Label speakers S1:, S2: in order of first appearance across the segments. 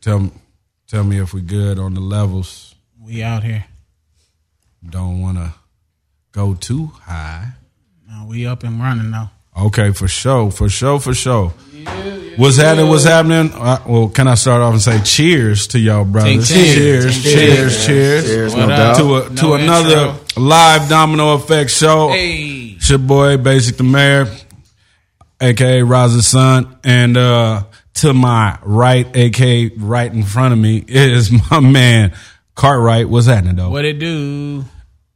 S1: Tell tell me if we good on the levels.
S2: We out here.
S1: Don't want to go too high.
S2: No, we up and running now.
S1: Okay, for sure, for sure, for sure. what's happening? What's happening? Uh, well, can I start off and say cheers to y'all, brothers? Cheers,
S2: cheers.
S1: cheers,
S2: Take
S1: cheers,
S3: Cheers,
S2: What
S3: no
S2: up?
S3: doubt.
S1: To a, to
S2: No
S1: another live Domino Effect show.
S2: Hey,
S1: It's your boy, Basic the Mayor, aka Raza Sun, and uh, to my right, aka right in front of me, is my man Cartwright. What's happening though?
S2: what it do?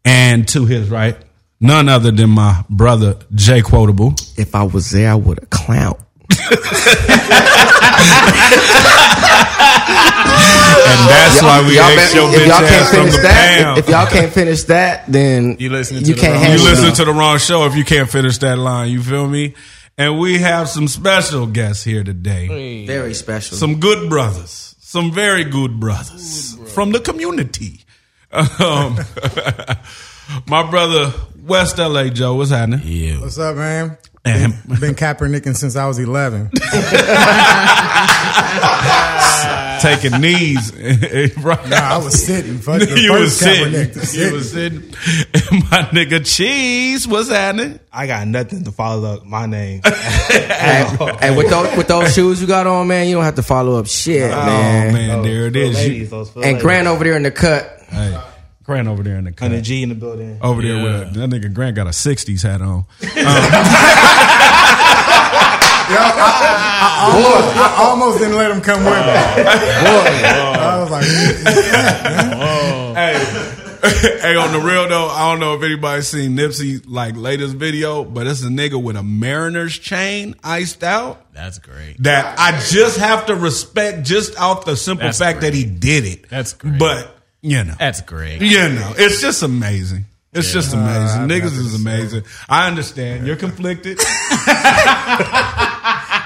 S1: And to his right, none other than my brother Jay Quotable.
S3: If I was there, I would have clown.
S1: And that's why we
S3: y'all
S1: asked
S3: bet-
S1: your bitch ass from the
S3: that,
S1: pound.
S3: if, if y'all can't finish that, then you
S4: listening to the
S3: can't
S4: wrong-
S3: have
S1: you
S3: it.
S1: listen to the wrong show if you can't finish that line. You feel me? And we have some special guests here today.
S3: very special.
S1: Some good brothers. Some very good brothers from the community. Um, my brother, West LA Joe, what's happening? Yeah.
S5: What's up, man?
S1: And
S5: Been Kaepernicking since I was 11.
S1: taking knees. right.
S5: Nah, I was sitting. Fuck the
S1: you
S5: first
S1: was sitting.
S5: Kaepernick, the
S1: You was sitting. And my nigga Cheese, what's happening?
S4: I got nothing to follow up my name.
S1: Oh.
S3: hey, hey, with those with those shoes you got on, man, you don't have to follow up shit, man.
S1: Oh man, there it is. You-
S4: Ladies, those foot
S3: And
S4: ladies.
S3: Grant over there in the cut.
S1: Hey, Grant over there in the cut.
S4: Under G in the building.
S1: Over there with a, that nigga Grant got a '60s hat on.
S5: I almost didn't let him come with me. I was like,
S1: hey, hey, on the real though, I don't know if anybody's seen Nipsey like latest video, but it's a nigga with a Mariners chain iced out.
S2: That's great.
S1: That I just have to respect, just off the simple
S2: That's
S1: fact that he did it.
S2: That's great.
S1: But you know,
S2: That's great.
S1: you know, it's just amazing. It's just amazing. Niggas is amazing. I understand. You're conflicted.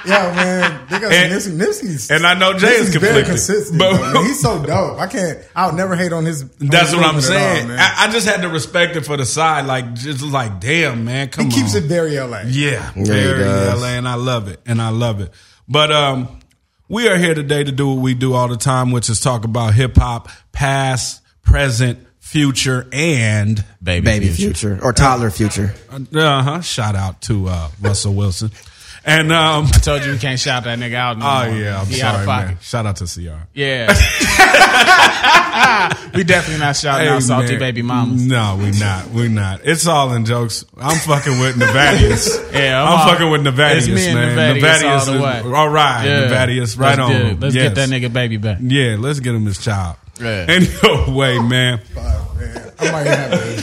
S5: yo, man, they got
S1: And-
S5: some Nipsey. Nipsey's,
S1: and I know Jay is
S5: Nipsey's very
S1: conflicted,
S5: consistent.
S1: but-
S5: though, man. he's so dope. I can't. I'll never hate on his. on
S1: That's
S5: his
S1: what I'm
S5: movement at all,
S1: saying.
S5: man.
S1: I, I just had to respect it for the side. Like, just like, damn, man, come
S5: he
S1: on.
S5: keeps it very LA.
S1: Yeah,
S3: he
S1: very
S3: does.
S1: LA, and I love it, and I love it. But um, we are here today to do what we do all the time, which is talk about hip hop, past, present, future, and
S2: Baby,
S3: Baby future. or toddler future.
S1: uh huh. Shout out to uh, Russell Wilson, and um,
S2: I told you we can't shout that nigga out. No
S1: oh
S2: more.
S1: yeah, I'm
S2: he out
S1: sorry,
S2: of pocket.
S1: man. Shout out to Cr.
S2: Yeah, we definitely not shouting out salty
S1: man.
S2: baby mamas.
S1: No, we not. We not. It's all in jokes. I'm fucking with Nevadians.
S2: Yeah, I'm
S1: I'm,
S2: all-
S1: fucking with Nevadians,
S2: It's me and
S1: man.
S2: Nevadians all the way.
S1: all right, Nevadians, right
S2: Let's
S1: on.
S2: get it. Let's
S1: Yes.
S2: get that nigga baby back.
S1: Yeah, let's get him his child.
S2: Yeah.
S1: Anyway, man,
S5: Fuck, man. I might have to.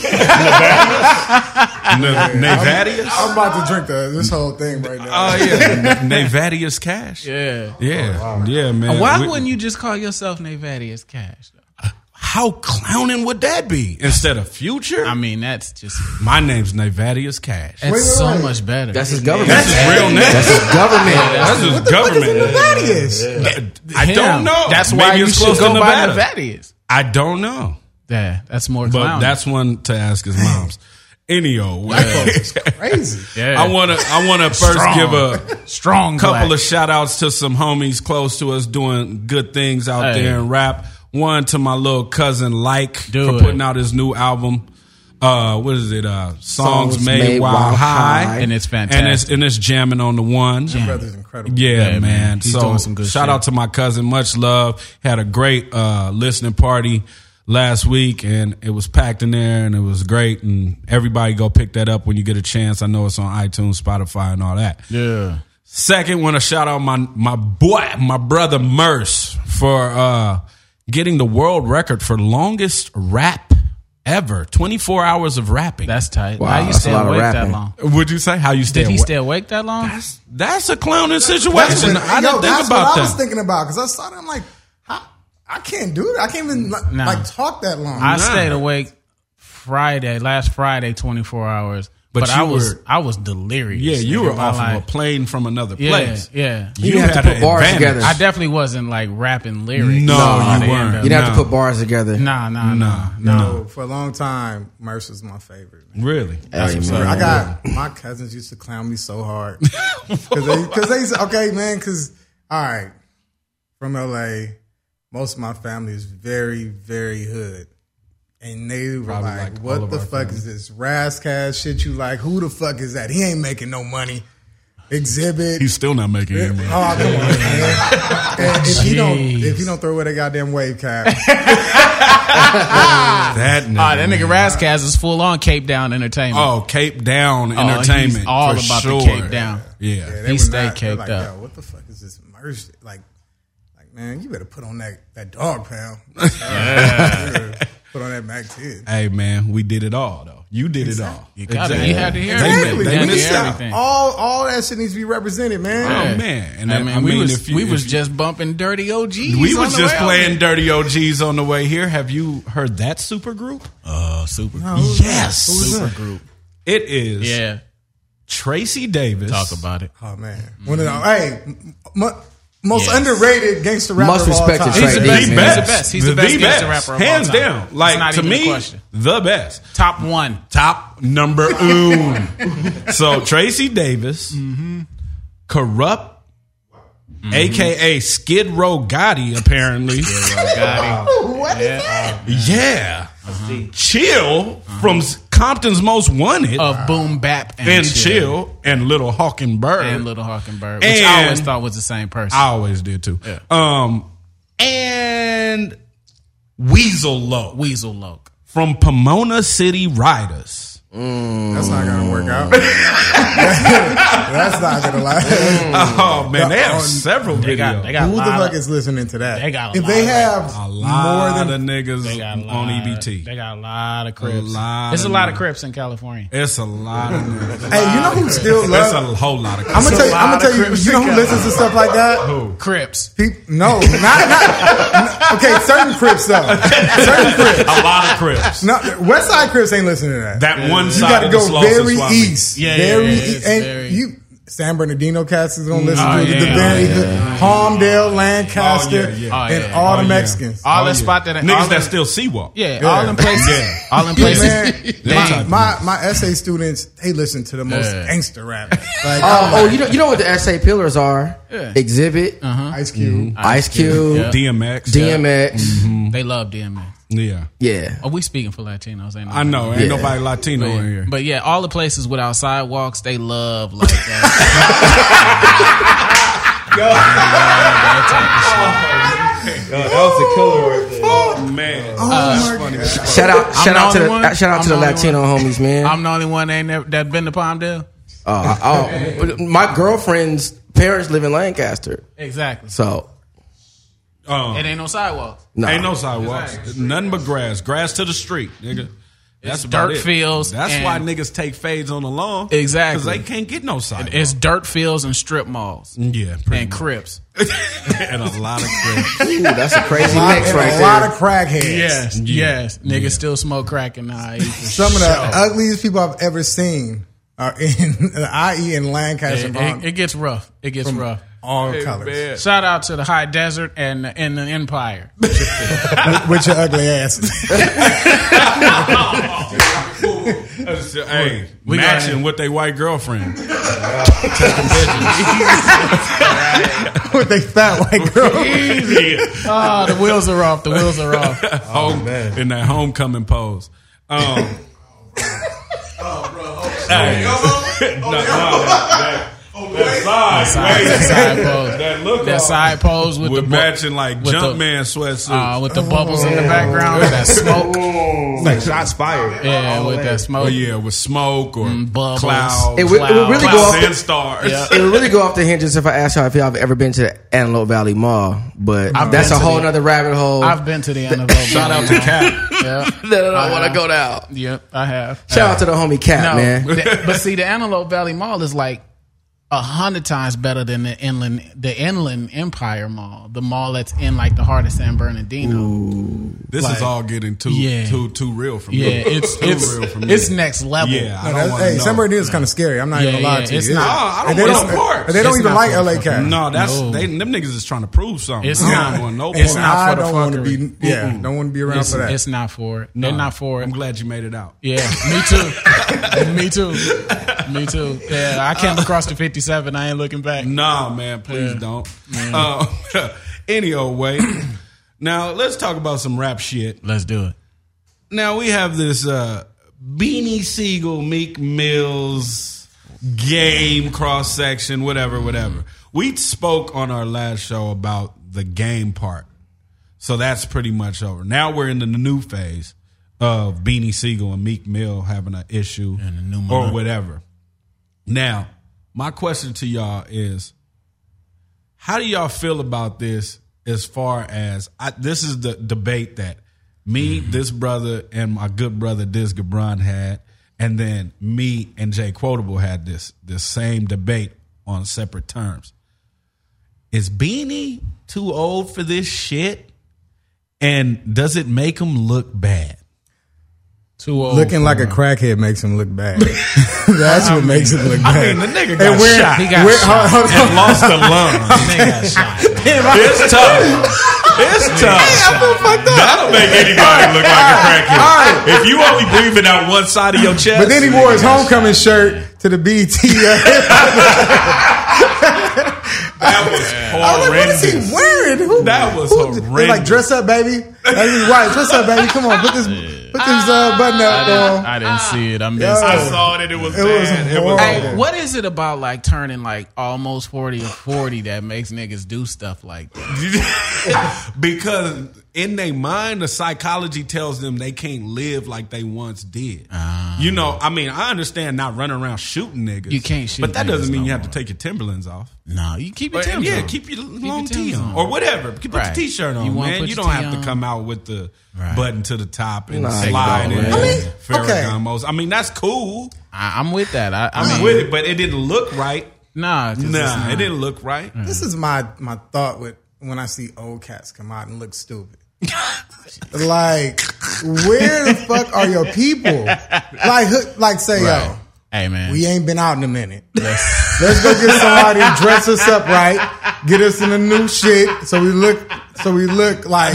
S1: Ne- Nevadius.
S5: I'm about to drink the, this whole thing right now.
S1: Oh yeah, Nevadius Cash.
S2: Yeah.
S1: yeah, yeah, man.
S2: Why
S1: We-
S2: wouldn't you just call yourself Nevadius Cash? Though?
S1: How clowning would that be instead of Future?
S2: I mean, that's just
S1: my name's Nevadius Cash.
S2: that's
S5: wait,
S2: so
S5: wait.
S2: much better.
S3: That's his government.
S1: That's his real name.
S3: That's his government.
S1: That's his government.
S5: Nevadius.
S1: I
S2: Him.
S1: don't know.
S2: That's
S1: Maybe
S2: why you
S1: it's
S2: should
S1: close to
S2: go by
S1: Nevada.
S2: Nevadius.
S1: I don't know.
S2: Yeah, that's more
S1: But
S2: clown.
S1: that's one to ask his moms. Anyhow,
S5: Crazy.
S2: yeah.
S1: I wanna I wanna first give a
S2: strong
S1: couple
S2: black.
S1: of shout outs to some homies close to us doing good things out
S2: Hey.
S1: there in rap. One to my little cousin Like
S2: Do
S1: for
S2: it.
S1: putting out his new album. Uh, what is it? Uh, songs,
S3: Songs
S1: made,
S3: Made
S1: while,
S3: While
S1: high.
S3: High.
S2: And it's
S1: And it's
S2: fantastic.
S1: and it's jamming on the one.
S5: Brother's incredible.
S1: Yeah,
S2: Yeah,
S1: man.
S2: man. He's
S1: so
S2: doing some good
S1: shout
S2: shit.
S1: out to my cousin. Much love. Had a great uh, listening party last week, and it was packed in there, and it was great. And everybody go pick that up when you get a chance. I know it's on iTunes, Spotify, and all that.
S2: yeah.
S1: Second, want to shout out my my boy, my brother Merce for uh, getting the world record for longest rap ever. Twenty four hours of rapping.
S2: That's tight.
S3: Wow,
S2: How you
S3: that's a
S2: stay
S3: lot of
S2: awake that
S3: rapping.
S2: long?
S1: would you say how you stay?
S2: Did he
S1: awake?
S2: stay awake that long?
S1: That's, that's a clowning situation.
S5: That's what,
S1: I
S5: yo,
S1: didn't think
S5: that's
S1: about
S5: what
S1: that.
S5: I was thinking about because I saw that. I'm like, I, I can't do it. I can't even like,
S2: Nah.
S5: like, talk that long.
S2: I
S1: Nah.
S2: stayed awake Friday, last Friday, twenty four hours.
S1: But
S2: But, I
S1: you
S2: was
S1: were-
S2: I was delirious.
S1: Yeah, you
S2: nigga,
S1: were
S2: my
S1: off of
S2: life.
S1: a plane from another
S2: Yeah,
S1: place.
S2: yeah.
S3: You didn't
S1: had
S3: have to put
S1: an
S3: bars
S1: advantage.
S3: together.
S2: I definitely wasn't like rapping lyrics.
S1: No,
S2: by
S1: you
S2: the end
S1: weren't.
S2: of
S3: You
S2: it.
S3: don't have
S1: No.
S3: to put bars together.
S2: Nah, nah, nah.
S5: no, for a long time, Merce was my favorite. man.
S1: Really?
S3: Hey, man.
S5: I got my cousins used to clown me so hard because they, cause they said, okay, man, because all right, from LA, most of my family is very, very hood. And they were
S1: Probably
S5: like,
S1: like all
S5: what
S1: of
S5: the
S1: our
S5: fuck is this Razzcast shit you like? Who the fuck is that? He ain't making no money. Exhibit.
S1: He's still not making any money.
S5: Oh, come on, man. And if you don't
S2: Jeez.
S5: if you don't throw away that goddamn wave cap,
S1: That nigga.
S2: Ah, that nigga Razzcast is full on Cape Down entertainment.
S1: Oh, Cape Down
S2: Oh,
S1: Entertainment.
S2: he's all
S1: for
S2: about
S1: sure.
S2: the Cape Down.
S1: Yeah.
S5: Yeah,
S2: He
S5: were
S2: stay
S5: not- they're
S2: caked
S5: like,
S2: up.
S5: Yo, what the fuck is this merch? Like, like man, you better put on that that dog pound. put on that Mac 10.
S1: Hey, man, we did it all, though. You did it all.
S2: You gotta- you had to hear
S1: They
S2: it.
S1: missed-
S5: Exactly.
S1: They,
S2: Exactly.
S1: missed
S2: Yeah.
S1: out.
S2: everything.
S5: All all that shit needs to be represented, man.
S1: Oh, man. And
S2: I
S1: that-
S2: mean,
S1: I
S2: we
S1: mean,
S2: was
S1: if you-
S2: we
S1: if
S2: was
S1: you-
S2: just bumping dirty OGs.
S1: We
S2: on
S1: was
S2: the
S1: just
S2: way out
S1: playing
S2: there.
S1: Dirty OGs on the way here. Have you heard that super group?
S6: Uh,
S2: Oh.
S6: super.
S5: Oh,
S1: Yes.
S5: Who's
S6: group.
S1: It is
S2: Yeah,
S1: Tracy Davis.
S6: Talk about it.
S5: Oh man, one of
S2: Mm-hmm.
S5: the hey, m- m- most
S6: Yes.
S5: underrated gangster rapper
S3: Must
S5: of all
S3: respected
S5: time.
S3: Trey He's the
S1: The
S3: Davis,
S1: best.
S3: man.
S2: He's the best gangster rapper of all
S1: Hands
S2: time.
S1: down.
S2: It's
S1: Like,
S2: not
S1: to
S2: even a
S1: me,
S2: question.
S1: the best.
S2: top one.
S1: Top number one. so, Tracy Davis,
S2: Mm-hmm.
S1: Corrupt, a.k.a. Skid Row Gotti, apparently.
S5: What is that?
S1: Yeah.
S2: Uh-huh.
S1: Chill from S- Compton's Most Wanted
S2: of Boom Bap and,
S1: and Chill and Little Hawkenberg.
S2: and Little Hawkenberg, which I
S1: And-
S2: always thought was the same person.
S1: I always did too. Um, and Weasel Low
S2: Weasel Loke.
S1: from Pomona City Riders.
S5: That's not gonna work out. That's not gonna lie.
S1: Oh man, they have
S5: on-
S1: several videos.
S2: They got they got
S5: Who
S2: a
S5: the
S2: lot
S5: fuck
S2: of,
S5: is listening to that?
S2: They got a
S5: if they
S2: lot
S5: have
S1: a lot
S5: more
S1: of
S5: than
S1: niggas
S2: they got a lot,
S1: on E EBT.
S2: They got a lot of Crips.
S1: lot
S2: There's a
S1: of
S2: lot of
S1: niggas.
S2: Crips in California.
S1: it's a lot of niggas.
S5: hey, you know who still
S1: It's a
S5: loves?
S1: whole lot of.
S5: I'm gonna
S1: niggas.
S5: tell you.
S2: a
S5: I'm
S2: lot
S5: gonna tell
S2: of
S5: you.
S2: Crips
S5: You know who
S2: together.
S5: listens to stuff like that?
S2: Crips.
S5: Peop- no, not, not okay. Certain Crips though. Certain Crips.
S1: a lot of crips.
S5: No, West Side Crips ain't listening to that.
S1: That one
S5: you
S1: side
S5: got to
S1: of the
S5: go
S1: slow
S5: very
S1: Swami.
S5: east.
S2: Yeah, yeah,
S5: very
S2: yeah,
S5: east.
S2: it's
S5: And
S2: very-
S5: you, San Bernardino cats is gonna listen
S2: Oh,
S5: to
S2: yeah,
S5: the
S2: oh,
S5: very
S2: yeah,
S5: good Palmdale, Lancaster,
S1: Oh, yeah, yeah.
S2: Oh,
S5: and
S2: yeah,
S5: all
S2: oh,
S5: the
S1: yeah.
S5: Mexicans.
S2: All
S1: Oh,
S2: the
S1: yeah.
S2: spot that all
S1: niggas
S2: in-
S1: that still sea walk.
S2: yeah,
S5: Yeah.
S2: all in places.
S1: Yeah.
S2: All in places.
S5: Man,
S2: Dang.
S5: my, my my essay students they listen to the most
S2: Yeah.
S5: gangster rap. Like
S3: Uh, oh, you know, you know what the essay pillars are? Exhibit,
S1: Uh-huh.
S2: Uh-huh.
S5: Ice Cube.
S2: Mm-hmm.
S3: Ice Cube,
S1: DMX.
S3: DMX.
S1: Mm-hmm.
S2: They love DMX.
S1: Yeah.
S3: Yeah,
S2: Are Oh, we speaking for Latinos? Ain't
S1: I know. Ain't
S3: Yeah.
S1: nobody Latino
S2: But,
S1: in here.
S2: but yeah, all the places without sidewalks, they love like that.
S1: man.
S3: shout out,
S2: I'm
S3: shout
S2: the
S3: out to
S2: only
S3: the
S2: one?
S3: shout out
S2: I'm
S3: to the
S2: the only
S3: Latino homies, man.
S2: I'm the only one that ain't never, that been to Palmdale.
S3: Uh, I- oh, but my girlfriend's parents live in Lancaster,
S2: Exactly.
S3: so
S1: Um,
S2: It ain't no sidewalks.
S3: no.
S1: Ain't no sidewalks. Nothing but grass. Grass to the street, nigga. That's about
S2: dirt
S1: it.
S2: fields
S1: That's
S2: and-
S1: why niggas take fades on the lawn.
S2: Exactly.
S1: Because they can't get no sidewalk.
S2: It's dirt fields and strip malls
S1: yeah, pretty
S2: and
S1: much.
S2: crips.
S1: and a lot of crib.
S3: Ooh, that's a crazy
S5: A lot,
S3: mix
S5: and
S3: right
S5: a lot
S3: there.
S5: of crackheads.
S2: Yes,
S1: Yeah.
S2: yes. Niggas still smoke crack and I.
S5: Some of the ugliest people I've ever seen are in the IE in Lancaster
S2: It,
S5: Palm-
S2: it- it gets rough. It gets rough.
S5: all colors
S2: Shout out to the High Desert and the, and the Empire.
S5: with, with your ugly ass.
S1: hey,
S2: We got
S1: matching
S2: it.
S1: with their white girlfriend.
S5: with they fat white girl.
S1: Easy.
S2: Oh, the wheels are off. The wheels are off.
S1: Home, in that homecoming pose. Um, Hey. No, no, that- that side,
S2: That
S1: wait.
S2: side pose.
S1: That look
S2: That
S1: off
S2: side pose with,
S1: with
S2: the bu-
S1: matching like
S2: with the-
S1: Jumpman sweatsuit.
S2: uh, with the bubbles in the background. That smoke.
S4: It's like shots fired.
S2: Yeah, with that smoke. Mm,
S1: Oh yeah, with smoke or
S2: bubbles.
S1: clouds,
S3: It would, it would really go
S1: clouds
S3: off.
S1: and
S3: The,
S1: stars.
S2: Yeah.
S3: it would really go off the hinges if I asked y'all if y'all have ever been to the Antelope Valley Mall, but
S2: I've
S3: that's
S2: been
S3: a
S2: to
S3: whole
S2: the-
S3: nother rabbit hole.
S2: I've been to the Antelope.
S1: Shout out to Cap.
S2: Yeah,
S3: that I don't want
S2: Uh-huh.
S3: to go down.
S2: yep, I have.
S3: Shout out to the homie Cap, man.
S2: no, the- but see, the Antelope Valley Mall is like a hundred times better than the inland, the Inland Empire Mall, the mall that's in like the heart of San Bernardino.
S1: This is all getting too
S2: Yeah.
S1: too too real for me.
S2: Yeah, it's
S1: too
S2: it's
S1: real for me.
S2: it's next level.
S1: yeah, I don't
S5: That's-
S1: want
S5: Hey,
S1: to
S5: San Bernardino is kind of scary. I'm not
S2: Yeah,
S5: even gonna lie
S2: yeah,
S5: to you.
S2: it's
S5: It's-
S2: not-
S1: I don't
S5: and they
S1: want
S5: don't,
S1: no parts.
S5: and they don't
S2: It's
S5: even
S2: not
S5: like
S2: for-
S5: LA cats.
S1: No, that's
S2: No.
S1: they, them niggas is trying to prove something.
S2: It's
S1: I don't
S2: not.
S1: want no
S2: It's
S1: part.
S2: not
S5: I
S2: for the
S5: don't want to
S2: fuckery.
S5: be. Yeah, don't want to be around
S2: It's,
S5: for that.
S2: it's not for it. They're not for it.
S1: I'm glad you made it out.
S2: Yeah, me too. me too. Me too. Yeah, I came across the 57. I ain't looking back.
S1: Nah, man, please don't. Uh, anyway, Now let's talk about some rap shit.
S2: Let's do it.
S1: Now we have this uh, Beanie Siegel, Meek Mills game cross section, whatever, whatever. We spoke on our last show about the game part, so that's pretty much over. Now we're in the new phase of Beanie Siegel and Meek Mill having an issue
S2: And the new
S1: or
S2: monarch.
S1: whatever. Now, my question to y'all is how do y'all feel about this as far as I, this is the debate that me, this brother, and my good brother Diz Gabron had, and then me and Jay Quotable had this this same debate on separate terms. Is Beanie too old for this shit? And does it make him look bad?
S2: Too old.
S5: Looking like a crackhead makes him look bad. That's what makes him look
S1: I
S5: bad.
S1: mean, the nigga
S5: And
S1: got
S5: we're-
S1: shot.
S2: He got
S5: we're-
S2: shot.
S5: hold- hold on.
S1: and lost a lung.
S2: nigga shot.
S1: It's tough. It's tough.
S4: That'll make anybody look like a crackhead. If you only breathing out one side of your chest,
S5: But then he wore his homecoming shirt to the BT.
S4: that was
S5: Oh, what is
S4: horrendous.
S5: he wearing? Who,
S1: That was
S5: who-
S1: horrendous.
S5: they Like dress up, baby. That's his wife. Dress up, baby. Come on, put this, put this uh, button up on.
S2: I didn't see it. I missed
S5: Yeah.
S2: it.
S4: I saw that it was
S5: It was
S4: bad. It
S5: horrible.
S4: was
S2: Hey, what is it about like turning like almost forty or forty that makes niggas do stuff like that?
S1: because in their mind, the psychology tells them they can't live like they once did. you know, I mean, I understand not running around shooting niggas.
S2: Ah. You can't shoot
S1: but that
S2: niggas
S1: doesn't mean
S2: no
S1: you have to
S2: more.
S1: take your Timberlands off.
S2: No, you keep your
S1: But,
S2: Tim's
S1: yeah,
S2: on.
S1: keep your
S2: your
S1: long tee
S2: Tim's
S1: on.
S2: on.
S1: or whatever. Keep
S2: Right.
S1: your t-shirt on,
S2: You wanna
S1: man.
S2: put
S1: You
S2: your
S1: don't
S2: tee
S1: have
S2: on.
S1: to come out with the
S2: Right.
S1: button to the top and
S3: Nah, you
S1: slide
S3: don't,
S1: in.
S3: man. I
S5: mean, okay.
S1: Ferragamos. I mean, that's cool.
S2: I, I'm with that. I, I
S1: I'm
S2: mean,
S1: with it, but it didn't look right.
S2: nah, 'cause it's
S1: Nah,
S2: not.
S1: it didn't look right.
S5: This is my my thought with when I see old cats come out and look stupid. like, where the fuck are your people? Like, who- like say yo,
S2: Right. Hey man,
S5: we ain't been out in a minute. Let's go get somebody to dress us up right, get us in the new shit, so we look so we look like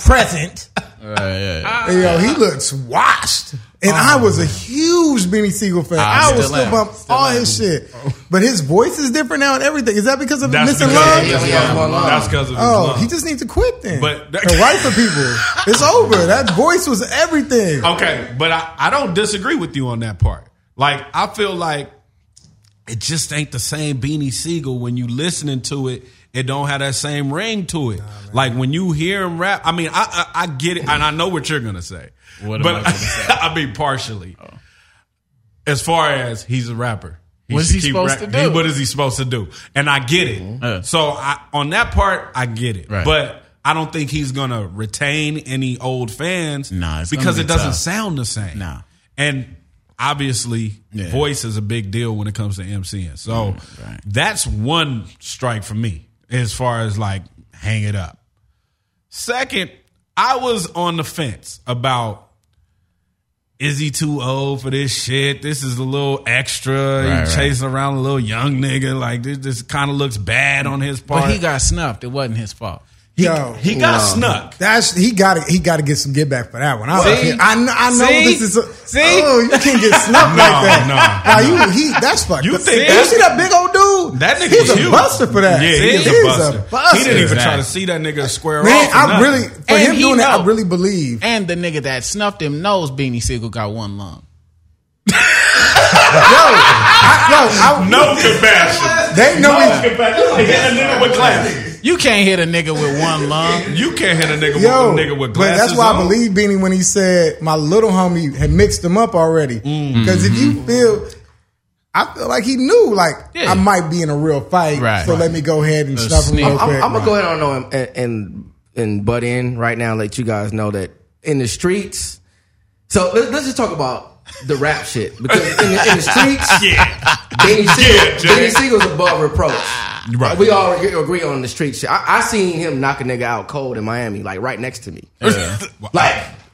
S5: present. And, yo, he looks washed. And I was a huge Beanie Siegel fan.
S2: I
S5: I, was
S2: still
S5: still
S2: am.
S5: bump
S2: Still
S5: all
S2: am.
S5: his shit. But his voice is different now and everything. Is that because of
S4: That's
S5: missing
S4: because
S5: love?
S4: of
S3: Yeah,
S4: his
S3: he has one
S4: lung.
S3: lung.
S4: That's because of his
S5: Oh,
S4: lung.
S5: he just needs to quit then.
S1: But-
S5: and write for people. It's over. That voice was everything.
S1: Okay, but I, I don't disagree with you on that part. Like I feel like it just ain't the same Beanie Siegel when you listening to it. It don't have that same ring to it. like when you hear him rap, I mean, I I, I get it, and I know what you're gonna say.
S2: What am
S1: but
S2: I gonna say? Oh.
S1: I mean, partially. As far as he's a rapper,
S2: What is
S1: should
S2: he
S1: keep
S2: supposed to
S1: he-
S2: do?
S1: What is he supposed to do? And I get it.
S2: Uh.
S1: So I, on that part, I get it.
S2: Right.
S1: But I don't think he's gonna retain any old fans
S2: Nah, it's gonna
S1: because
S2: be
S1: it doesn't
S2: tough.
S1: sound the same.
S2: Nah.
S1: And obviously,
S2: Yeah.
S1: voice is a big deal when it comes to MCing. So
S2: right.
S1: that's one strike for me as far as like hang it up. Second, I was on the fence about is he too old for this shit? This is a little extra.
S2: Right,
S1: he
S2: right.
S1: chasing around a little young nigga. Like this, this kind of looks bad on his part.
S2: but he got snuffed. It wasn't his fault.
S5: Yo.
S1: he got snuck.
S5: That's he got to he got to get some get back for that one. I, don't
S2: See?
S5: care. I, kn- I know
S2: See?
S5: this is. A,
S2: See?
S5: Oh, you can't get snuffed
S1: No,
S5: like that.
S1: no,
S5: Nah, you he that's fucked.
S1: You
S5: You
S1: think
S5: see, you
S1: that's-
S5: see that big old dude?
S1: That nigga
S5: he's
S1: was
S5: a
S1: huge.
S5: buster for that.
S1: Yeah, he is
S5: he's
S1: a buster. He didn't even try
S2: Exactly.
S1: to see that nigga square
S5: Man,
S1: off. or
S5: I
S1: nothing.
S5: really for
S2: And
S5: him
S2: he
S5: doing that.
S2: know.
S5: I really believe.
S2: And the nigga that snuffed him knows Beanie Siegel got one lung.
S5: I, yo, I,
S4: no compassion.
S5: they know.
S4: No
S5: he,
S4: compassion. This nigga hit a nigga with glasses.
S2: You can't hit a nigga with one lung.
S1: You can't hit a nigga
S5: Yo,
S1: with a nigga with
S5: but
S1: glasses
S5: that's why
S1: on.
S5: I believe Beanie when he said my little homie had mixed them up already. Because if you feel, I feel like he knew, like
S2: Yeah.
S5: I might be in a real fight,
S2: Right.
S5: so let me go ahead and snuff him
S2: sneak.
S5: real
S3: I'm,
S5: quick.
S3: I'm gonna go ahead on know and, and and butt in right now. and Let you guys know that in the streets. So let, let's just talk about the rap shit because in the, in the streets,
S4: Yeah.
S3: Benny
S4: Yeah,
S3: Siegel,
S4: Jay.
S3: Benny Siegel's above reproach.
S1: Right.
S3: We all ag- agree on the street shit. I, I seen him knock a nigga out cold in Miami, like right next to me. Like uh,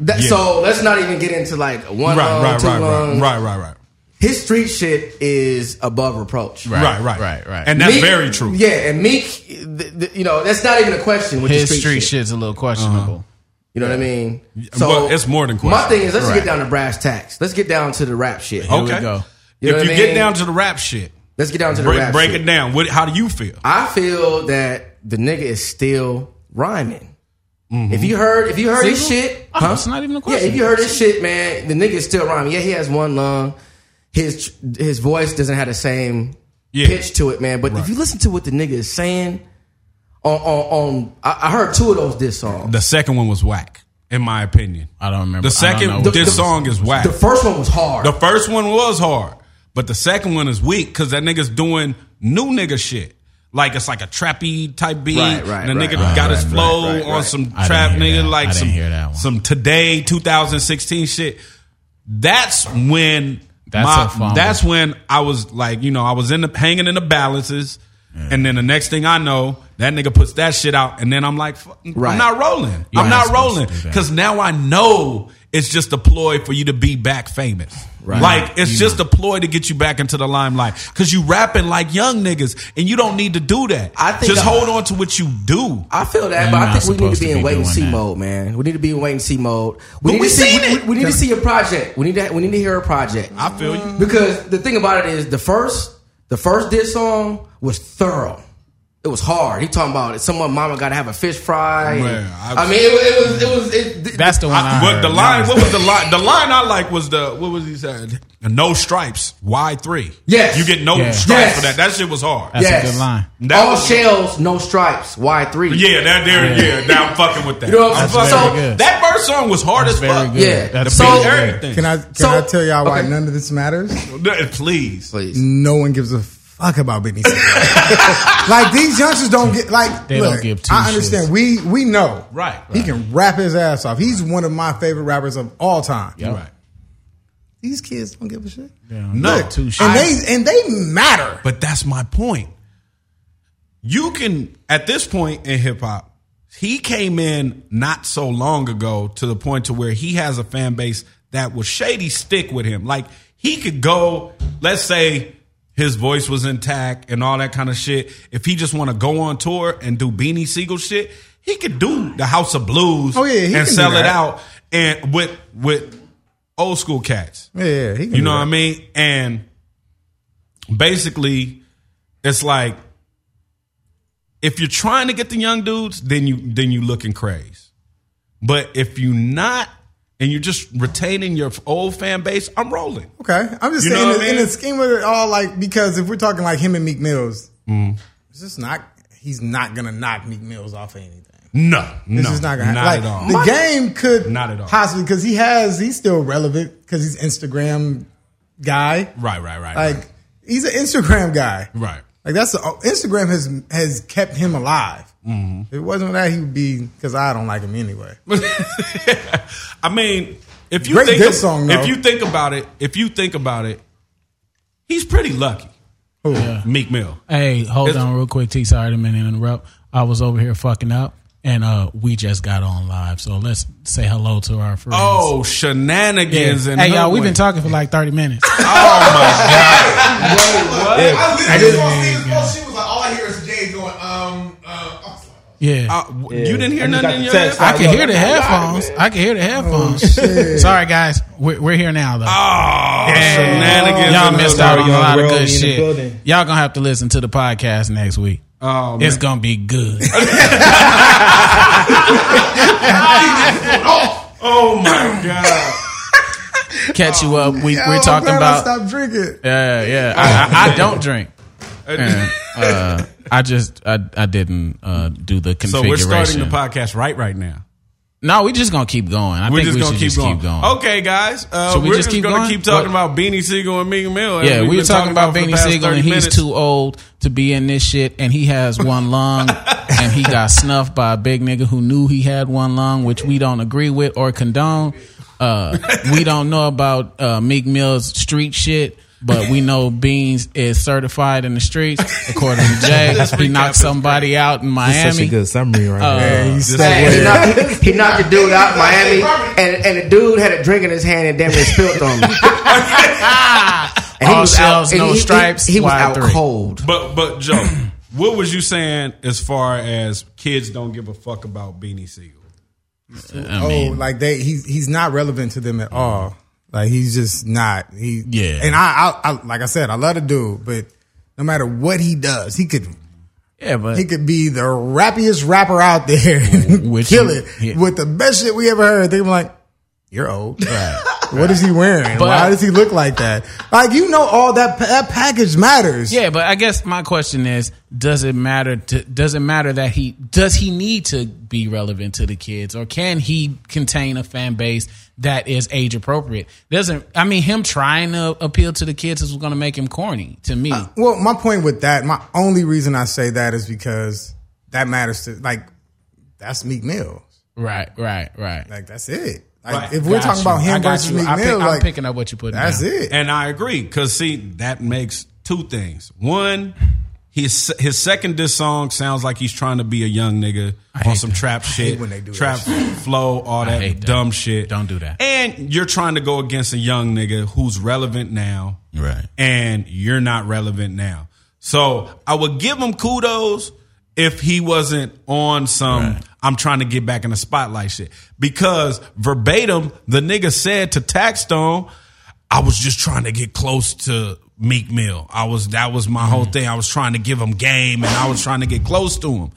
S3: that,
S1: Yeah.
S3: so. Let's not even get into like one
S1: right,
S3: lung,
S1: right,
S3: two
S1: right,
S3: lungs.
S1: right, right, right, right,
S3: His street shit is above reproach.
S2: Right,
S1: right, right,
S2: right, right.
S1: And that's
S3: Meek-
S1: very true.
S3: Yeah, and Meek, th- th- you know, that's not even a question with
S2: His
S3: the
S2: street
S3: street, shit.
S2: shit's a little questionable.
S3: You know what I mean?
S1: well, it's more than
S3: My
S1: question.
S3: thing is, let's
S2: Right.
S3: get down to brass tacks. Let's get down to the rap shit.
S2: Here we
S1: okay.
S2: go.
S3: You know
S1: if
S3: what
S1: you
S3: I
S1: get
S3: mean?
S1: down to the rap shit,
S3: Let's get down to the
S1: break,
S3: rap
S1: break
S3: shit.
S1: it down. What? How do you feel?
S3: I feel that the nigga is still rhyming.
S1: Mm-hmm.
S3: If you heard, if you heard his shit,
S2: Oh, it's not even a question.
S3: Yeah, if you heard his shit, man, the nigga's still rhyming. Yeah, he has one lung. His his voice doesn't have the same
S1: Yeah.
S3: pitch to it, man. But if you listen to what the nigga is saying, on on, on I, I heard two of those diss songs.
S1: The second one was whack, in my opinion.
S2: I don't remember.
S1: The
S2: I don't know
S1: second
S2: what
S1: this
S3: the-
S1: song is whack.
S3: The first one was hard.
S1: The first one was hard, but the second one is weak because that nigga's doing new nigga shit. Like it's like a trappy type beat.
S3: Right, right,
S1: and the
S3: right,
S1: nigga
S3: right,
S1: got his
S2: right,
S1: flow
S3: right, right,
S1: on
S3: right.
S1: some
S2: I
S1: trap
S2: didn't hear
S1: nigga,
S2: that.
S1: like
S2: I didn't
S1: some
S2: hear that one.
S1: some today 2016 shit. That's when
S2: That's a
S1: my,
S2: fumble.
S1: that's when I was like, you know, I was in the hanging in the balances. And then the next thing I know, that nigga puts that shit out, and then I'm like, fuck,
S3: Right.
S1: I'm not rolling.
S2: You're
S1: I'm not
S2: not supposed to
S1: rolling
S2: do that.
S1: because now I know it's just a ploy for you to be back famous.
S3: Right.
S1: Like it's just a ploy to get you back into the limelight because you rapping like young niggas, and you don't need to do that.
S3: I think
S1: just
S3: I-
S1: hold on to what you do.
S3: I feel that,
S2: You're
S3: but I
S2: not
S3: think we need
S2: supposed
S3: to
S2: to
S3: be in
S2: be
S3: wait and
S2: doing
S3: see
S2: that.
S3: mode, man. We need to be in wait and see mode. We need
S1: we
S3: to see.
S1: seen
S3: we-
S1: it.
S3: we need to see a project. We need to. We need to hear a project.
S1: I feel you.
S3: Because the thing about it is the first the first diss song was thorough. It was hard. He talking about someone mama got to have a fish fry. and-
S1: Man, I-
S3: I, mean, it, was it was it was it,
S2: That's the one. I,
S1: I,
S2: heard.
S1: what the line? What was the line? The line I like was the what was he saying? No stripes. Why three?
S3: Yes.
S1: you get no
S2: Yeah.
S1: stripes
S3: Yes.
S1: for that. That shit was hard.
S2: That's
S3: yes.
S2: a good line.
S1: That
S3: all
S1: was-
S3: shells, no stripes. Why three?
S1: yeah, that there. Yeah, now I'm fucking with that.
S3: You know what
S1: I'm
S3: I'm
S1: fucking-
S3: saying?
S1: so
S3: That's
S2: very good.
S1: that first song was hard
S2: That's
S1: as fuck.
S2: very good.
S3: Yeah.
S1: The
S2: That's
S1: beat,
S2: very
S3: So-
S2: good.
S1: everything.
S5: Can I can
S3: So-
S5: I tell y'all why
S3: okay.
S5: none of this matters?
S1: Please.
S3: Please.
S5: No one gives a fuck about Britney. Spears. like these youngsters don't get like.
S2: They
S5: look,
S2: don't give two
S5: I understand.
S2: shits.
S5: We we know.
S1: Right.
S5: He can rap his ass off. He's one of my favorite rappers of all time.
S1: Right.
S5: These kids don't give a shit.
S1: No.
S2: Look, two
S5: And
S2: shots.
S5: they and they matter.
S1: But that's my point. You can at this point in hip hop, he came in not so long ago to the point to where he has a fan base that will shady stick with him. Like he could go, let's say his voice was intact and all that kind of shit. If he just want to go on tour and do Beanie Siegel shit, he could do the House of Blues
S5: Oh, yeah, he can
S1: and
S5: do
S1: sell it
S5: that.
S1: out and with with old school cats.
S5: Yeah, yeah, he can
S1: You
S5: do
S1: know
S5: that.
S1: what I mean? And basically, it's like if you're trying to get the young dudes, then you then you looking crazy. But if you not and you're just retaining your old fan base, I'm rolling.
S5: Okay, I'm just
S1: You know
S5: saying
S1: what
S5: in,
S1: I
S5: in
S1: mean?
S5: the scheme of it all, like because if we're talking like him and Meek Mills,
S1: Mm.
S5: it's just not. He's not gonna knock Meek Mills off of anything.
S1: No, no,
S5: This is not gonna happen.
S1: at
S5: Like,
S1: all.
S5: The game could
S1: Not at all.
S5: possibly because he has he's still relevant because he's Instagram guy.
S1: right, right, right,
S5: Like
S1: right.
S5: he's an Instagram guy.
S1: right.
S5: Like that's the, Instagram has has kept him alive. If
S1: Mm-hmm.
S5: it wasn't for that, he would be because I don't like him anyway.
S1: I mean, if you
S5: Great
S1: think
S5: diss
S1: of-
S5: song, though.
S1: if you think about it, if you think about it, he's pretty lucky,
S5: Who?
S1: Meek Mill.
S2: Hey, hold
S1: It's-
S2: on real quick, T. Sorry to minute interrupt. I was over here fucking up, and uh, we just got on live, so let's say hello to our friends.
S1: Oh,
S2: Yeah.
S1: shenanigans! And
S2: Hey, y'all, we've been
S1: hoodwink.
S2: talking for like thirty minutes.
S7: I literally just want to see this post. She was like, all I hear is Jay going, um, uh, I was like,
S2: Yeah,
S1: Uh, w- You didn't hear
S7: And you
S1: nothing
S7: got
S1: in
S7: the
S1: your
S7: text,
S1: head?
S2: I can hear the
S7: I got it,
S2: headphones.
S7: man.
S2: I can hear the headphones. Sorry, guys, we're, we're here now though.
S1: Oh, shenanigans.
S2: Y'all
S1: in the
S2: missed out on
S1: hood.
S2: a lot of
S7: Roll
S2: good
S7: in the
S2: shit.
S7: building.
S2: Y'all gonna have to listen to the podcast next week.
S1: Oh, man.
S2: It's gonna be good.
S1: oh my God.
S2: Catch you up. We
S5: Yeah,
S2: we're
S5: I'm
S2: talking
S5: glad
S2: about.
S5: I stopped Oh, drinking.
S2: Yeah, yeah. I, I, I don't drink. And, uh, I just I, I didn't uh, do the
S1: so
S2: configuration.
S1: we're starting the podcast right right now.
S2: No, we're just gonna keep going. I
S1: We're
S2: think
S1: just
S2: we
S1: gonna
S2: should
S1: keep,
S2: just
S1: going.
S2: keep going.
S1: Okay, guys. Uh,
S2: Should we
S1: we're
S2: just
S1: just,
S2: keep
S1: gonna
S2: going?
S1: keep talking
S2: What-
S1: about Beanie Siegel and Meek Mill.
S2: Yeah, we were
S1: been
S2: talking about
S1: for the
S2: Beanie
S1: past
S2: Siegel,
S1: 30
S2: and he's
S1: minutes.
S2: too old to be in this shit, and he has one lung, and he got snuffed by a big nigga who knew he had one lung, which we don't agree with or condone. Uh, we don't know about uh, Meek Mill's street shit, but we know Beans is certified in the streets, according to Jay. he knocked somebody out in Miami.
S4: Such a good summary right
S1: Uh,
S4: there.
S5: Hey, he's stuck
S3: He
S5: with it.
S3: knocked, he knocked the dude out in Miami, and, and the dude had a drink in his hand and damn near spilled on me. And
S2: Ah! All shells,
S3: and
S2: no
S3: he- he-
S2: stripes,
S3: He, was
S2: wide
S3: out
S2: three.
S3: cold.
S1: But but Joe, what was you saying as far as kids don't give a fuck about Beanie Siegel?
S2: I
S5: Oh,
S2: mean,
S5: like they he's he's not relevant to them at all. Like he's just not. He
S2: Yeah.
S5: And I, I, I like I said, I love the dude, but no matter what he does, he could
S2: Yeah, but
S5: He could be the rappiest rapper out there,
S2: Which
S5: kill
S2: you-
S5: it
S2: yeah.
S5: with the best shit we ever heard. They're like, "You're old. What is he wearing?
S2: But-
S5: Why does he look like that? Like you know, all that that package matters.
S2: Yeah, but I guess my question is: Does it matter? To, does it matter that he does he need to be relevant to the kids, or can he contain a fan base that is age appropriate? Doesn't I mean him trying to appeal to the kids is going to make him corny to me.
S5: Well, my point with that, my only reason I say that is because that matters to like that's Meek Mill.
S2: right, right, right.
S5: Like that's it. Like
S1: Right.
S5: if we're
S2: Got
S5: talking
S2: you.
S5: about
S2: I
S5: him
S2: got
S5: versus
S2: you.
S5: Meek
S2: I pick-
S5: Mill,
S2: I'm
S5: like
S2: picking up what you put.
S5: that's
S2: down.
S5: it.
S1: And I agree because see that makes two things. One, his his second diss song sounds like he's trying to be a young nigga on
S2: hate
S1: some
S2: that.
S1: trap shit,
S5: when they do that
S1: trap flow, all that,
S2: hate that.
S1: dumb shit.
S2: Don't do that.
S1: And you're trying to go against a young nigga who's relevant now,
S2: Right.
S1: And you're not relevant now. So I would give him kudos if he wasn't on some. I'm trying to get back in the spotlight shit because verbatim the nigga said to Taxstone, I was just trying to get close to Meek Mill. I was that was my whole thing. I was trying to give him game and I was trying to get close to him.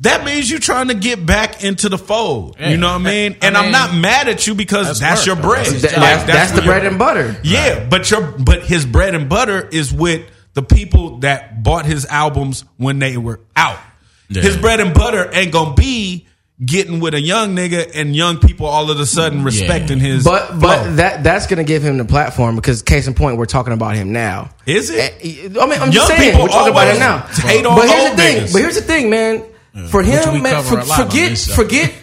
S1: That means you're trying to get back into the fold.
S2: Yeah.
S1: You know what I mean? And
S2: mean,
S1: I'm not mad at you because that's,
S2: that's work,
S1: your
S2: though.
S1: bread.
S2: That's
S3: That-
S2: his
S1: Like,
S2: job.
S3: that's, that's the
S1: what your-
S3: bread and butter.
S1: Yeah, but your but his bread and butter is with the people that bought his albums when they were out. His bread and butter ain't gonna be getting with a young nigga and young people all of a sudden respecting his.
S3: But but
S1: flow.
S3: that that's gonna give him the platform because case in point, we're talking about him now.
S1: Is it?
S3: Eh, I mean, I'm
S1: Young
S3: just saying
S1: people
S3: we're talking about
S1: always
S3: him now.
S1: hate on
S3: but here's
S1: old
S3: the thing.
S1: niggas.
S3: But here's the thing, man. For
S2: we
S3: him, man,
S2: cover
S3: for,
S2: a lot on
S3: forget
S2: this show.
S3: forget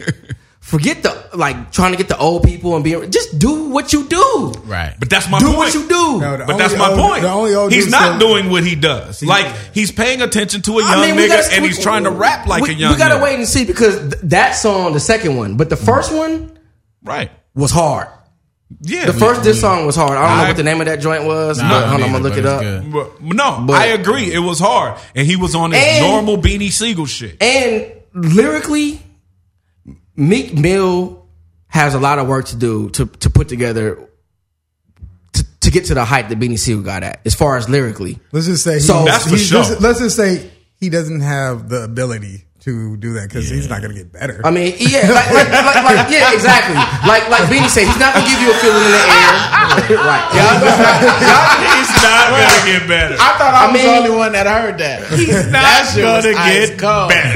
S3: forget the like trying to get the old people and being just do what you do.
S2: Right.
S1: But that's my
S3: Do
S1: point.
S3: what you do.
S5: No, the
S1: But that's
S5: only
S1: my
S5: old-
S1: point.
S5: the only old
S1: he's
S5: dude
S1: not
S5: still-
S1: doing what he does. Like he's paying attention to a young
S3: I mean, we
S1: nigga
S3: gotta-
S1: and
S3: we-
S1: he's trying to rap like
S3: we,
S1: a young.
S3: We gotta
S1: nigga.
S3: wait and see because th- that song, the second one, but the first one
S1: Right.
S3: was hard.
S1: Yeah.
S3: The first this song was hard. I don't know
S1: I-
S3: what the name of that joint was.
S2: I
S3: but
S2: don't
S3: hold on, I'm
S2: either,
S3: gonna look
S2: but
S3: it
S2: it's
S3: up.
S2: good.
S1: But- no,
S3: But-
S1: I agree. It was hard, and he was on his
S3: And-
S1: normal Beanie Siegel shit.
S3: And lyrically, Meek Mill has a lot of work to do to to put together to, to get to the height that Beanie Seal got at as far as lyrically.
S5: Let's just say he,
S3: So- That's
S1: for
S5: he's-
S1: sure.
S5: Let's, let's just say he doesn't have the ability to do that because he's not going to get better.
S3: I mean, yeah, like, like, like, like yeah, exactly. Like like Beanie said, he's not gonna give you a feeling in the air. right. Y'all know-
S4: He's not gonna get better.
S2: I thought
S3: I was the mean- only
S2: one that heard that. He's not
S4: gonna get
S2: He's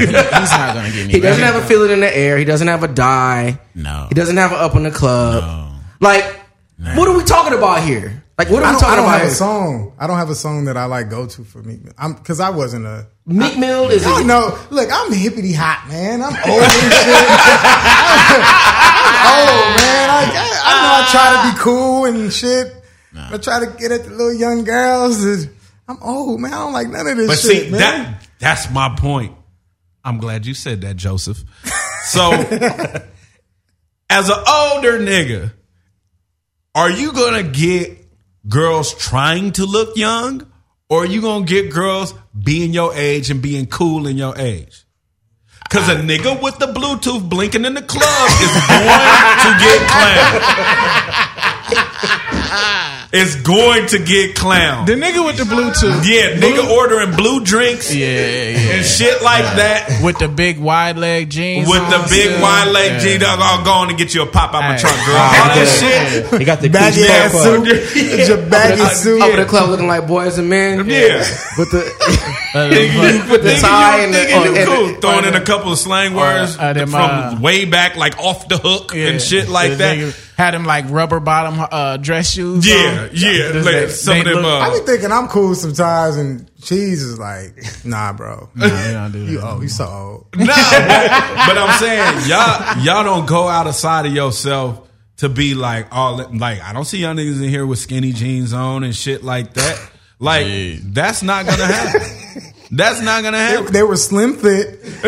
S2: not gonna get me.
S3: He doesn't have a feeling in the air. He doesn't have a die.
S2: No.
S3: He doesn't have an up in the club. Like, what are we talking about here? Like, what are
S5: I
S3: we
S5: don't, I
S3: talking
S5: don't
S3: about
S5: have a
S3: here?
S5: song. I don't have a song that I like go to for Meek Mill. I'm because I wasn't a.
S3: Meek Mill is
S5: You
S3: a,
S5: know, look, I'm hippity hot, man. I'm old and shit. I'm old, man. Like, I, I know I try to be cool and shit. I try to get at the little young girls. I'm old, man. I don't like none of this
S1: But
S5: shit,
S1: see,
S5: man.
S1: that that's my point. I'm glad you said that, Joseph. So, as an older nigga, are you gonna get girls trying to look young, or are you gonna get girls being your age and being cool in your age? Because a nigga with the Bluetooth blinking in the club is going to get clowned. It's going to get clowned.
S2: The nigga with the Bluetooth.
S1: Yeah, nigga ordering blue drinks
S2: Yeah, yeah, yeah.
S1: and shit like that
S2: With the big wide leg jeans.
S1: with
S2: on,
S1: the big
S2: yeah.
S1: wide leg
S2: Yeah.
S1: G Dog. I'll go on and get you a pop out my
S2: Hey.
S1: trunk, girl. All that shit.
S3: he got the
S5: baggy
S1: Yeah,
S5: ass
S1: fuck.
S5: suit. Your baggy suit.
S3: Up in the club looking like boys and men.
S1: Yeah.
S3: With the
S2: Uh, the-
S3: with the tie
S1: Nigga, you,
S3: and the,
S1: nigga, you
S3: and-
S1: cool.
S3: and-
S1: Throwing in a couple of slang words
S2: uh, them,
S1: from
S2: uh,
S1: way back, like off the hook
S2: yeah.
S1: and shit
S2: The
S1: like that.
S2: nigga Had him like rubber bottom uh, dress shoes.
S1: Yeah,
S2: on.
S1: yeah.
S2: They-
S1: Like some of
S2: they
S1: them.
S2: look-
S5: I
S1: uh,
S5: be thinking I'm cool sometimes, and cheese is like, nah, bro.
S2: Nah, they don't do that.
S5: you old. You so old.
S1: No, but I'm saying y'all y'all don't go outside of yourself to be like all like I don't see y'all niggas in here with skinny jeans on and shit like that. Like that's not gonna happen. That's not gonna happen.
S5: They were slim fit, and I,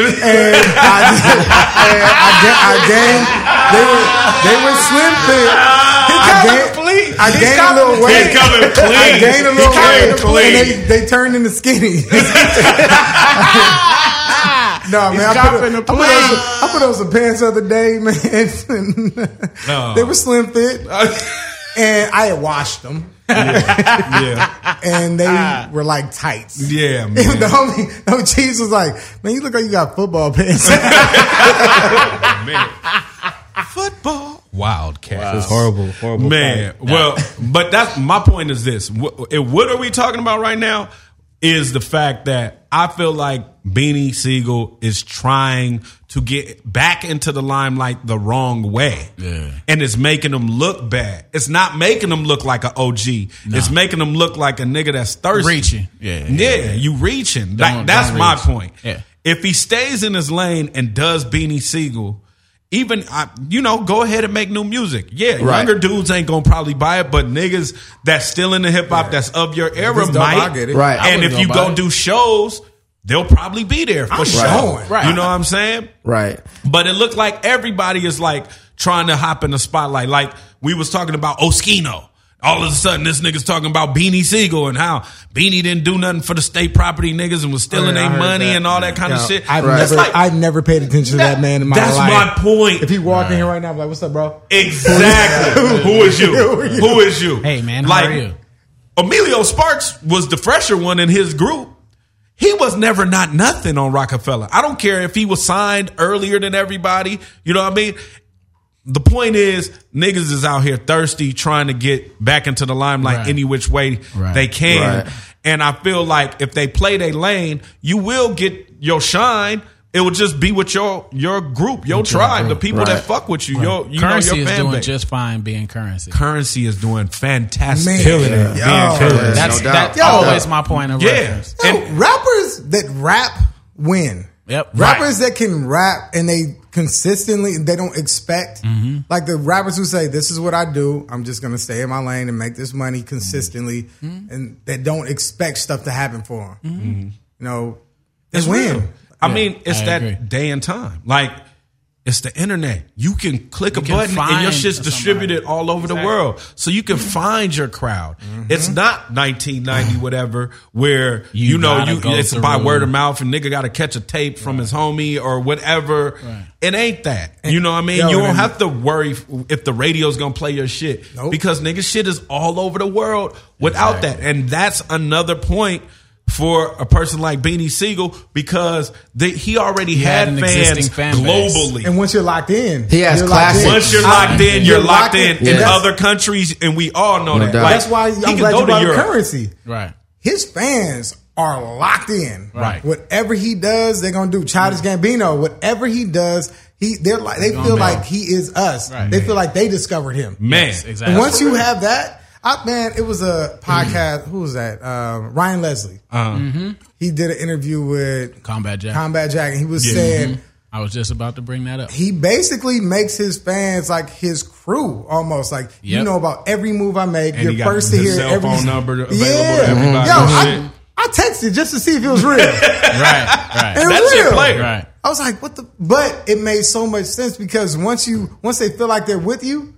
S5: and I, ga- I gained. They were they were slim fit. I gained, I gained a little weight.
S4: He's coming clean.
S5: I gained a
S4: He
S5: little
S4: coming
S5: weight, and they, they turned into skinny. No man, I put,
S2: copping
S5: a,
S2: the
S5: I, put on some, I put on some pants the other day, man. and
S1: No.
S5: They were slim fit,
S1: I
S5: and I had washed them.
S1: yeah,
S5: and they were like tights.
S1: yeah, man.
S5: the homie, the homie Cheese was like, "Man, you look like you got football pants."
S1: football. Wildcat. Wow. It's
S5: horrible, horrible
S1: Man, well, but that's my point is this. What, eh, what are we talking about right now is the fact that I feel like Beanie Siegel is trying to get back into the limelight the wrong way.
S2: Yeah.
S1: And it's making him look bad. It's not making him look like an OG. It's making him look like a nigga that's thirsty.
S2: Reaching. Yeah,
S1: Yeah,
S2: yeah,
S1: you reaching. Like,
S2: Don't-
S1: that's
S2: don't
S1: my
S2: reach.
S1: point.
S2: Yeah.
S1: If he stays in his lane and does Beanie Siegel, even I, you know, go ahead and make new music. Yeah, younger dudes ain't gonna probably buy it, but niggas that's still in the hip hop that's of your era
S4: it's dope,
S1: might.
S4: I get it.
S3: Right. I
S1: And if
S2: wouldn't know
S1: you
S2: about
S1: go
S2: it.
S1: do shows, they'll probably be there for sure.
S5: going.
S2: Right.
S1: You know what I'm saying?
S3: Right.
S1: But it looked like everybody is like trying to hop in the spotlight. Like we was talking about Oskino. All of a sudden, this nigga's talking about Beanie Siegel and how Beanie didn't do nothing for the state property niggas and was stealing
S5: Oh, Yeah, I
S1: their
S5: heard
S1: money
S5: that.
S1: and all that kind of shit.
S5: I've
S1: That's
S5: never,
S1: like-
S5: I've never paid attention to that man in my
S1: that's
S5: life.
S1: my point.
S5: If he walked in here right now, I'm like, "What's up, bro?"
S1: exactly. Who is you? Who is you?
S2: Hey, man, how
S1: like
S2: are you?
S1: Emilio Sparks was the fresher one in his group. He was never not nothing on Rockefeller. I don't care if he was signed earlier than everybody. You know what I mean? the point is niggas is out here thirsty trying to get back into the limelight
S2: Right.
S1: any which way
S2: Right.
S1: they can
S3: Right.
S1: and i feel like if they play their lane you will get your shine it will just be with your your group your tribe the people that
S3: Right.
S1: fuck with you your you know
S2: currency
S1: your
S2: is
S1: fan
S2: doing
S1: base.
S2: just fine being currency.
S1: currency is doing fantastic
S5: Man. Killing it.
S1: Being
S5: Yeah.
S1: killing
S5: Yeah.
S1: it.
S2: That's
S3: no doubt.
S2: that's
S5: Yo.
S2: always my point of
S1: Yeah.
S2: reference.
S5: No,
S1: And-
S5: rappers that rap win.
S2: Yep.
S5: Rappers that can rap and they consistently they don't expect
S1: Mm-hmm.
S5: like the rappers who say this is what I do. I'm just gonna stay in my lane and make this money consistently,
S1: Mm-hmm.
S5: and they don't expect stuff to happen for them. You know, they
S1: It's
S5: win.
S1: Mm-hmm. real. I mean, it's
S2: I
S1: that
S2: agree.
S1: day and time. Like, it's the internet. You can click a
S2: can
S1: button and your
S2: find
S1: shit's
S2: somebody.
S1: distributed all over the world. So you can find your crowd. It's not 1990, whatever, where, you,
S2: You
S1: know,
S2: gotta
S1: you
S2: go
S1: it's by
S2: through.
S1: word of mouth and nigga got to catch a tape from his homie or whatever. It ain't that. You know what I mean?
S5: Yo,
S1: you don't
S5: and-
S1: have to worry if- if the radio's going to play your shit
S5: Nope.
S1: because nigga shit is all over the world without that. And that's another point for a person like Beanie Siegel because they, he already had,
S2: had an
S1: fans
S2: existing fan base.
S1: globally.
S5: And once you're locked in,
S3: He has
S5: you're
S3: classics.
S1: once you're
S5: I-
S1: locked in, you're, locked in in
S3: Yeah.
S1: other countries, and we all know that.
S3: doubt.
S1: Like,
S5: That's why
S1: he
S5: I'm
S1: can
S5: glad
S1: go
S5: you
S1: to
S5: brought up
S1: Europe.
S5: currency.
S2: Right.
S5: his fans are locked in.
S2: Right.
S5: Whatever he does, they're gonna do. Childish Gambino, whatever he does, he they're like they feel
S2: be.
S5: like he is us.
S2: Right.
S5: They feel like they discovered him.
S1: Man,
S2: Exactly.
S5: And once you have that, I man, it was a podcast. Who was that? Um, Ryan Leslie. Mm-hmm. He did an interview with
S2: Uh-huh. Combat Jack. Mm-hmm.
S5: Combat Jack, and he was saying
S2: I was just about to bring that up.
S5: he basically makes his fans like his crew almost like you
S2: Yep.
S5: know about every move I make.
S1: And
S5: you're
S1: he got
S5: first to
S1: his
S5: hear
S1: cell
S5: every
S1: phone number available to
S5: Yeah.
S1: everybody
S5: Yo,
S1: and
S5: I,
S1: shit.
S5: I texted just to see if it was real. it
S2: right. Right.
S5: was
S1: That shit
S5: real.
S1: play.
S2: Right.
S5: I was like, what the? But it made so much sense because once you once they feel like they're with you,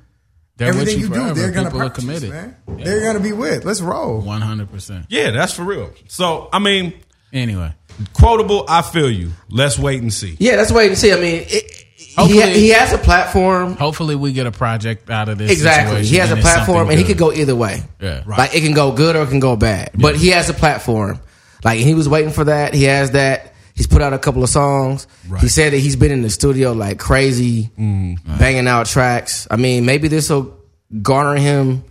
S2: They're
S5: everything
S2: with you,
S5: you,
S2: forever.
S5: do, they're gonna
S2: People are
S5: purchase,
S2: committed.
S5: man. They're gonna be with. Let's roll.
S2: One hundred percent.
S1: yeah, that's for real. So I mean,
S2: Anyway,
S1: quotable. I feel you. Let's wait and see.
S3: Yeah, that's wait and see. I mean, it, he,
S2: Hopefully-
S3: he has a platform.
S2: hopefully we get a project out of this.
S3: Exactly.
S2: situation
S3: He has a
S2: and it's
S3: platform,
S2: something
S3: and he
S2: good.
S3: could go either way.
S2: Yeah. Right.
S3: Like it can go good or it can go bad. But he has a platform. Like he was waiting for that. He has that. He's put out a couple of songs. He said that he's been in the studio like crazy,
S2: Mm.
S3: banging out tracks. I mean, maybe this will garner him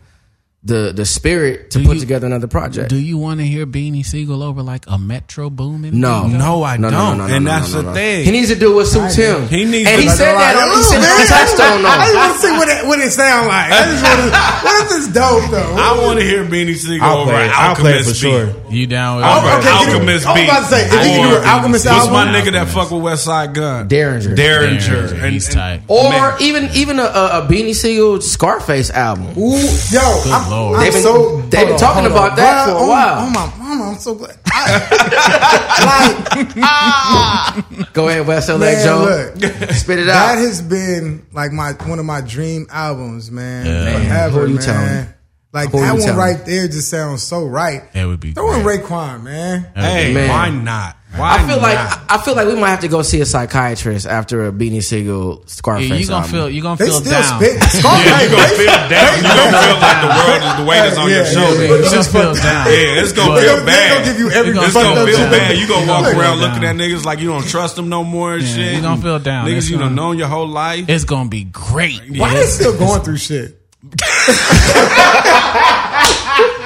S3: the the spirit to
S2: Do
S3: put
S2: you-
S3: together another project.
S2: Do you want to hear Beanie Siegel over like a Metro booming?
S3: no,
S1: No, I don't. And that's the thing.
S3: He needs to do what suits him.
S1: He needs
S3: and
S1: to-
S3: he said that. On, he said
S5: Ooh, man.
S3: that on Touchstone.
S5: I just
S3: though.
S5: want to see what it, what it sound like. I just want to. What if it's dope though?
S1: I want to hear Beanie Siegel
S4: I'll
S1: over
S4: play it.
S1: an
S4: I'll play it
S1: Alchemist
S4: for sure.
S1: beat.
S2: You down with
S5: Oh, okay.
S1: Alchemist
S5: I was
S1: beat.
S5: about to say, if you can do an
S1: Or-
S5: Alchemist
S1: What's
S5: album-
S1: my nigga that
S2: Alchemist.
S1: fuck with West Side Gun?
S3: Derringer.
S1: Derringer.
S2: Derringer.
S1: And-
S2: He's
S1: and-
S2: tight.
S3: Or
S1: Man.
S5: E-
S3: even even a, a, a Beanie Siegel Scarface album.
S5: Ooh, yo, I'm,
S2: Lord.
S5: I'm
S3: They've been-
S5: so
S3: they've been
S5: hold on,
S3: talking
S5: hold
S3: about
S5: on.
S3: that
S5: Bruh,
S3: for a
S5: oh,
S3: while.
S5: Oh my mama, I'm so glad. I, like,
S3: Go ahead, West LA
S5: man,
S3: Joe.
S5: look,
S3: Spit it
S5: that
S3: out.
S5: has been like my one of my dream albums, man.
S2: Yeah.
S5: Forever,
S3: Who you
S5: man.
S3: telling?
S5: Like
S3: Who you
S5: that one
S3: telling?
S5: right there just sounds so right.
S2: That would be
S5: Throw in
S2: great.
S5: Raekwon, man.
S1: Hey,
S3: Man.
S1: why not?
S8: Why
S3: I feel
S8: not?
S3: like I feel like we might have to go see a psychiatrist after a Beanie Siegel Scarface.
S2: Yeah, you gonna
S3: album.
S2: feel you gonna
S5: They
S2: feel
S5: still
S2: down.
S5: spit.
S1: Yeah, you
S5: Scarface.
S1: gonna
S5: they-
S1: feel down. You gonna feel like the world is the weight is on your
S5: Yeah,
S1: shoulders.
S5: yeah,
S2: You gonna feel down.
S1: Yeah, it's gonna
S5: They
S1: feel
S5: gonna- They
S1: bad.
S5: gonna give you every
S2: You gonna
S1: It's
S5: fucked
S1: gonna
S5: up
S1: feel
S5: shit.
S1: bad. You gonna walk
S5: Look,
S1: around
S2: feel
S1: looking at
S2: down.
S1: niggas like you don't trust them no more and
S2: Yeah,
S1: shit.
S2: you gonna feel down.
S1: Niggas
S2: It's
S1: you done
S2: gonna-
S1: known your whole life.
S2: It's gonna be great.
S5: Why they still going through shit?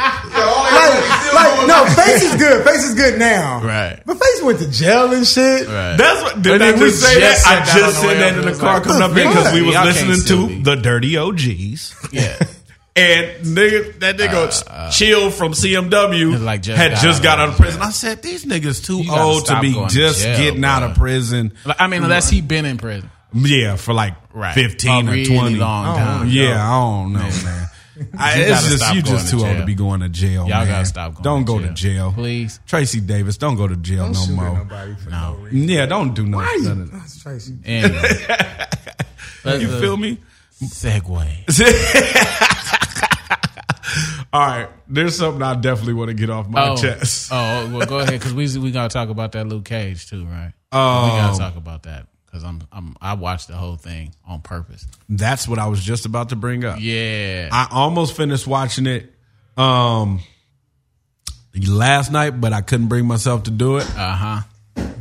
S5: Like, like no, face is good. Face is good now.
S2: Right.
S5: But face went to jail and shit.
S1: That's what did
S2: And
S1: I
S2: then we
S1: just say that?
S2: just
S1: I just
S2: said that on the
S1: said
S2: way
S1: that
S2: over.
S1: in the
S2: It's
S1: car
S2: like,
S1: coming up here
S5: fuck?
S1: because we was
S2: Y'all can't
S1: listening
S2: sue
S1: to
S2: me.
S1: the Dirty OGs.
S2: Yeah.
S1: And nigga, that nigga chill from CMW
S2: Uh, Like just
S1: had
S2: got
S1: just
S2: out
S1: got
S2: of
S1: out of prison. I said these niggas too
S2: You gotta
S1: old to
S2: stop
S1: be
S2: going to
S1: just
S2: jail,
S1: getting out of
S2: bro.
S1: prison. Mm,
S2: Like, I mean, unless he been in prison,
S1: Yeah, for like
S2: right?
S1: fifteen
S2: a
S1: or
S2: really
S1: twenty. Oh,
S2: long time.
S1: Yeah, I don't know, man. I,
S2: You
S1: it's
S2: gotta
S1: just
S2: stop
S1: you
S2: going
S1: just
S2: to
S1: too old to
S2: jail.
S1: be going to jail.
S2: Y'all
S1: man.
S2: gotta stop going
S1: Don't
S2: to
S1: go to
S2: jail.
S1: jail,
S2: Please.
S1: Tracy Davis, don't go to jail
S5: Don't shoot
S1: no
S5: at
S1: more. Mm,
S5: nobody for no reason.
S1: Yeah, don't do no.
S5: Why you-
S1: none of that.
S5: That's Tracy.
S2: Anyway. Let's,
S1: You
S2: uh,
S1: feel me?
S2: Segue.
S1: All right, there's something I definitely want to get off my
S2: Oh,
S1: chest.
S2: oh, well, go ahead because we we gotta talk about that Luke Cage too, right? we
S1: Oh,
S5: Um,
S2: gotta talk about that because I'm I'm I watched the whole thing on purpose.
S1: that's what I was just about to bring up.
S2: Yeah,
S1: I almost finished watching it um last night, but I couldn't bring myself to do it.
S2: uh huh,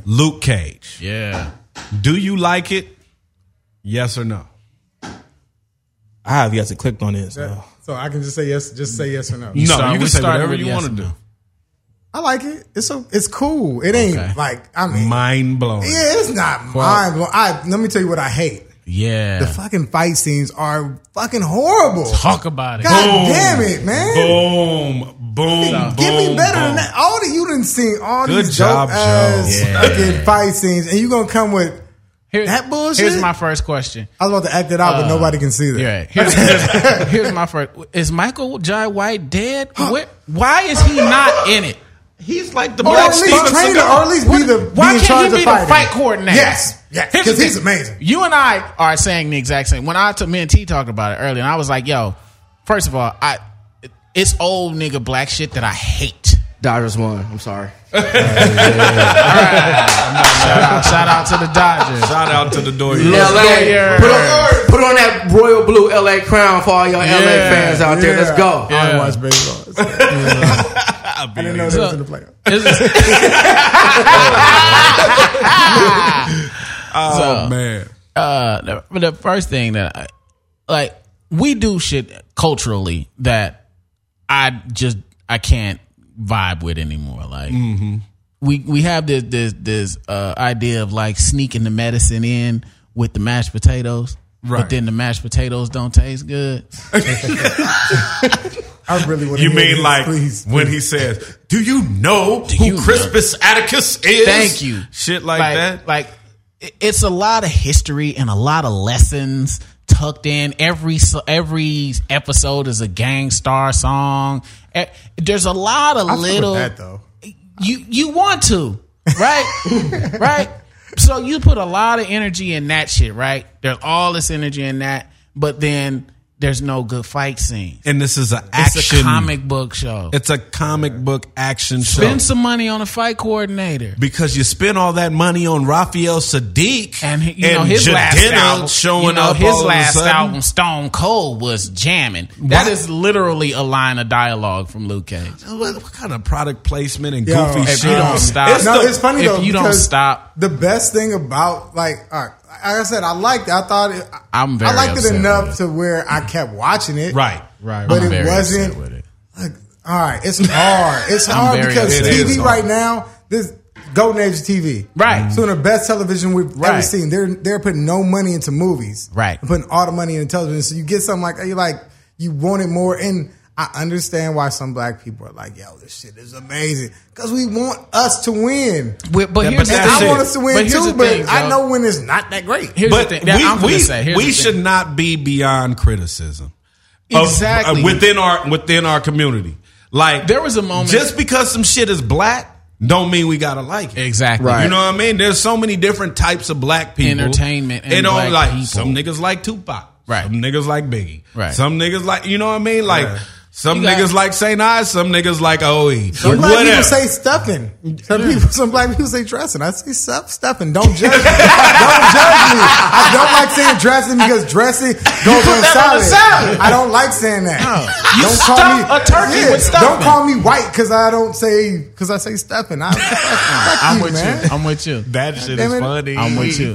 S1: Luke Cage.
S2: yeah.
S1: Do you like it? Yes or no?
S4: I have yet to click on it. So.
S5: So I can just say yes. Just say yes or no.
S2: You
S1: no,
S2: start-
S1: you
S2: we
S1: can say
S2: started
S1: whatever
S2: with
S1: you
S2: yes
S1: want
S2: or
S1: to
S2: no.
S5: I like it. It's so it's cool. It ain't
S2: Okay.
S5: like I
S1: do.
S5: mean,
S1: Mind blowing.
S5: yeah, it's not mind blowing. I let me tell you what I hate.
S2: Yeah,
S5: The fucking fight scenes are fucking horrible.
S2: talk about it.
S5: God damn it, man.
S1: Boom, boom, boom.
S5: Give me better
S1: boom.
S5: than that. All the you done seen all
S1: Good
S5: these
S1: job,
S5: dope ass
S1: Joe.
S2: Yeah.
S5: fucking fight scenes, and you gonna come with?
S2: Here-
S5: That bullshit?
S2: Here's my first question.
S5: I was about to act it
S1: Uh,
S5: out, but nobody can see that.
S2: Yeah, here's, here's, here's my first. Is Michael Jai White dead? Where, why is he not in it?
S1: He's like the
S5: Or
S1: black
S5: at
S1: Steven
S5: least train
S1: Seagal.
S5: him, or at least be the
S2: Why
S5: be in
S2: can't
S5: charge
S2: he be
S5: of
S2: the
S5: fighting.
S2: fight coordinator?
S5: Yes, yes,
S2: Here's the
S5: because he's
S2: thing.
S5: amazing.
S2: You and I are saying the exact same. When I to me and T talked about it earlier, and I was like, "Yo, first of all, I it's old nigga black shit that I hate."
S3: Dodgers won. I'm sorry.
S2: Shout out, Uh, shout out to the Dodgers.
S1: Shout out to the door.
S3: LA, put on, put on that royal blue LA crown for all your LA
S2: Yeah,
S3: fans out there. Let's go.
S5: I
S2: Yeah.
S5: don't watch baseball. so, I didn't know that was in the playoffs.
S2: It's-
S1: Oh man.
S2: uh, the, the first thing that I like, we do shit culturally that I just I can't vibe with anymore. Like we we have this this this uh, idea of like sneaking the medicine in with the mashed potatoes.
S1: Right.
S2: But then the mashed potatoes don't taste good.
S5: I really want to.
S1: You mean like
S5: Please.
S1: when he says, "Do you know
S2: you
S1: who
S2: know?"
S1: Crispus Atticus is?"
S2: Thank you.
S1: Shit like, that.
S2: Like it- it's a lot of history and a lot of lessons tucked in. Every so- every episode is a gang star song. Eh, There's a lot of
S5: I fuck with
S2: little.
S5: that though.
S2: you you want to right right so you put a lot of energy in that shit right there's all this energy in that but then there's no good fight scene
S1: and this is an
S2: it's
S1: action.
S2: a comic book show
S1: It's a comic book action show.
S2: spend some money on a fight coordinator
S1: because you spend all that money on Raphael Sadiq
S2: and he- you know his
S1: Jadena
S2: last album
S1: showing
S2: you know,
S1: up.
S2: his
S1: all
S2: last
S1: of a sudden.
S2: album Stone Cold was jamming that
S1: Why-
S2: is literally a line of dialogue from Luke Cage
S1: What, what kind of product placement and
S5: Yo,
S1: goofy
S5: if
S1: shit?
S2: you don't stop-
S1: It's
S5: no,
S1: the-
S5: it's funny
S2: if
S5: though.
S2: you don't
S5: because
S2: stop-
S5: the best thing about like, all right, like I said, I liked. it. I thought it,
S2: I'm very
S5: I liked it
S2: upset
S5: enough
S2: with it.
S5: to where I kept watching it.
S1: right, right.
S5: But
S2: I'm
S5: it
S2: very
S5: wasn't-
S2: upset with it.
S5: Like, all right, it's hard. It's
S2: I'm
S5: hard
S2: very
S5: because
S2: upset.
S1: It is
S5: TV
S1: hard.
S5: right now. This golden age of TV.
S2: Right.
S5: So in the best television we've ever
S2: Right.
S5: seen, they're they're putting no money into movies.
S2: Right.
S5: They're putting all the money into television. So you get something like you like you want it more. And I understand why some black people are like, yo, this shit is amazing because we want us to win.
S2: but, but
S1: Yeah,
S2: here's
S1: but that's
S2: the
S5: And I
S1: it.
S2: thing.
S5: want us to win
S2: But here's
S5: too,
S2: the
S5: but
S2: thing,
S5: I
S2: Joe.
S5: know when it's not that great.
S2: Here's
S1: but
S2: the thing. That,
S1: we,
S2: I'm gonna
S1: we,
S2: say, here's
S1: we
S2: the thing.
S1: should not be beyond criticism. Of-
S2: Exactly.
S1: uh, within our within our community. Like
S2: There was a moment-
S1: just because some shit is black don't mean we gotta like it.
S2: Exactly.
S3: Right.
S1: You know what I mean? There's so many different types of black people.
S2: Entertainment and
S1: It don't
S2: black
S1: like
S2: people.
S1: some niggas like Tupac.
S2: Right.
S1: Some niggas like Biggie.
S2: Right.
S1: Some niggas like you know what I mean? Like Some
S2: You got-
S1: niggas like St. Ives, some niggas like OE.
S5: Some black
S1: Whatever.
S5: people say stuffing. Some people, some black people say dressing. I say stuff stuffing. Don't judge me. don't judge me. I don't like saying dressing because dressing goes on salad. I don't like saying that.
S2: You
S5: don't
S2: stuff a turkey with
S5: Don't
S2: stuffing.
S5: call me white because I don't say because I say stuffing. I, am
S2: I'm
S5: you,
S2: with
S5: man.
S2: you. I'm with you.
S9: That shit
S5: Damn
S9: is
S5: it.
S9: funny.
S2: I'm with you.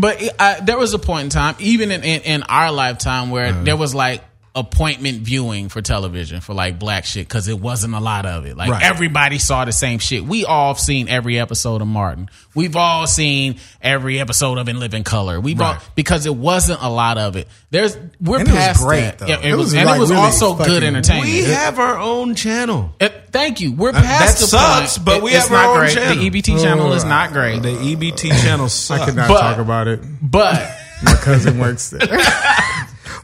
S2: but it- I, there was a point in time, even in, in, in our lifetime, where there was like appointment viewing for television for like black shit because it wasn't a lot of it. Like
S9: Right.
S2: everybody saw the same shit. We all have seen every episode of Martin. We've all seen every episode of In Living Color. We've all because it wasn't a lot of it. There's we're
S5: And it was
S2: past
S5: great,
S2: that.
S5: though.
S2: Yeah, it,
S5: It
S2: was,
S5: was,
S2: and
S5: like,
S2: it was
S5: really
S2: also good
S5: fucking-
S2: entertainment.
S1: We have our own channel.
S2: Uh, thank you. We're past
S1: that
S2: the point.
S1: sucks, but we
S2: it's
S1: have our
S2: not
S1: own
S2: great.
S1: E channel. Oh,
S2: The EBT channel is not great,
S1: The EBT channel sucks.
S5: I could not
S2: But-
S5: talk about it.
S2: but.
S5: My cousin works there.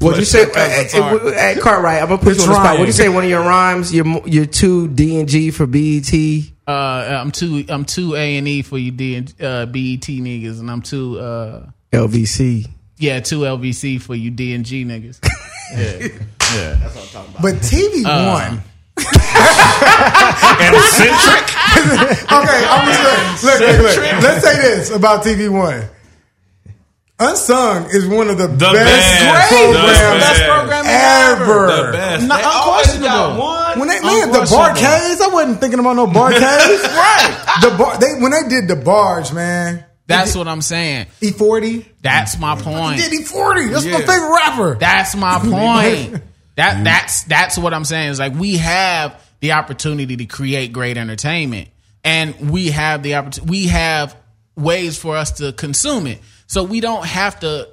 S3: What you say, eh, at, Cartwright? I'm gonna put
S5: It's
S3: you on the spot. What
S5: rhyme.
S3: you say? One of your rhymes, your your two D and G for E BET.
S2: Uh, I'm too I'm too A and E for you D and uh, BET niggas, and I'm too uh,
S3: LVC.
S2: yeah too LVC for you D and G niggas.
S5: But TV
S2: Uh,
S5: One. okay, I'm just look, look, look, look. Let's say this about TV One. Unsung is one of the, best,
S1: best.
S5: programs
S1: The best
S2: program
S5: ever.
S1: The best.
S2: Not
S1: They always got
S2: unquestionable.
S1: one.
S5: When they made the barcades, I wasn't thinking about no barcades. right. The bar, they when they did the barge, man.
S2: That's what I'm saying.
S5: E forty.
S2: That's my point.
S5: Did E forty. That's
S1: Yeah.
S5: my favorite rapper.
S2: That's my point. That that's that's what I'm saying. Is like we have the opportunity to create great entertainment, and we have the opportunity. We have ways for us to consume it, so we don't have to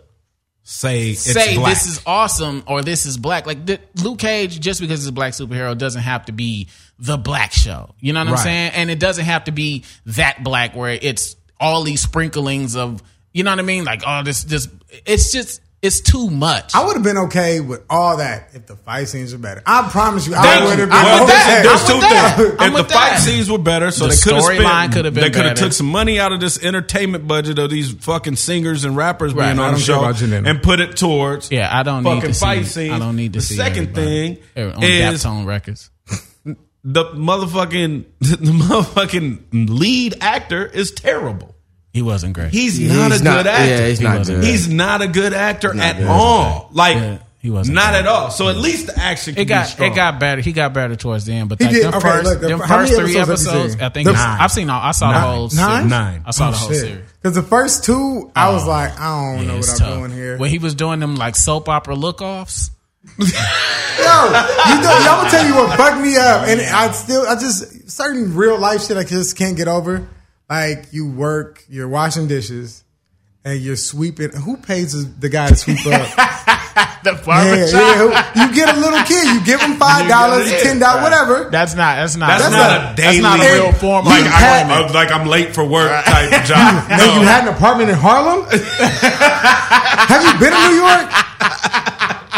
S1: Say it's
S2: say
S1: black.
S2: this is awesome or this is black. Like the, Luke Cage, just because it's a black superhero, doesn't have to be the black show. You know what I'm
S1: Right.
S2: saying? And it doesn't have to be that black where it's all these sprinklings of you know what I mean? Like oh this this it's just it's too much.
S5: I would have been okay with all that if the fight scenes were better. I promise you,
S1: Thank
S5: I
S1: you.
S5: would have been
S2: I'm
S1: Well,
S2: with that.
S5: okay.
S1: there's
S2: I'm
S1: two
S2: with that.
S1: things.
S2: I'm
S1: If
S2: with
S1: the fight
S2: that.
S1: scenes were better, so
S2: The
S1: they could have
S2: storyline
S1: spent.
S2: could've been
S1: they could have
S2: better.
S1: took some money out of this entertainment budget of these fucking singers and rappers
S2: Right.
S1: being
S2: I
S1: on the
S5: don't care
S1: show
S5: about you, Nene.
S1: and put it towards
S2: yeah, I don't need
S1: fucking
S2: to see.
S1: fight scenes.
S2: I don't need to
S1: the
S2: see.
S1: second
S2: everybody. Er,
S1: thing
S2: on
S1: is
S2: Daptone Records.
S1: the motherfucking the motherfucking lead actor is terrible.
S2: He wasn't great.
S1: He's not
S3: he's
S1: a
S3: not-
S1: good actor.
S3: yeah, he's He not wasn't. good.
S1: He's not a good actor at
S3: good.
S1: all. Like
S2: Yeah, he wasn't
S1: not
S2: good.
S1: at all. So at least the action can
S2: It
S1: be
S2: got
S1: strong.
S2: it got better. He got better towards the end, but
S5: He
S2: like
S5: did-
S2: them
S5: okay,
S2: first,
S5: look, the-
S2: them
S5: how many
S2: first three
S5: episodes have you
S2: episodes,
S5: seen?
S2: I think
S5: The-
S2: it's- I've seen all. I saw the whole series.
S1: Nine.
S2: I
S5: Oh,
S2: saw the whole series.
S5: Because the first two, I was like, I don't
S2: Yeah,
S5: know what
S2: it's
S5: I'm
S2: tough.
S5: doing here.
S2: When he was doing them like soap opera look offs,
S5: Yo, you know, I'm gonna tell you what fucked me up, and I still, I just certain real life shit I just can't get over. Like you work, you're washing dishes, and you're sweeping. Who pays the- the guy to sweep up? yeah,
S2: the
S5: yeah,
S2: barbershop.
S5: who- You get a little kid, you give him five dollars,
S1: Yeah.
S5: ten dollars, whatever.
S2: That's not. That's not.
S1: That's, not a, daily.
S2: That's not a real form.
S5: You
S1: Like
S2: of
S5: had-
S1: I'm, I'm- like I'm late for work type of job.
S5: Now you had an apartment in Harlem. Have you been in New York?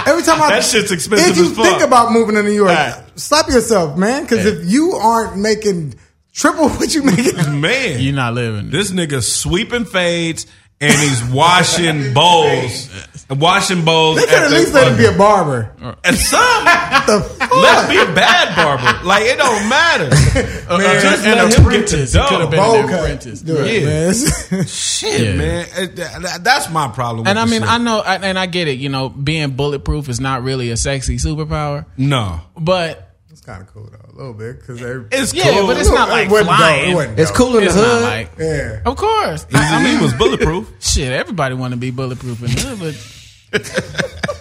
S5: Every time I
S1: That shit's expensive
S5: If you
S1: as fuck.
S5: think about moving to New York,
S1: Right.
S5: slap yourself, man. Because if you aren't making triple what you making,
S1: man.
S2: You're not living.
S1: This nigga sweeping fades and he's washing bowls. Washing bowls.
S5: they could at
S1: the
S5: least let him be a
S1: fucking-
S5: barber.
S1: And some let him be a bad barber. Like it don't matter.
S2: Uh,
S1: just let
S2: an
S1: him get to
S2: apprentice. It could have
S1: dub.
S2: been
S5: Bowl
S2: an
S5: cut.
S2: apprentice.
S5: Oh, Do it,
S1: Yeah.
S5: man. It's-
S1: Shit,
S2: Yeah.
S1: man. It- that- that- That's my problem. With
S2: And I
S1: the
S2: mean,
S1: shit.
S2: I know, I- and I get it. You know, being bulletproof is not really a sexy superpower,
S1: no,
S2: but
S5: it's kind of cool though, a little bit because it's
S1: it's
S2: Yeah,
S1: cool.
S2: but it's not like flying.
S3: It's cool in
S2: it's
S3: the
S2: not
S3: hood.
S2: like.
S5: Yeah.
S2: Of course,
S1: He's- he E was bulletproof.
S2: shit. Everybody want to be bulletproof and hood, but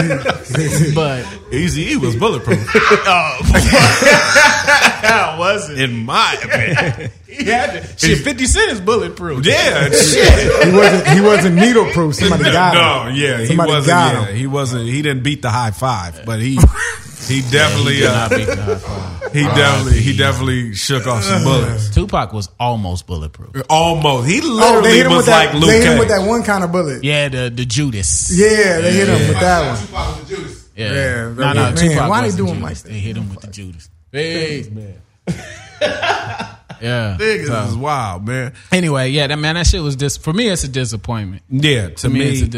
S2: but
S1: Easy E was bulletproof.
S2: that wasn't.
S1: in my opinion.
S2: Shit, Fifty Cent is bulletproof.
S1: Yeah, Oh, shit.
S5: He wasn't. He wasn't needle proof. Somebody got
S1: no,
S5: him.
S1: yeah, he
S5: Somebody
S1: wasn't.
S5: got
S1: Yeah,
S5: him.
S1: he wasn't. He didn't beat the high five, but he he definitely uh,
S2: Not beat the high five.
S1: he
S5: Ah,
S1: definitely he definitely shook off some bullets.
S2: Tupac was almost bulletproof.
S1: Almost, he
S5: Oh, they
S1: literally
S5: hit him
S1: was
S5: with
S1: like
S5: that.
S1: Luke.
S5: They hit him with
S1: Cage.
S5: that one kind of bullet.
S2: Yeah, the the Judas.
S5: Yeah, they hit him with that one.
S10: Tupac with the Judas.
S2: yeah.
S5: Yeah,
S2: no,
S5: that
S2: no.
S5: was-
S2: Tupac
S5: man, why they
S2: wasn't
S5: do 'em
S2: Judas.
S5: like that?
S2: They hit him with the Judas. Hey, man. yeah.
S1: Niggas is wild, man.
S2: Anyway, yeah, that man, that shit was dis. For me, it's a disappointment.
S1: Yeah, to
S2: me,
S1: me,
S2: it's
S1: I
S2: a
S1: mean,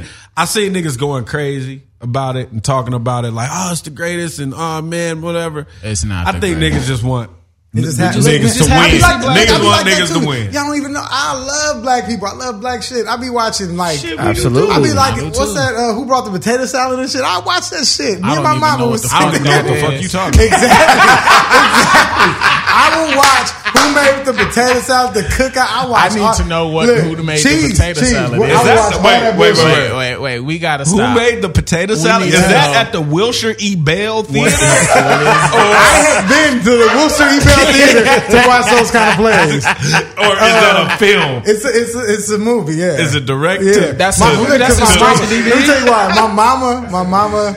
S2: disappointment.
S1: I see niggas going crazy. about it and talking about it like, oh, it's the greatest and oh man, whatever.
S2: It's not
S1: I
S2: the
S1: think
S2: greatest.
S1: niggas just want
S5: It just happened.
S1: niggas to
S5: I be
S1: win.
S5: like black-
S1: Niggas
S5: I be
S1: want
S5: like that
S1: niggas to
S5: too.
S1: win.
S5: Y'all don't even know. I love black people. I love black shit. I be watching like.
S3: Absolutely.
S5: I be like,
S2: I do
S5: what's
S2: too.
S5: that? Uh, who brought the potato salad and shit? I watch that shit. Me
S2: I
S5: and
S2: don't
S5: my
S2: even
S5: mama
S2: know what
S5: was
S2: the
S1: I don't even know what the
S2: Yeah.
S1: fuck you talking about.
S5: Exactly. exactly. I will watch who made the potato salad, the cookout. I watch.
S2: I need
S5: all-
S2: to know what- who made the
S5: cheese,
S2: potato
S5: cheese.
S2: salad
S5: I
S2: is.
S5: will
S1: That's
S5: watch
S1: the-
S5: all
S1: wait,
S5: that
S1: wait, wait,
S5: bullshit.
S2: Wait, wait, wait. We gotta
S1: Who
S2: stop.
S1: made the potato salad?
S2: need
S1: Is
S2: to
S1: that
S2: know.
S1: at the Wilshire E. Bale Theater?
S5: I have been to the Worcester Email Theater to watch those kind of plays.
S1: or is that a film?
S5: It's a, it's a, it's a movie, yeah.
S1: Is it direct to-
S5: Yeah,
S2: That's
S5: my,
S2: a-
S5: look,
S2: that's
S5: 'cause
S2: a
S5: my
S2: straight
S5: mama,
S2: to DVD?
S5: Let me tell you why. My mama, my mama,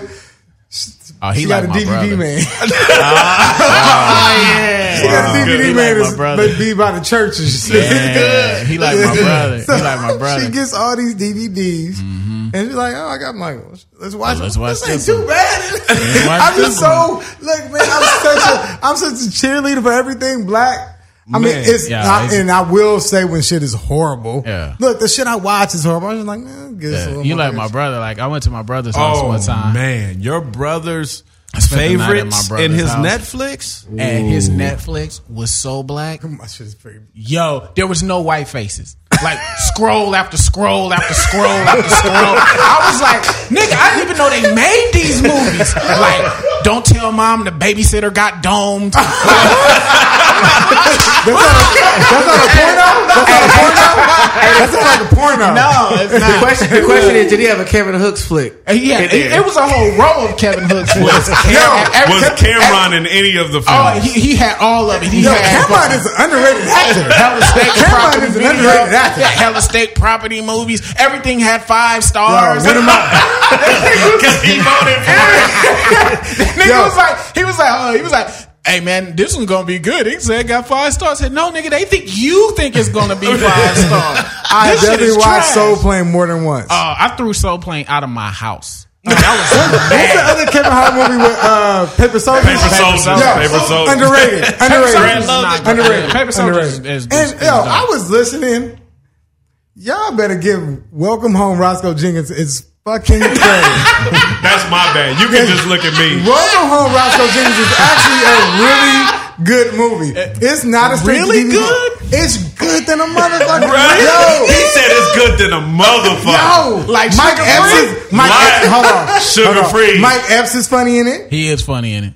S2: Oh, he
S5: she
S2: like
S5: got a
S2: my
S5: DVD
S2: brother.
S5: man.
S2: yeah.
S5: She got a DVD
S2: He
S5: man
S2: like my
S5: that's
S2: brother.
S5: but be by the church and shit.
S2: Yeah, he like my brother. He like my brother. Mm-hmm.
S5: She gets all these DVDs, and she's like, "Oh, I got my let's watch.
S2: Oh, Let's
S5: it.
S2: watch
S5: this ain't
S2: this
S5: too
S2: Let's watch
S5: bad." I'm just
S2: this
S5: so look, man. I'm such a I'm such a cheerleader for everything black. I mean,
S1: Man.
S5: it's
S2: Yeah,
S5: I,
S2: it's-
S5: and I will say when shit is horrible.
S2: Yeah.
S5: Look, the shit I watch is horrible. I'm just like, man, give us a
S2: Yeah,
S5: little
S2: you
S5: more
S2: like my
S5: attention."
S2: brother. Like I went to my brother's house
S1: Oh
S2: one time,
S1: man, your brother's
S2: spent the night at my
S1: favorites in
S2: brother's
S1: his
S2: house.
S1: Netflix.
S2: and his Netflix was so black.
S5: My shit is pretty.
S2: Yo, there was no white faces. Like scroll after scroll after scroll after scroll. I was like, nigga, I didn't even know they made these movies. Like, don't tell mom the babysitter got domed.
S5: That's not a porno. That's not a porno. That's not like a porno.
S2: it's
S3: The question, the question is, did he have a Kevin Hooks flick?
S2: Uh, Yeah, it, it was a whole row of Kevin Hooks. Was,
S1: Was Cameron in any of the films?
S2: Oh, he, he had all of it. He
S5: Yo,
S2: had
S5: Cameron is an underrated actor.
S2: Hella State
S5: Cameron
S2: Property
S5: is an
S2: video.
S5: underrated actor.
S2: Yeah, Hella State Property movies. Everything had five stars.
S5: Yo, one of my-
S1: he voted for
S2: nigga
S5: Yo.
S2: was like, he was like, oh, he was like, hey man, this one's gonna be good. He said it got five stars. I said, no, nigga, they think you think it's gonna be five stars.
S5: I
S2: This shit
S5: definitely
S2: is
S5: watched
S2: trash.
S5: Soul Plane more than once.
S1: Oh,
S2: Uh, I threw Soul Plane out of my house. that was
S5: What's the
S2: bad.
S5: other Kevin Hart movie with uh, Paper Soldiers?
S1: Paper Soldiers,
S5: Yo,
S1: Paper Soldiers.
S5: Underrated.
S2: Soldiers
S5: Underrated.
S2: is not good.
S5: Underrated.
S2: Paper Soldiers is-
S5: Underrated.
S2: is-
S5: And
S2: is
S5: yo,
S2: dope.
S5: I was listening. Y'all better give Welcome Home Roscoe Jenkins is fucking credit.
S1: That's my bad. You can just look at me.
S5: Welcome Home Roscoe Jenkins is actually a really good movie. It's not a straight to
S2: Really
S5: DVD.
S2: good?
S5: It's good than a motherfucker.
S1: Right?
S5: Yo,
S1: He said it's good than a motherfucker.
S5: Yo, like Mike
S2: Sugar
S5: Epps
S2: Free?
S5: is Mike.
S1: Why?
S5: Epps, hold on,
S1: Sugar
S5: Hold on.
S1: Free.
S5: Mike Epps is funny in it.
S2: He is funny in it.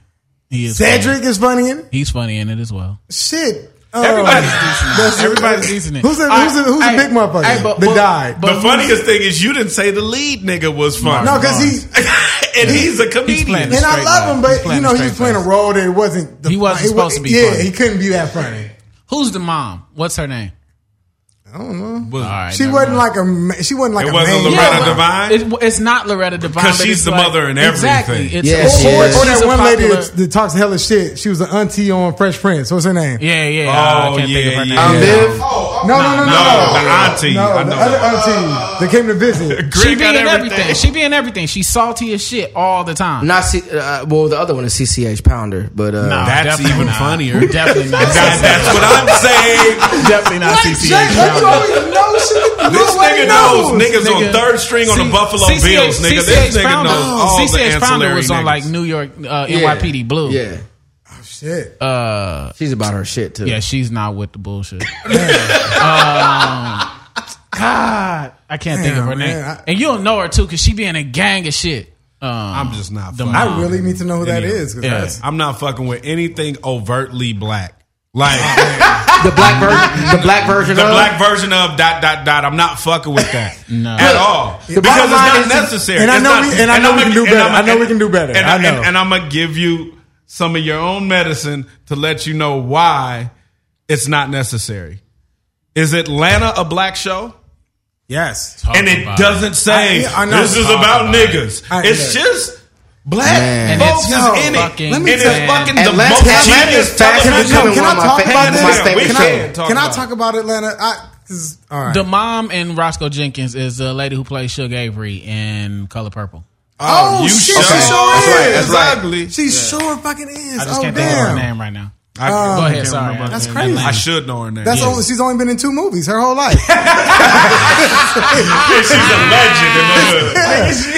S2: He is.
S5: Cedric
S2: funny.
S5: is funny in it.
S2: He's funny in it as well.
S5: Shit.
S2: Everybody's
S5: Um,
S2: decent.
S5: that's-
S2: Everybody's decent. in it.
S5: Who's a,
S2: All
S5: who's a, who's a
S2: right,
S5: big
S2: hey,
S5: motherfucker
S2: hey, but-
S5: that
S2: but-
S5: died?
S2: but-
S1: The funniest thing is you didn't say the lead nigga was funny.
S5: no, because he
S1: and he's a comedian.
S2: playing
S5: and I
S2: straight guy.
S5: love him,
S2: He's
S5: but
S2: playing
S5: you know
S2: a
S5: he was
S2: straight
S5: playing a
S2: guy.
S5: role that it wasn't. The,
S2: He wasn't
S5: it wa-
S2: supposed to be
S5: Yeah,
S2: funny.
S5: he couldn't be that funny.
S2: Who's the mom? What's her name?
S5: I don't know.
S2: All right,
S5: she
S2: never
S5: wasn't
S2: mind.
S5: like a. ma- She wasn't like
S1: It
S5: a
S1: wasn't
S5: main-
S1: Loretta
S5: Yeah.
S1: Devine?
S2: It- it's not Loretta Devine
S1: Because
S2: but
S1: she's
S2: it's
S1: the
S2: like-
S1: mother in
S2: Exactly.
S1: everything.
S2: It's
S3: Yeah,
S2: or,
S3: she
S5: Or,
S3: is.
S5: or that
S2: she's a
S5: one lady
S2: popular-
S5: that, that talks hella shit. She was an auntie on Fresh Prince. What's her name?
S2: Yeah, yeah.
S1: Oh,
S2: I can't
S1: yeah,
S2: think of her
S1: yeah.
S2: name.
S3: Um, Viv?
S11: Oh,
S5: No, no, no,
S1: No,
S5: no, no.
S1: the auntie.
S5: No,
S1: I
S5: the
S1: know.
S5: other auntie that came to visit.
S1: Greg
S2: She be
S1: got
S2: in everything. She be in everything. She's salty as shit all the time.
S3: Not C- uh, well, the other one is CCH Pounder, but uh,
S2: Nah,
S1: That's
S2: definitely
S1: even
S2: not.
S1: funnier.
S2: Definitely not.
S1: That's, that's what I'm saying.
S2: definitely not CCH.
S5: That's all you know. Shit.
S1: This nigga knows. Niggas on
S2: Nigga.
S1: third string on
S2: C-
S1: the Buffalo
S2: CCH
S1: Bills, nigga. this
S2: CCH
S1: nigga
S2: founder,
S1: knows all the
S2: CCH founder
S1: ancillary
S2: was on
S1: niggas.
S2: like New York uh,
S3: yeah.
S2: NYPD Blue.
S3: Yeah,
S5: Shit.
S1: Um,
S2: Uh,
S3: she's about her shit too.
S2: yeah, she's not with the bullshit. um, God, I can't think of her
S5: Damn,
S2: name.
S5: man, I-
S2: and you don't know her too because she be in a gang of shit. Um,
S1: I'm just not.
S2: The
S1: fucking-
S2: mom.
S5: I really need to know who that
S1: Yeah.
S5: is. 'cause
S2: Yeah.
S5: that's-
S1: I'm not fucking with anything overtly black. Like
S2: Oh,
S3: The black version, the black version
S1: the
S3: of
S1: black version of dot dot dot. I'm not fucking with that
S2: No.
S1: at all
S5: The
S1: because
S5: bottom
S1: it's
S5: line
S1: not
S5: is-
S1: necessary.
S5: and I
S1: It's
S5: know
S1: not-
S5: we- and I know we
S1: I'ma-
S5: can do
S1: and
S5: better.
S1: I'ma-
S5: I know we
S1: and-
S5: can do better.
S1: And,
S5: I know.
S1: And, I'm gonna give you some of your own medicine to let you know why it's not necessary. Is Atlanta a black show?
S5: Yes.
S2: Talk
S1: and it
S2: about
S1: doesn't say
S5: I- I know.
S1: this is
S5: Talk
S1: about,
S2: about
S1: niggas.
S5: I-
S1: it's
S5: look.
S1: just black
S3: Man.
S1: folks
S5: And it's
S1: is in
S2: fucking
S1: it.
S2: Let
S1: And
S2: me
S1: it's
S2: tell you.
S1: fucking the
S3: Atlanta's-
S1: most
S3: Atlanta's
S1: genius
S3: fast
S1: television.
S3: becoming
S5: Can I
S3: one of my
S5: talk
S3: fa-
S5: about
S3: one of my
S5: this?
S3: favorite
S1: Can I-
S3: shows.
S1: talk
S5: Can I
S1: about
S5: talk about Atlanta? I, 'cause- all right.
S2: The mom in Roscoe Jenkins is the lady who plays Suge Avery in Color Purple.
S5: oh,
S1: you
S5: shit.
S1: sure?
S5: She sure
S1: That's right,
S5: is.
S1: that's right. Exactly.
S5: She sure fucking is.
S2: I just
S5: oh,
S2: can't think of her
S5: damn.
S2: name right now.
S1: I,
S5: Um,
S2: Go
S5: I
S2: ahead, sorry.
S5: That's crazy.
S1: I should know her name.
S5: That's only, she's only been in two movies her whole life.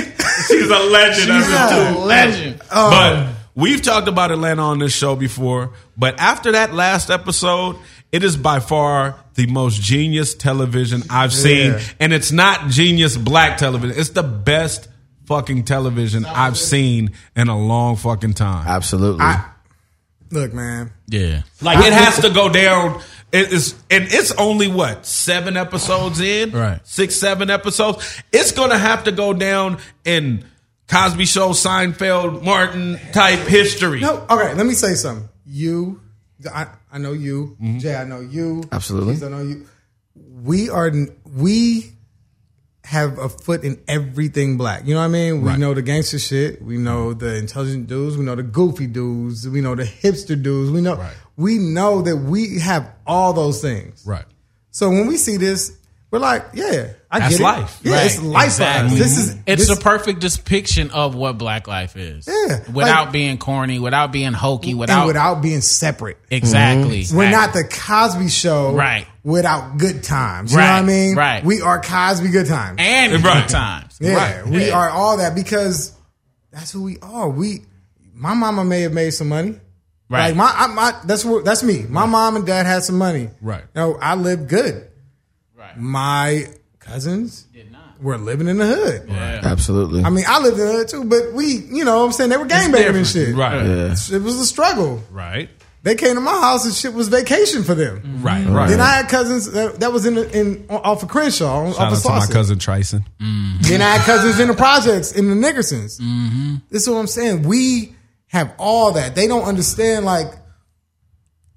S1: Yeah, she's a legend in the hood. She's a legend. as a
S5: a
S1: dude.
S2: Legend.
S5: Oh.
S1: But we've talked about Atlanta on this show before. But after that last episode, it is by far the most genius television I've seen.
S5: Yeah.
S1: And it's not genius black television. It's the best fucking television I've seen in a long fucking time.
S3: Absolutely.
S5: Look, man.
S2: Yeah.
S1: Like it has to go down. It is, and it's only what seven episodes in,
S2: Right.
S1: Six, seven episodes. It's gonna have to go down in Cosby Show, Seinfeld, Martin type history.
S5: No, okay, let me say something. You, I, I know you. Jay, I know you.
S3: Absolutely.
S5: Keith, I know you. We are, we have a foot in everything black. You know what I mean? We know the gangster shit. We know the intelligent dudes. We know the goofy dudes. We know the hipster dudes. We know, we know that we have all those things.
S1: Right.
S5: So when we see this, we're like, yeah, I
S1: That's
S5: get it.
S1: life.
S5: Yeah,
S2: Right.
S5: it's life.
S2: Exactly.
S5: This is
S2: It's
S5: this,
S2: the perfect depiction of what black life is.
S5: Yeah.
S2: Without
S5: Like-
S2: being corny, without being hokey, without,
S5: and without being separate.
S2: exactly.
S5: We're
S2: exactly.
S5: not the Cosby Show,
S2: Right.
S5: Without good times, you know
S2: Right,
S5: what I mean?
S2: right.
S5: We are Cosby good times,
S2: and
S1: Right.
S2: good times.
S5: yeah,
S2: Right.
S5: we
S2: Yeah.
S5: are all that because that's who we are. We, my mama may have made some money,
S2: Right.
S5: Like my, I, my that's what that's me. My mom and dad had some money,
S1: Right.
S5: No, I lived good.
S2: Right.
S5: My cousins were living in the hood.
S3: Absolutely.
S5: I mean, I lived in the hood too, but we, you know, what I'm saying they were gangbanging and shit.
S1: Right.
S3: yeah.
S5: It was a struggle.
S1: Right.
S5: They came to my house and shit was vacation for them.
S1: Right. Right.
S5: Then I had cousins that, that was in the, in off of Crenshaw, on- off
S1: Shout
S5: of
S1: out to my
S5: Saucy.
S1: cousin Tryson.
S5: Then I had cousins in the projects in the Niggersons. Mm-hmm. This is what I'm saying. We have all that. They don't understand like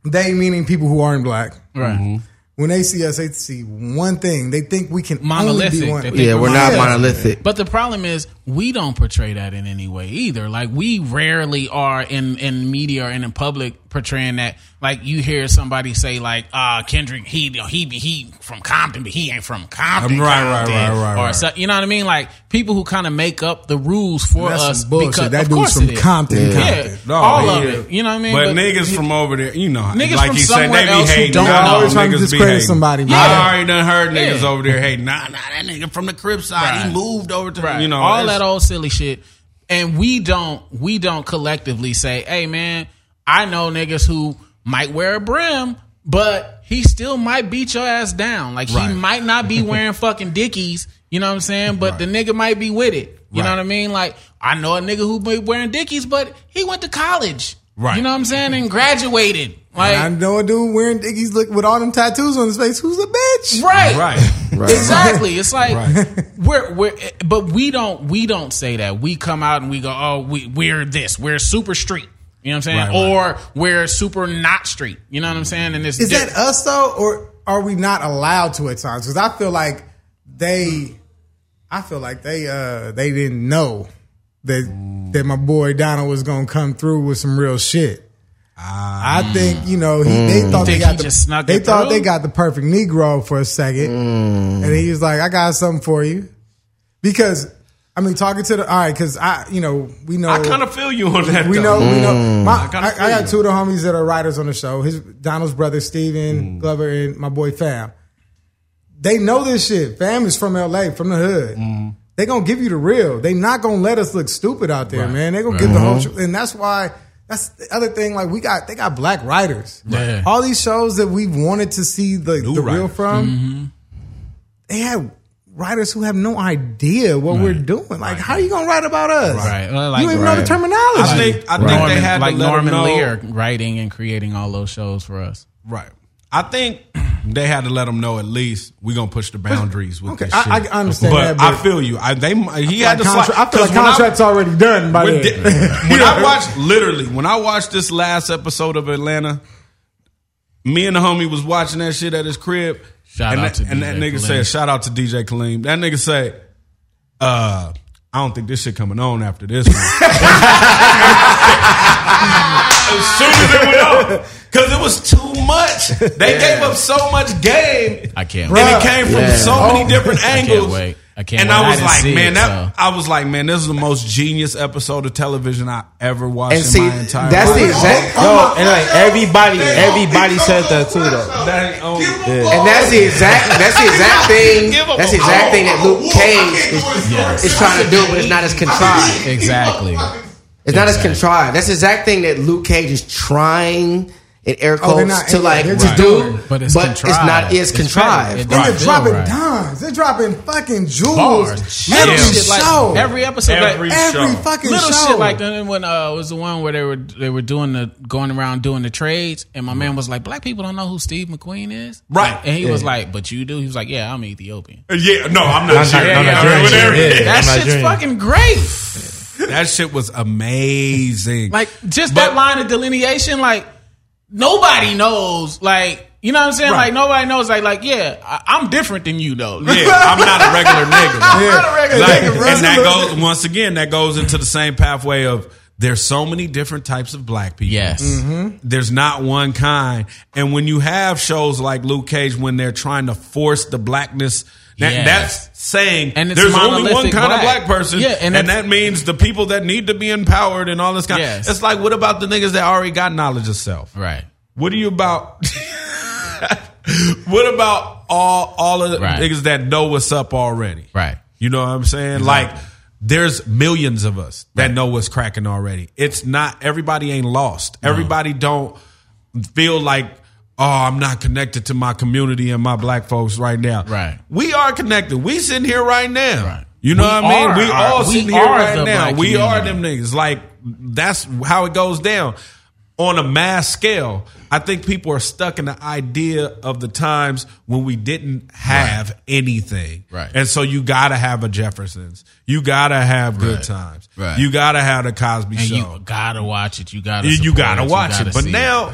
S5: they meaning people who aren't black.
S2: Right.
S1: Mm-hmm.
S5: When they see us, they see one thing. They think we can
S2: Monolithic.
S5: Only be
S2: They
S5: one.
S2: think
S3: Yeah, we're not
S5: Yeah.
S3: monolithic.
S2: But the problem is we don't portray that in any way either. Like we rarely are in in media or in the public portraying that. Like you hear somebody say like, "Ah, Kendrick, he he be he from Compton, but he ain't from Compton."
S1: Um, right, right,
S2: Compton,"
S1: right, right,
S2: Or
S1: right.
S2: so- you know what I mean? Like people who kind of make up the rules for
S5: That's
S2: us
S5: some bullshit.
S2: because
S5: that
S2: of
S5: dude's
S2: course
S5: from
S2: it is.
S5: Compton.
S2: Yeah,
S5: Compton.
S1: No,
S2: all
S1: yeah.
S2: of it. You know what I mean?
S1: But, niggas from over there, you know,
S2: Niggas
S1: like
S2: from
S1: you said,
S2: somewhere
S1: they be
S2: else who
S1: hating.
S2: don't
S1: Nah,
S2: know.
S5: Always trying to
S1: niggas be
S5: discredit
S1: hating.
S5: somebody.
S2: Yeah.
S1: I already done heard niggas
S2: Yeah.
S1: over there hating. Nah, nah, that nigga from the crib side.
S2: Right.
S1: He moved over to
S2: Right.
S1: you know
S2: all
S1: it's-
S2: that old silly shit. And we don't we don't collectively say, "Hey man, I know niggas who might wear a brim, but he still might beat your ass down. Like
S1: Right.
S2: he might not be wearing fucking dickies, you know what I'm saying? But the nigga might be with it. You know
S1: Right.
S2: what I mean? Like I know a nigga who be wearing dickies, but he went to college.
S1: Right.
S2: You know what I'm saying? And graduated. Like
S5: I know a dude wearing Dickies look with all them tattoos on his face. Who's a bitch?
S2: right.
S1: right.
S2: Exactly. It's like we're we're but we don't we don't say that. We come out and we go, "Oh, we we're this. We're super street." You know what I'm saying?
S1: Right,
S2: or we're super not street. You know what I'm saying? And it's
S5: Is
S2: di-
S5: that us though, or are we not allowed to at times? Because I feel like they, I feel like they, uh, they didn't know that that my boy Donald was gonna come through with some real shit. I think you know he, they thought they
S2: Think
S5: got
S2: he
S5: the,
S2: just snuck
S5: they
S2: it
S5: thought
S2: through?
S5: they got the perfect Negro for a second, and he was like, "I got something for you," because I mean, talking to the all right, because I you know we know
S1: I kind of feel you on that.
S5: we know,
S1: though.
S5: we know. My,
S1: kinda
S5: I, I
S1: feel you.
S5: got two of the homies that are writers on the show. His Donald's brother
S2: Mm.
S5: Steven Glover and my boy Fam. They know this shit. Fam is from LA, from the hood.
S2: Mm.
S5: They gonna give you the real. They not gonna let us look stupid out there, man. They gonna give the
S2: Mm-hmm.
S5: whole truth, and that's why. That's the other thing. Like we got, they got black writers.
S2: Yeah.
S5: All these shows that we wanted to see the, the real
S1: writers.
S5: from,
S2: Mm-hmm.
S5: they have writers who have no idea what we're doing. Like, how you gonna write about us?
S2: Right. Well, like-
S5: you don't even know
S2: Right.
S5: the terminology.
S1: I think I think
S2: Norman,
S1: they had to let
S2: like
S1: 'em
S2: Norman
S1: know.
S2: Lear writing and creating all those shows for us.
S1: Right. I think they had to let him know at least we're gonna push the boundaries with
S5: Okay,
S1: this
S5: I-
S1: shit.
S5: I understand
S1: but
S5: that,
S1: I
S5: but-
S1: feel you. I, they he
S5: I
S1: had
S5: feel
S1: to.
S5: like
S1: slide-
S5: contra- I feel like
S1: 'cause when I-
S5: contract's already done by
S1: When, di-
S5: then.
S1: when I watched literally when I watched this last episode of Atlanta, me and the homie was watching that shit at his crib.
S2: Shout
S1: and
S2: out
S1: that,
S2: to
S1: and
S2: DJ
S1: that nigga
S2: Khalid.
S1: said, "Shout out to DJ Kaleem." That nigga said, "Uh, I don't think this shit coming on after this one." as soon as it went on, because it was too much. They gave up so much game,
S2: I can't.
S5: Bruh.
S2: wait.
S1: and it came from
S3: Yeah.
S1: so many different
S2: I can't
S1: angles.
S2: wait. I I can't.
S1: And
S2: wait.
S1: I was
S2: didn't
S1: like,
S2: see
S1: man,
S2: it,
S1: that,
S2: so.
S1: I was like, man, this is the most genius episode of television I ever watched
S3: And
S1: in
S3: see,
S1: my entire
S3: that's the
S1: life.
S3: exact.
S4: No, and like everybody, everybody said that too though.
S1: That- oh,
S3: And that's the exact. That's the exact thing. That's the exact thing that Luke Cage is, is trying to do, but it's not as contrived.
S2: exactly.
S3: It's not as contrived. That's the exact thing that Luke Cage is trying in air
S5: Oh, they're
S3: quotes
S5: not-
S3: to
S5: yeah,
S3: like
S5: they're
S3: to
S5: just doing
S3: do,
S5: it.
S2: But it's contrived.
S3: not as
S2: It's
S3: contrived.
S2: better. It
S5: They're
S2: Right.
S5: dropping
S2: Right.
S5: dimes. They're dropping fucking jewels.
S2: Bars,
S5: Every
S2: gems. Shit like-
S5: show.
S2: every episode,
S1: Every
S2: like,
S5: Every
S1: show.
S5: fucking
S2: little
S5: show.
S2: shit like that. When uh, it was the one where they were they were doing the going around doing the trades, and my man was like, "Black people don't know who Steve McQueen is,
S1: Right.
S2: And he was like, "But you do." He was like, "Yeah, I'm Ethiopian."
S1: oh. yeah, no, I'm not sure.
S4: I'm not
S1: Yeah,
S4: doing
S1: whatever.
S4: shit. Yeah.
S2: that
S4: I'm not
S2: shit's
S4: dreaming.
S2: fucking great.
S1: That shit was amazing.
S2: Like just
S1: But-
S2: that line of delineation, like nobody knows. Like you know what I'm saying?
S1: Right.
S2: Like nobody knows. Like like yeah, I, I'm different than you though.
S1: yeah, I'm not a regular nigga.
S5: Yeah.
S1: Like,
S5: Nigga,
S1: and
S5: bro.
S1: that goes once again. That goes into the same pathway of there's so many different types of black people.
S2: Yes.
S1: Mm-hmm. there's not one kind. And when you have shows like Luke Cage, when they're trying to force the blackness, that,
S2: Yes.
S1: that's saying
S2: And it's
S1: there's only one
S2: monolithic
S1: kind of
S2: black.
S1: black person,
S2: Yeah,
S1: and,
S2: and it's-
S1: that means the people that need to be empowered and all this kind.
S2: Yes.
S1: It's like, what about the niggas that already got knowledge of self?
S2: Right.
S1: What are you about? what about all all of the
S2: Right.
S1: niggas that know what's up already?
S2: Right.
S1: You know what I'm saying? Like there's millions of us that know what's cracking already. It's not everybody ain't lost. Everybody don't feel like oh I'm not connected to my community and my black folks right now.
S2: Right.
S1: We are connected. We sitting here right now.
S2: Right.
S1: You know
S2: We
S1: what I mean?
S2: are
S1: we
S2: our-
S1: all
S2: we
S1: sitting here
S2: are
S1: right
S2: the
S1: now.
S2: black
S1: We are them
S2: community.
S1: niggas. Like that's how it goes down on a mass scale. I think people are stuck in the idea of the times when we didn't have anything.
S2: Right.
S1: And so you gotta have a Jeffersons. You gotta have good times.
S2: Right.
S1: You gotta have the Cosby
S2: And
S1: Show.
S2: you gotta watch it. You gotta.
S1: You, you
S2: support
S1: gotta watch
S2: gotta
S1: it. But
S2: see
S1: now,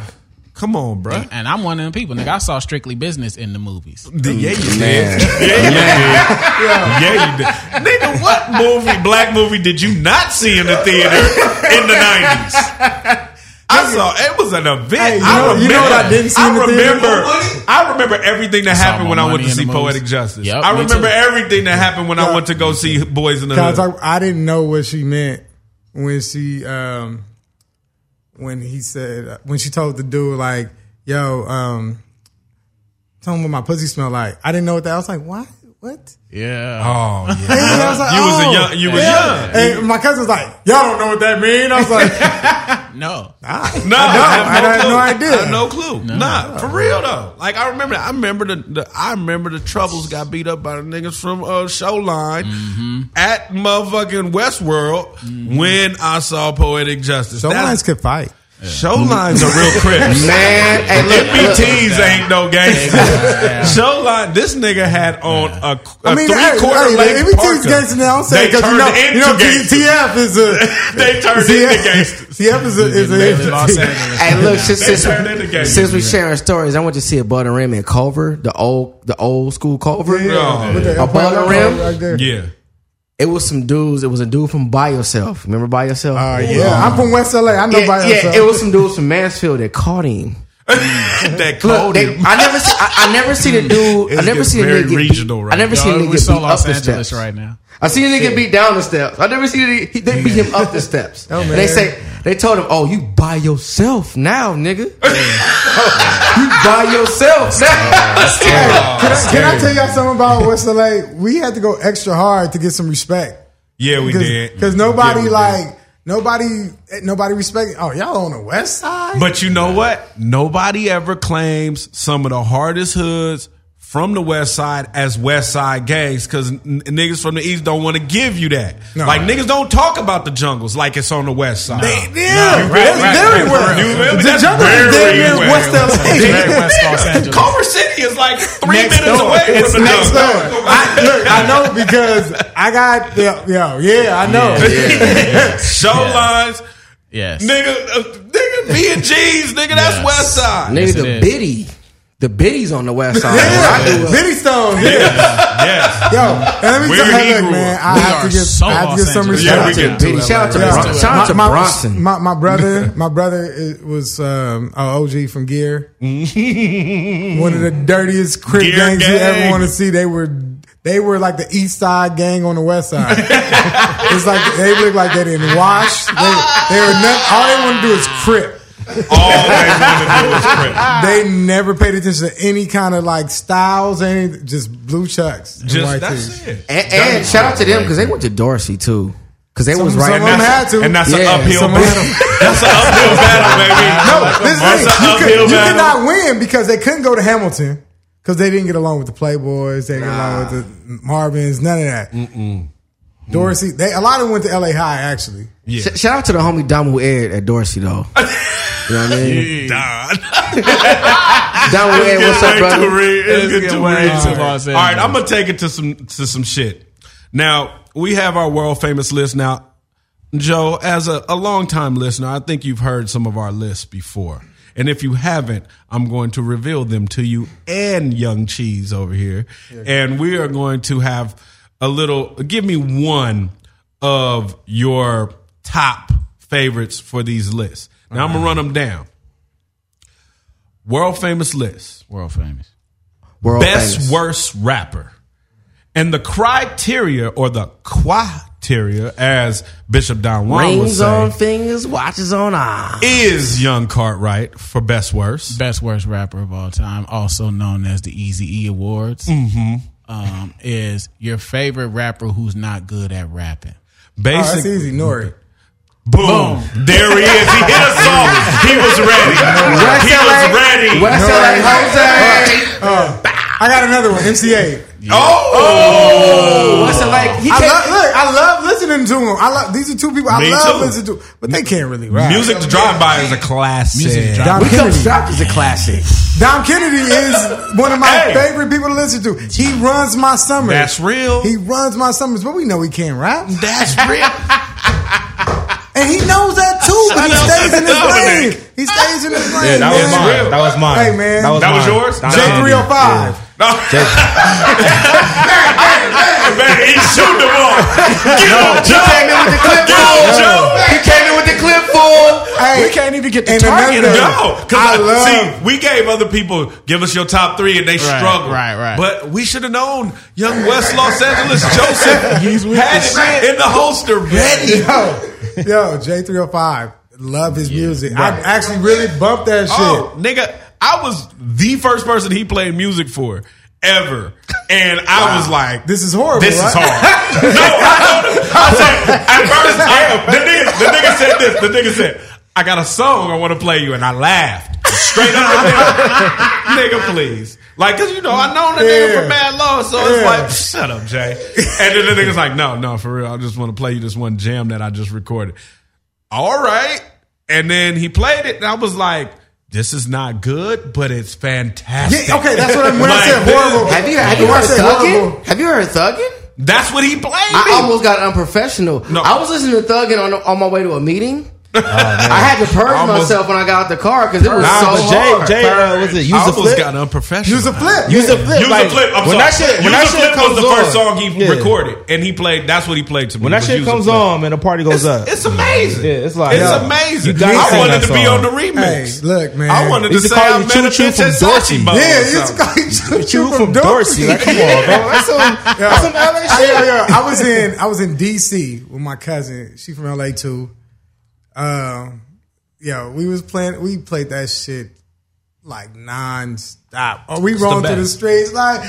S1: come on, bro.
S2: And I'm one of them people, nigga. I saw Strictly Business in the movies.
S1: Yeah, you did.
S3: Man.
S1: Yeah, you did. Yeah, you did. Nigga, what movie, black movie, did you not see in the theater in the nineties? I saw it was an event.
S5: Hey, you
S1: I
S5: know-
S1: remember,
S5: you know what I didn't see
S1: I
S5: in the theater?
S1: remember. I remember everything that
S2: saw
S1: happened
S2: my
S1: when I went
S2: money
S1: to
S2: in the
S1: see
S2: movies.
S1: Poetic Justice.
S2: Yep,
S1: I
S2: me
S1: remember
S2: too.
S1: everything that happened when I went to go see Boys in the
S5: Guys,
S1: Hood.
S5: I, I didn't know what she meant when she um when he said when she told the dude like, "Yo, um, tell him what my pussy smell like." I didn't know what that. I was like, "What? What?"
S2: Yeah.
S1: Oh yeah.
S5: And I was like,
S1: You was a
S5: "Oh,
S1: young- you was young.
S5: And my cousin was like, "Y'all don't know what that mean." I was like,
S1: Oh.
S2: No.
S5: "Ah."
S1: No, I,
S5: I
S1: have no,
S5: had no
S1: clue.
S5: idea.
S1: I have no clue. Nah, for real though. Like I remember, I remember the, the I remember the troubles got beat up by the niggas from uh, Showline
S3: Mm-hmm.
S1: at motherfucking Westworld when I saw Poetic Justice.
S5: So
S1: That's- Mm-hmm.
S5: lines could fight.
S1: Showlines are real crips.
S3: Man, hey, look, look,
S1: MPTs ain't no gangsters. Showline, this nigga had on a,
S5: I mean,
S1: three
S5: hey,
S1: quarter length
S5: hey, let me tell you
S1: parka.
S5: gangster now. I'm saying
S1: They
S5: because you know,
S1: turned
S5: you know,
S1: into gangsters.
S5: TF is a
S1: They turned into gangsters.
S5: TF is a is a
S2: Los Angeles.
S3: hey, look, since,
S1: They
S3: since,
S1: turned into gangsters.
S3: since we sharing stories, I went to see a Butter Rim in Culver, the old the old school Culver.
S1: Yeah.
S5: With the
S3: A butter
S5: elbow
S3: rim?
S5: right there.
S1: Yeah.
S3: It was some dudes. It was a dude from By Yourself. Remember By Yourself?
S5: Uh, yeah, I'm from West LA. I know
S3: yeah,
S5: by
S3: yeah,
S5: yourself.
S3: it was some dudes from Mansfield that caught him.
S1: that
S3: Look,
S1: called
S3: they-
S1: him. Mm.
S3: I never, see, I, I never seen a dude. I
S1: It's
S3: never
S1: just
S3: seen a
S1: very
S3: nigga. Get
S1: regional
S3: beat,
S1: right
S3: I never
S1: now.
S3: seen a
S2: Dog,
S3: nigga
S2: we
S3: beat
S2: saw
S3: up
S2: Los
S3: the
S2: Angeles
S3: steps.
S2: right now.
S3: I seen a nigga beat down the steps. I never seen a nigga, he- they beat him up the steps. And they
S5: Oh, man.
S3: say they told him, "Oh, you by yourself now, nigga.
S1: Oh,
S3: you by yourself now."
S5: Can I, can I tell y'all something about West LA? We had to go extra hard to get some respect
S1: Yeah, we did.
S5: because nobody
S1: Yeah, we did.
S5: like nobody nobody respect. Oh, y'all on the West Side?
S1: But you know what? Nobody ever claims some of the hardest hoods from the West Side as West Side gangs because n- niggas from the East don't want to give you that.
S5: No.
S1: Like niggas don't talk about the jungles like it's on the West Side.
S5: yeah, that's
S1: right,
S5: very
S1: right,
S5: well.
S1: right. You remember?
S5: The
S1: That's
S5: jungle is
S1: very
S5: damn near
S1: well.
S5: West
S2: Very
S5: LA.
S2: West Los Angeles.
S1: Culver City is like three
S5: Next
S1: minutes
S5: door.
S1: away from
S5: It's
S1: the
S5: next door.
S1: jungles.
S5: I, look, I know because I got yeah, yo, yeah, I know.
S1: Show lines,
S2: Yes.
S1: nigga, uh, nigga, B and G's, nigga, that's
S2: Yes.
S1: West Side.
S3: nigga,
S2: Yes, it
S3: the
S2: is.
S3: biddy, the biddy's on the west side. I
S5: Yeah,
S3: do-
S5: Benny Stone. Yeah.
S1: Yes.
S5: Yo, and let me
S1: Where
S5: tell
S1: he
S5: you,
S1: grew
S5: look, man,
S1: up.
S5: I
S2: We
S5: have
S2: are
S5: to give,
S2: so
S5: I have to give
S2: Los
S5: some
S2: Angeles.
S5: respect.
S1: Yeah, we get
S2: to
S3: Shout out to the Biddy.
S2: it.
S3: Shout out to,
S2: Yeah.
S3: Bron- shout out to
S5: my,
S3: Bronson.
S5: My, my brother, my brother is, was um, a OG from Gear. One of the dirtiest crib
S1: Gear
S5: gangs you ever
S1: gang.
S5: want to see. They were They were like the East Side gang on the West Side. it's like they look like they didn't wash. They, they were not, all they want to do is crip.
S1: All they want to do is crip.
S5: They never paid attention to any kind of like styles, any just blue chucks. and
S1: Just
S5: white
S1: that's
S5: tees.
S1: it.
S3: And, and shout out to them because they went to Dorsey too. Because they was
S5: Some-
S3: right.
S5: some of 'em
S3: now.
S5: had to.
S1: And that's
S3: Yeah,
S1: an uphill
S5: some of
S1: battle.
S5: them-
S1: That's an uphill battle, baby.
S5: No, this
S1: that's
S5: is
S1: an
S5: you,
S1: uphill
S5: could, you
S1: battle.
S5: could not win because they couldn't go to Hamilton because they didn't get along with the Playboys, they didn't get along with the Marvins, none of that. Dorsey, they a lot of them went to L.A. High actually.
S3: Sh- shout out to the homie Dom who aired at Dorsey though. you know what I mean? Dom who aired, what's up,
S1: It's good
S3: brother?
S1: way to read. It's good to read. All
S2: to Los
S1: right. All right,
S2: Angeles.
S1: I'm gonna take it to some to some shit. Now we have our world famous list. Now, Joe, as a, a long time listener, I think you've heard some of our lists before. And if you haven't, I'm going to reveal them to you and Young Cheese over here. And we are going to have a little. Give me one of your top favorites for these lists. Now I'm gonna run them down. World famous list
S2: World famous.
S3: World
S1: best
S3: Oh, famous.
S1: worst rapper. And the criteria or the criteria, as Bishop Don Juan would
S3: Rings on
S1: say,
S3: fingers, watches on eyes.
S1: is Young Cartwright for best worst.
S2: Best worst rapper of all time, also known as the Easy E Awards,
S1: Mm-hmm.
S2: um, is your favorite rapper who's not good at rapping.
S5: Oh, that's
S1: Basic
S5: easy, Nori.
S1: boom. There he is. He hit us all. He was ready. he was ready.
S3: What I sound like Jose?
S5: Uh, I got another one, MCA.
S1: Oh,
S3: What's it like? He
S5: I
S3: can't-
S5: love, look, I love listening to them. I love these are two people I
S1: Me
S5: love
S1: too.
S5: listening to, but they can't really rap.
S1: music to drive by is a classic.
S2: Music to Drive
S5: Dom
S3: we come
S5: Kennedy.
S3: strapped is a classic.
S5: Dom Kennedy is one of my
S1: Hey.
S5: favorite people to listen to. He runs my summers.
S1: That's real.
S5: He runs my summers, but we know he can't rap.
S1: That's real.
S5: And he knows that too, but he
S1: Shut up,
S5: stays in his
S1: Dominic.
S5: lane. He stays in his lane.
S4: Yeah, that was
S5: man.
S1: real.
S4: mine. That was mine.
S5: Hey, man.
S1: That was
S4: mine.
S1: yours?
S4: Dom
S1: J
S4: Kennedy.
S5: J305.
S1: No. Man, he's shooting the ball. Get on, Joe.
S3: Came in with the clip
S1: Get on, Joe.
S3: He came in with the clip full.
S5: Hey,
S4: We can't even get the
S5: and another
S4: target.
S5: thing,
S1: No, because
S5: I
S1: I
S5: love.
S1: see we gave other people give us your top three and they struggle.
S2: right, right.
S1: But we should have known young West Los Angeles Joseph He's
S4: with
S1: had
S4: the
S1: it in the holster ready.
S5: yo, yo, J305. Love his music. I actually really bumped that shit.
S1: Oh, nigga, I was the first person he played music for ever, and I was like,
S5: This is horrible.
S1: This
S5: right?
S1: is hard. no, I told him. I said, at first, I, the, nigga, the nigga said this. The nigga said, I got a song I want to play you. And I laughed. Straight up. nigga, please. Like, because, you know, I know the nigga
S5: Yeah.
S1: from Mad Law, so it's
S5: Yeah.
S1: like, shut up, Jay. And then the nigga's like, no, no, for real. I just want to play you this one jam that I just recorded. All right. And then he played it, and I was like, this is not good, but it's fantastic.
S5: Yeah, okay, that's what I, when I said
S1: Like,
S5: horrible.
S3: Have you, have you
S5: when I
S3: heard
S5: said
S3: thugging? Have you heard thugging?
S1: That's what he played.
S3: I almost got unprofessional.
S1: No.
S3: I was listening to Thuggin on on my way to a meeting. I had to purge
S1: Almost-
S3: myself when I got out the car because it was
S1: Nah,
S3: so
S4: but
S3: hard.
S4: Jay, Jay, uh, was it? Use
S1: I almost
S4: the flip.
S1: got unprofessional.
S5: Use a flip.
S4: Use the flip.
S1: Use
S4: like,
S1: a flip. I'm
S4: when
S1: sorry.
S4: That shit,
S1: Use
S4: when that
S1: a
S4: shit
S1: flip
S4: comes
S1: was the first
S4: on,
S1: song he
S4: yeah.
S1: recorded, and he played. That's what he played to me.
S4: When that
S1: was
S4: shit
S1: Use a
S4: comes
S1: Flip.
S4: on and the party
S1: it's,
S4: goes up.
S1: it's amazing.
S4: Yeah, it's like,
S1: it's
S4: yo,
S1: amazing.
S4: you gotta
S1: I
S4: sing
S1: wanted
S4: that
S1: to be on
S4: song.
S1: the remix.
S5: Hey, look, man.
S1: I wanted
S4: They
S1: to
S4: used to
S1: say I
S4: call you
S1: met
S4: Choo
S1: a
S4: Choo
S1: bitch
S4: from
S1: at
S4: Dorsey.
S1: Sachi Bowl. or
S5: Yeah, it's
S1: Oh, something.
S5: called Choo
S4: Choo from Dorsey. Like, come on, bro. That's some, that's some LA shit.
S5: I, yeah, yeah. I was in I was in DC with my cousin. She from LA too. Um, yeah, we was playing. We played that shit like nonstop. Are we rolling
S1: the
S5: through the
S1: best.
S5: streets like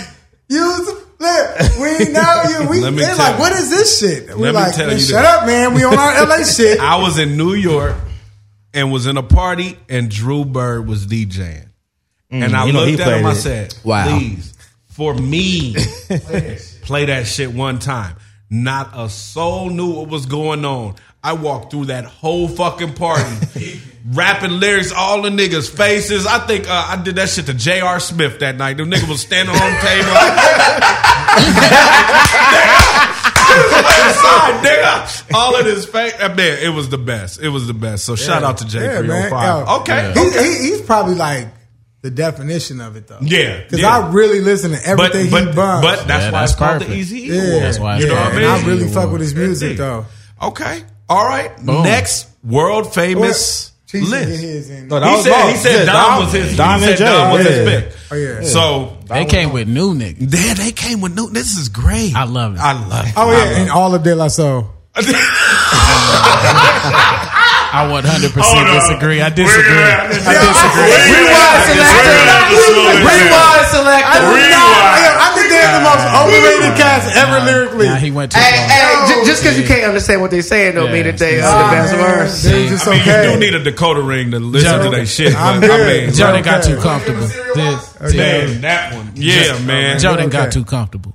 S5: use the flip? We know you. We
S1: Let me
S5: they're
S1: tell
S5: like,
S1: you.
S5: what is this shit? We
S1: Let me
S5: like,
S1: tell
S5: man,
S1: you
S5: shut
S1: this.
S5: up, man. We on our LA shit.
S1: I was in New York and was in a party, and Drew Bird was DJing, and I
S4: Mm, you know he
S1: looked at him.
S4: played
S1: I
S4: it.
S1: said,
S3: Wow.
S1: "Please, for me, play that shit one time." Not a soul knew what was going on. I walked through that whole fucking party, rapping lyrics, all the niggas' faces. I think uh, I did that shit to J.R. Smith that night. The nigga was standing on the table. Outside, nigga. All of his face. Man, it was the best. It was the best. So shout out to
S5: Yeah,
S1: J305.
S5: man. Yo,
S1: okay.
S5: He,
S1: okay.
S5: he, he's probably like the definition of it though.
S1: Yeah,
S5: because
S1: yeah.
S5: I really listen to
S1: but
S5: everything
S1: but,
S5: he bums.
S1: but that's
S2: Yeah,
S1: why
S2: that's
S1: it's called the
S2: perfect.
S1: Easy E
S5: Yeah.
S1: Award.
S2: That's why
S1: you know
S2: it's
S1: what I
S2: called
S1: mean.
S5: and I really
S2: Easy
S5: fuck
S2: Award.
S5: with his music though.
S1: Okay. All right. Next world famous
S5: Chiefs
S1: Liz.
S5: get his in.
S4: No, that
S1: He
S4: was-
S1: said,
S4: no,
S1: he said
S4: yeah,
S1: Dom was his.
S4: Dom
S1: he
S4: and
S1: said Dom
S4: Jay,
S1: was his
S4: yeah.
S1: pick.
S5: Oh, yeah.
S1: So
S2: They came with new niggas.
S1: yeah, they came with new. This is great.
S2: I love it.
S1: I love it.
S5: oh yeah, and all of De La Soul.
S2: I 100
S1: Oh,
S2: percent disagree. I disagree.
S3: Rewind selector. Rewind
S5: Nah,
S3: selector.
S5: yeah, I think they're the most overrated cast ever lyrically.
S2: Nah, he went too
S3: Hey,
S2: far.
S3: hey, ju- just because you can't understand what they're saying don't
S2: Yeah.
S3: mean that they
S5: Nah,
S3: are the best
S5: man,
S3: words.
S5: they're just
S1: I mean,
S5: okay.
S1: you do need a Dakota ring to listen
S2: Joe,
S1: to that shit. But,
S5: I'm
S1: I
S5: good.
S1: mean,
S5: Joe,
S2: Jordan got
S5: okay.
S2: too comfortable. Did- did-
S1: damn, that one. Yeah, man.
S2: Jordan
S5: Okay.
S2: got too comfortable.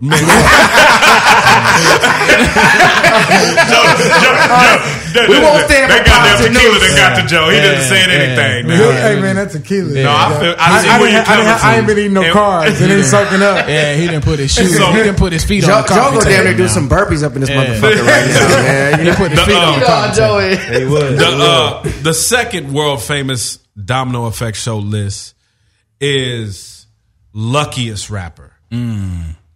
S3: We won't stand for
S1: They got that
S3: positive
S1: tequila
S3: news.
S1: that got to Joe. He didn't say anything.
S5: Yeah,
S1: nigga.
S5: hey man, that's tequila.
S1: No, I feel. I, see
S5: I, I,
S1: where you're
S5: didn't, I,
S1: coming
S5: didn't, I ain't
S1: from.
S5: been eating no
S1: And-
S5: carbs. It ain't soaking up.
S2: Yeah, he didn't put his shoes.
S1: So-
S2: he didn't put his feet
S3: Joe,
S2: on. the
S3: Joe
S2: coffee
S3: go down there
S2: table
S3: do
S2: now.
S3: some burpees up in this
S2: Yeah.
S3: motherfucker right now, man. You
S2: He
S3: know-
S2: put his
S1: The,
S2: feet
S1: um,
S2: on. The coffee table.
S3: Joey.
S4: He was.
S1: the uh, the second world famous Domino Effect show list is luckiest rapper.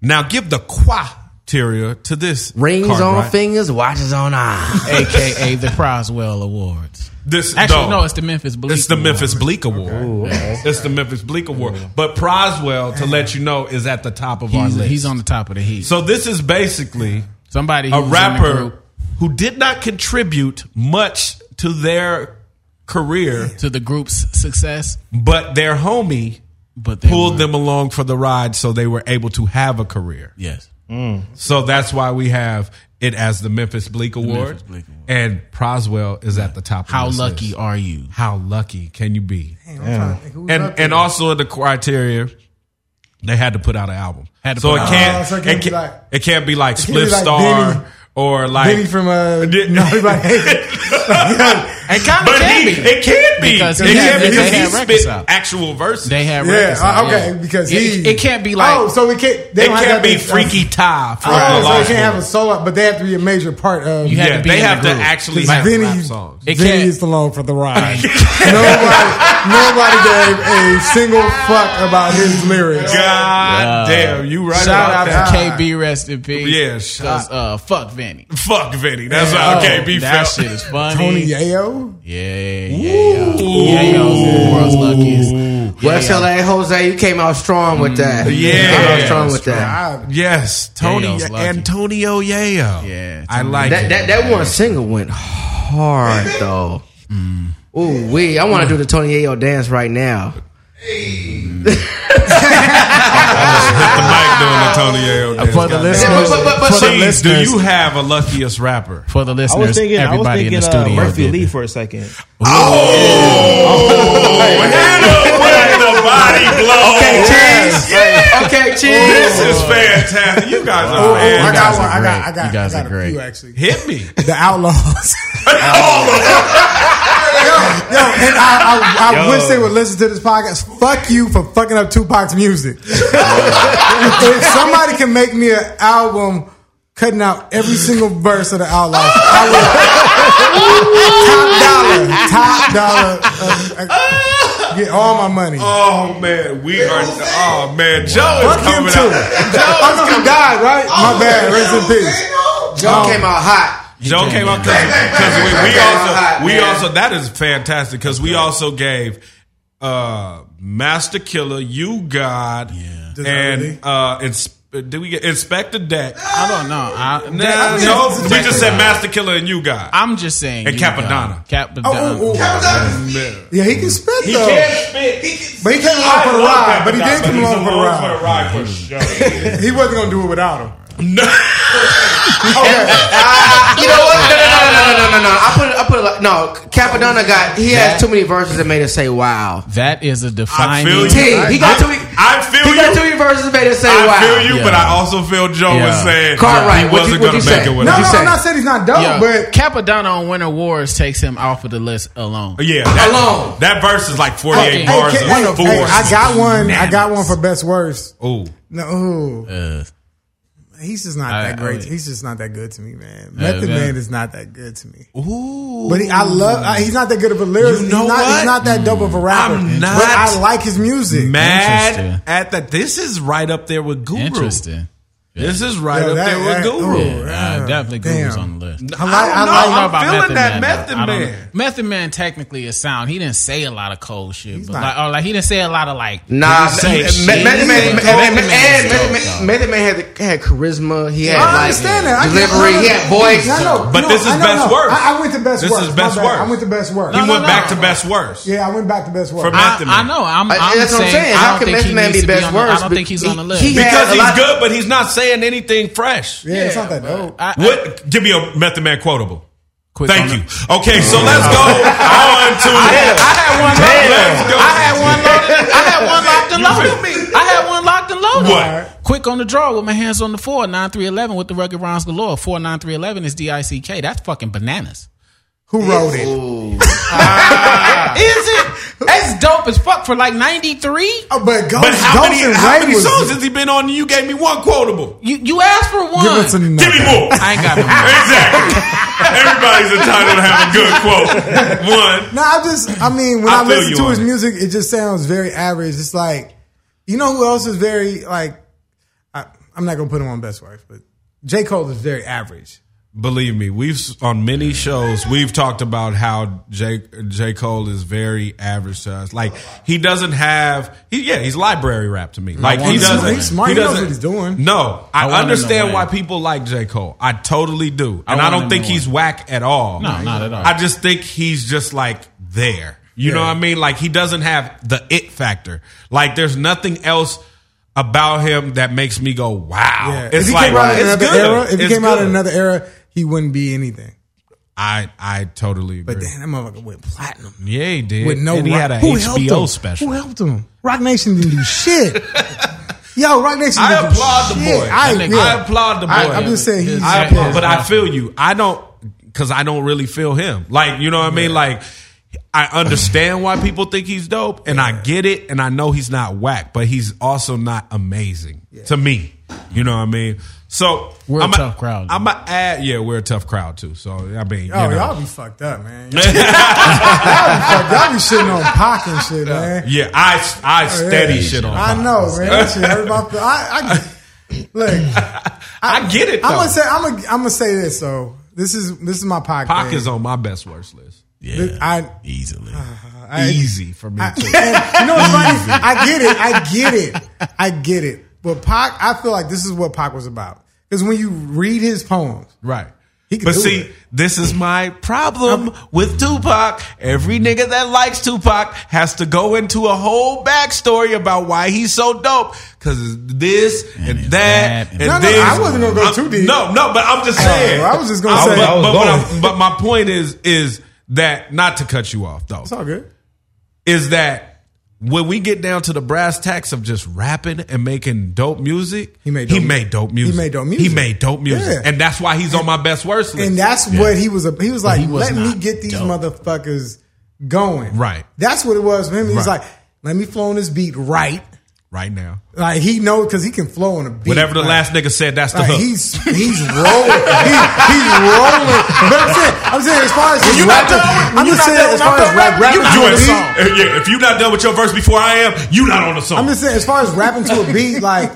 S1: Now give the criteria to this
S3: Rings
S1: card,
S3: on
S1: right?
S3: fingers, watches on eyes.
S2: aka the Proswell Awards.
S1: This
S2: Actually, no, it's the Memphis Bleak.
S1: It's the
S2: Award.
S1: Memphis Bleak Award. It's the Memphis Bleak Award. But Proswell, to let you know, is at the top of our
S2: He's,
S1: list.
S2: he's on the top of the heat.
S1: so this is basically
S2: Somebody who
S1: a
S2: was in the
S1: rapper
S2: group
S1: who did not contribute much to their career,
S2: to the group's success,
S1: but their homie
S2: but they
S1: pulled
S2: were-
S1: them along for the ride so they were able to have a career.
S2: Yes,
S1: So that's why we have it as the Memphis Bleak Award.
S2: Memphis Bleak Award.
S1: And Proswell is at the top
S2: how
S1: of this
S2: lucky
S1: list.
S2: are you?
S1: How lucky can you be?
S5: Damn, I'm trying to think who's
S1: and
S5: up
S1: and
S5: there.
S1: also the criteria they had to put out an album.
S2: Had to
S1: so
S2: put
S1: it
S2: out-
S1: can't,
S5: Oh, so
S1: it can't be like, it can't be like
S5: can't be
S1: Split
S5: like
S1: Star
S5: Benny-
S1: or like
S5: Benny from uh,
S1: Did-
S5: no, he like, hey,
S2: It kind
S1: But he, it can be.
S2: Because
S1: it
S2: he
S1: can
S2: had-
S1: be
S2: they
S1: because
S2: had
S1: he
S2: records
S1: spit
S2: out.
S1: actual verses.
S2: They had
S5: yeah,
S2: records
S5: uh,
S2: out,
S5: okay,
S2: yeah.
S5: because
S2: it,
S5: he,
S2: it can't be like
S5: oh, so we can't. They
S1: it
S5: don't have
S1: can't
S5: that
S1: be
S5: big-
S1: Freaky Ty from
S5: Oh,
S1: the
S5: so
S1: Lost
S5: they can't have a
S1: Boys.
S5: solo, but they have to be a major part of.
S2: You had
S1: Yeah,
S2: to be
S1: they
S2: in
S1: have
S2: the
S1: to
S2: group.
S1: actually
S5: Like
S1: have
S5: Vinny,
S1: rap songs.
S2: It
S5: Vinny
S2: can't-
S5: is along for the ride. nobody, nobody gave a single fuck about his lyrics.
S1: God damn, you right
S2: Shout
S1: about
S2: out
S1: that.
S2: to KB, rest in peace.
S1: Yeah,
S2: because
S1: shout-
S2: uh, fuck Vinny.
S1: Fuck Vinny. That's
S5: Yeah.
S1: how
S5: Oh,
S1: KB
S2: that
S1: felt.
S2: shit is funny.
S5: Tony Yayo,
S2: Yeah, yeah, yeah. Yeah, yo, world's luckiest. Yeah,
S3: West
S2: yo.
S3: LA, Jose, you came out strong with that.
S1: yeah.
S3: You came out
S1: Yeah,
S3: strong with that.
S5: I,
S1: Yes, Tony
S2: Yayo's lucky.
S1: Antonio Yayo.
S2: Yeah,
S1: I
S2: Tony
S1: like
S3: That
S1: it.
S3: that, that one single went hard though. Ooh wee! I want to do the Tony Ayo dance right now.
S1: the mic doing the Tony Yayo.
S2: For the
S3: But,
S2: listeners,
S3: but, but, but,
S2: for the
S3: but-
S1: Please, do
S2: listeners-
S1: you have a luckiest rapper?
S2: for the
S4: I
S2: listeners,
S4: was thinking, I was
S2: everybody
S4: thinking
S2: in the
S4: uh,
S2: studio.
S4: Murphy
S2: did.
S4: Lee for a second.
S1: the body blow.
S3: okay, cheese. Okay,
S1: This
S3: cheese.
S1: is fantastic. You guys are
S5: Oh, I
S1: fantastic.
S5: got
S2: guys
S5: one.
S2: are
S5: I got, I
S2: great.
S5: got,
S2: You guys
S5: I
S2: are
S5: got a
S2: great.
S5: few actually.
S1: oh, Hit me.
S5: The Outlaws. yo, yo, and I, I, I wish they would listen to this podcast. Fuck you for fucking up Tupac's music. if somebody can make me an album cutting out every single verse of the Outlaws, I would top dollar, top dollar, uh, uh, get all my money.
S1: Oh man, we are. Oh man, Joe is
S5: Fuck him
S1: coming
S5: too.
S1: out.
S5: I know he died, right? My bad. Rest in peace. Um,
S3: Joe came out hot.
S1: Joe came out because we, we
S3: Came out
S1: also
S3: hot,
S1: we
S3: man.
S1: also that is fantastic because we also gave uh Master Killer, You God, and
S5: Deservedly.
S1: uh ins- did we get Inspector Deck?
S2: I don't know. I,
S1: Nah, no, we just said Master Killer and You God.
S2: I'm just saying.
S1: And
S2: you
S1: Capadonna.
S2: got- Capadonna.
S5: Oh, ooh, ooh. Yeah, he can spit though.
S1: spit.
S5: But he came along for the ride. But he did come along for the
S1: For the
S5: ride.
S1: ride for sure.
S5: He wasn't gonna do it without him.
S3: You know what? No, no, no, no, no, no, no, no. I put it. I put it. Like, no, Capadonna got. He has too many verses that made us say wow.
S2: That is a
S1: I
S2: defining.
S1: feel you.
S3: T, he got
S1: I-
S3: too many.
S1: I feel
S3: He got too
S1: you.
S3: many verses that made us say
S1: I
S3: wow.
S1: feel you, but
S2: Yeah.
S1: I also feel Joe was
S2: Yeah.
S1: saying
S3: Cartwright,
S1: he
S3: what
S1: wasn't
S3: you- what
S1: going to
S3: you
S1: make
S3: say?
S1: it with
S3: What'd
S5: No, no,
S3: you
S1: us.
S3: say?
S5: I'm not saying he's not dope,
S2: Yeah,
S5: but
S2: Capadonna on Winter Wars takes him off of the list alone.
S1: Yeah, that,
S3: Alone.
S1: That verse is like 48
S2: Hey,
S1: bars
S5: hey,
S1: of
S5: hey,
S1: four.
S5: hey, I got one. I got one for best worst.
S1: Ooh.
S5: No, ooh,
S2: Uh,
S5: he's just not
S2: I-
S5: that great.
S2: I-
S5: he's just not that good to me, man. Method
S2: yeah.
S5: Man is not that good to me.
S1: Ooh.
S5: But he, I love. I, he's not that good of a lyricist.
S1: You know
S5: he's, not,
S1: what?
S5: he's not that dope of a rapper.
S1: I'm
S5: But
S1: not
S5: I like his music.
S1: Mad
S2: Interesting.
S1: at that. This is right up there with Guru.
S2: interesting.
S1: This is right
S5: Yeah,
S1: up
S5: that-
S1: there with
S5: that-
S1: Guru.
S5: ooh,
S2: Yeah, nah, definitely Guru's
S5: damn.
S2: on the list.
S1: No,
S5: I like, I like
S1: I'm feeling that
S2: though.
S1: Method
S2: I don't
S1: Man.
S2: know. Method Man technically is sound. He didn't say a lot of cold shit, but like, or like he didn't say a lot of like
S3: Nah,
S2: he
S3: Ma-
S2: didn't say
S3: Ma-
S2: shit,
S3: Method Man,
S2: but
S3: and-
S2: Method
S3: and-
S2: Man is dope, though.
S3: and- Method Man had the- had charisma. He had
S5: I
S3: like
S5: understand that. I get
S3: delivery. He had
S5: 100%.
S3: voice.
S5: I know,
S1: But
S5: no,
S1: this is
S5: I know,
S1: best
S5: no.
S1: worse.
S5: I, I went to best
S1: This
S5: worse.
S1: is
S5: My
S1: best
S5: bad.
S1: worse.
S5: I went to best worse.
S1: He
S2: no,
S1: went
S2: no.
S1: back to best worst.
S5: Yeah, I went back to best worse.
S1: For
S5: I-
S2: I,
S1: Method
S2: I
S1: Man.
S2: know. I'm,
S3: I-
S2: I'm
S3: that's what I'm
S2: saying, I
S3: saying. How
S2: don't
S3: can
S2: think
S3: Method
S2: he
S3: Man
S2: needs
S3: be
S2: to be
S3: best
S2: on the- I
S3: worse?
S2: don't think he's on the
S3: He-
S2: list.
S3: he had-
S1: Because
S3: a
S1: he's
S3: lot-
S1: good, but he's not saying anything fresh.
S5: yeah, it's not that dope.
S2: I-
S1: What? Give me a Method Man quotable.
S2: Quick
S1: Thank
S2: on
S1: you.
S2: it.
S1: Okay, so let's go on to.
S2: I had one
S1: Let's
S2: locked.
S1: go.
S2: I had one locked. I had one locked and loaded. I had one locked and loaded.
S1: What?
S2: Quick on the draw with my hands on the four nine three eleven with the rugged rhymes galore. Four nine three eleven is D I C K. That's fucking bananas.
S5: Who wrote it?
S2: Is it? That's dope as fuck for like ninety three.
S5: Oh, but Ghost,
S1: But how
S5: Ghost
S1: many,
S5: and
S1: how
S5: Ray
S1: many
S5: was.
S1: songs has he been on? And you gave me one quotable.
S2: You you asked for one.
S5: Give us another.
S1: Give me more.
S2: I ain't got no. more.
S1: exactly. Everybody's entitled to have a good quote. One.
S5: No, I just, I mean, when
S1: I
S5: I,
S1: feel
S5: listen
S1: you
S5: to
S1: on
S5: his
S1: it.
S5: music, it just sounds very average. It's like, you know who else is very, like, I, I'm not going to put him on Best Wife, but J. Cole is very average.
S1: Believe me, we've on many shows we've talked about how J J Cole is very average to us. Like he doesn't have. He, yeah, he's library rap to me. Like he
S5: He's
S1: doesn't.
S5: smart. He's smart.
S1: He
S5: He knows
S1: doesn't-
S5: what he's doing.
S1: No, I,
S2: I wanna
S1: understand
S2: know
S1: why
S2: why.
S1: people like J Cole. I totally do, and
S2: I
S1: I,
S2: wanna
S1: don't think
S2: know
S1: he's whack at all.
S2: No, not at all.
S1: I just think he's just like there. You know what I mean? Like he doesn't have the it factor. Like there's nothing else about him that makes me go, wow.
S5: Yeah.
S1: It's
S5: if he
S1: like
S5: came out in
S1: it's
S5: another
S1: good.
S5: era, if he
S1: It's
S5: came out in
S1: good.
S5: another era, he wouldn't be anything.
S1: I I totally agree.
S5: But damn, that motherfucker went platinum.
S1: yeah, he did.
S5: With no
S1: and he
S5: rock.
S1: had a
S5: Who helped him?
S1: HBO special.
S5: Who helped him? Rock Nation didn't do shit. Yo, Rock Nation.
S1: I
S5: didn't do
S1: applaud the
S5: shit.
S1: boy.
S5: I,
S2: That nigga-
S5: yeah.
S1: I applaud the boy.
S5: I, am just saying he's.
S1: I
S2: Yeah,
S1: applaud,
S2: yeah.
S1: but I feel you. I don't because I don't really feel him. Like you know what I mean. Like I understand why people think he's dope, and I get it, and I know he's not whack, but he's also not amazing to me. You know what I mean? So
S2: We're a
S1: I'ma-
S2: tough crowd.
S1: I'ma add, yeah, we're a tough crowd too. So I mean,
S5: Oh,
S1: you know.
S5: y'all be fucked up, man. y'all, be fucked, y'all be shitting on Pac and shit, man.
S1: yeah, I I steady
S5: Oh, Yeah.
S1: shit on.
S5: I
S1: Pac.
S5: know, man. That shit hurt my feel- I, I look.
S1: I, get it. Though.
S5: I'm gonna say. I'm gonna. I'm gonna say this. So this is this is my Pac.
S1: Pac
S5: thing.
S1: is on my best worst list.
S5: Th- I,
S4: Easily.
S5: I
S1: Easy for me.
S5: I,
S1: too.
S5: and you know what's funny? I get it. I get it. I get it. But Pac, I feel like this is what Pac was about. Because when you read his poems,
S1: Right.
S5: He can
S1: but
S5: do
S1: see,
S5: it.
S1: this is my problem with Tupac. Every nigga that likes Tupac has to go into a whole backstory about why he's so dope. Cause this and,
S2: it's
S1: that,
S2: that,
S1: and
S2: and
S5: No, no,
S1: this.
S5: I wasn't gonna go
S1: I'm-
S5: too deep.
S1: No,
S5: Oh,
S1: no, but I'm just saying.
S5: I was just gonna
S1: but,
S5: say- I was
S1: but, what
S4: going.
S1: I'm- but my point is, is that not to cut you off though
S5: it's all good.
S1: is that when we get down to the brass tacks of just rapping and making dope music,
S5: He made dope mu- he
S1: music.
S5: made dope music.
S1: He made dope music.
S5: Yeah.
S1: And that's why he's on my best worst list.
S5: And that's what he was. a- He was like,
S2: he was
S5: let me
S2: not
S5: get these
S2: dope.
S5: motherfuckers going.
S1: Right.
S5: That's what it was for him. He was
S1: Right.
S5: like, let me flow on this beat right.
S1: right now.
S5: Like he knows because he can flow on a beat.
S1: Whatever the
S5: Like,
S1: last nigga said, that's the
S5: Like
S1: hook.
S5: he's he's rolling, he, he's rolling. But I'm saying, I'm saying as far as his
S1: you not
S5: rapping,
S1: done with-
S5: I'm
S1: you
S5: just
S1: not done
S5: saying as
S1: with
S5: far
S1: my
S5: as rap, rapping
S1: You
S5: to
S1: ain't-
S5: a song.
S1: he- yeah, if you not done with your verse before I am, you not on the song.
S5: I'm just saying as far as rapping to a beat, like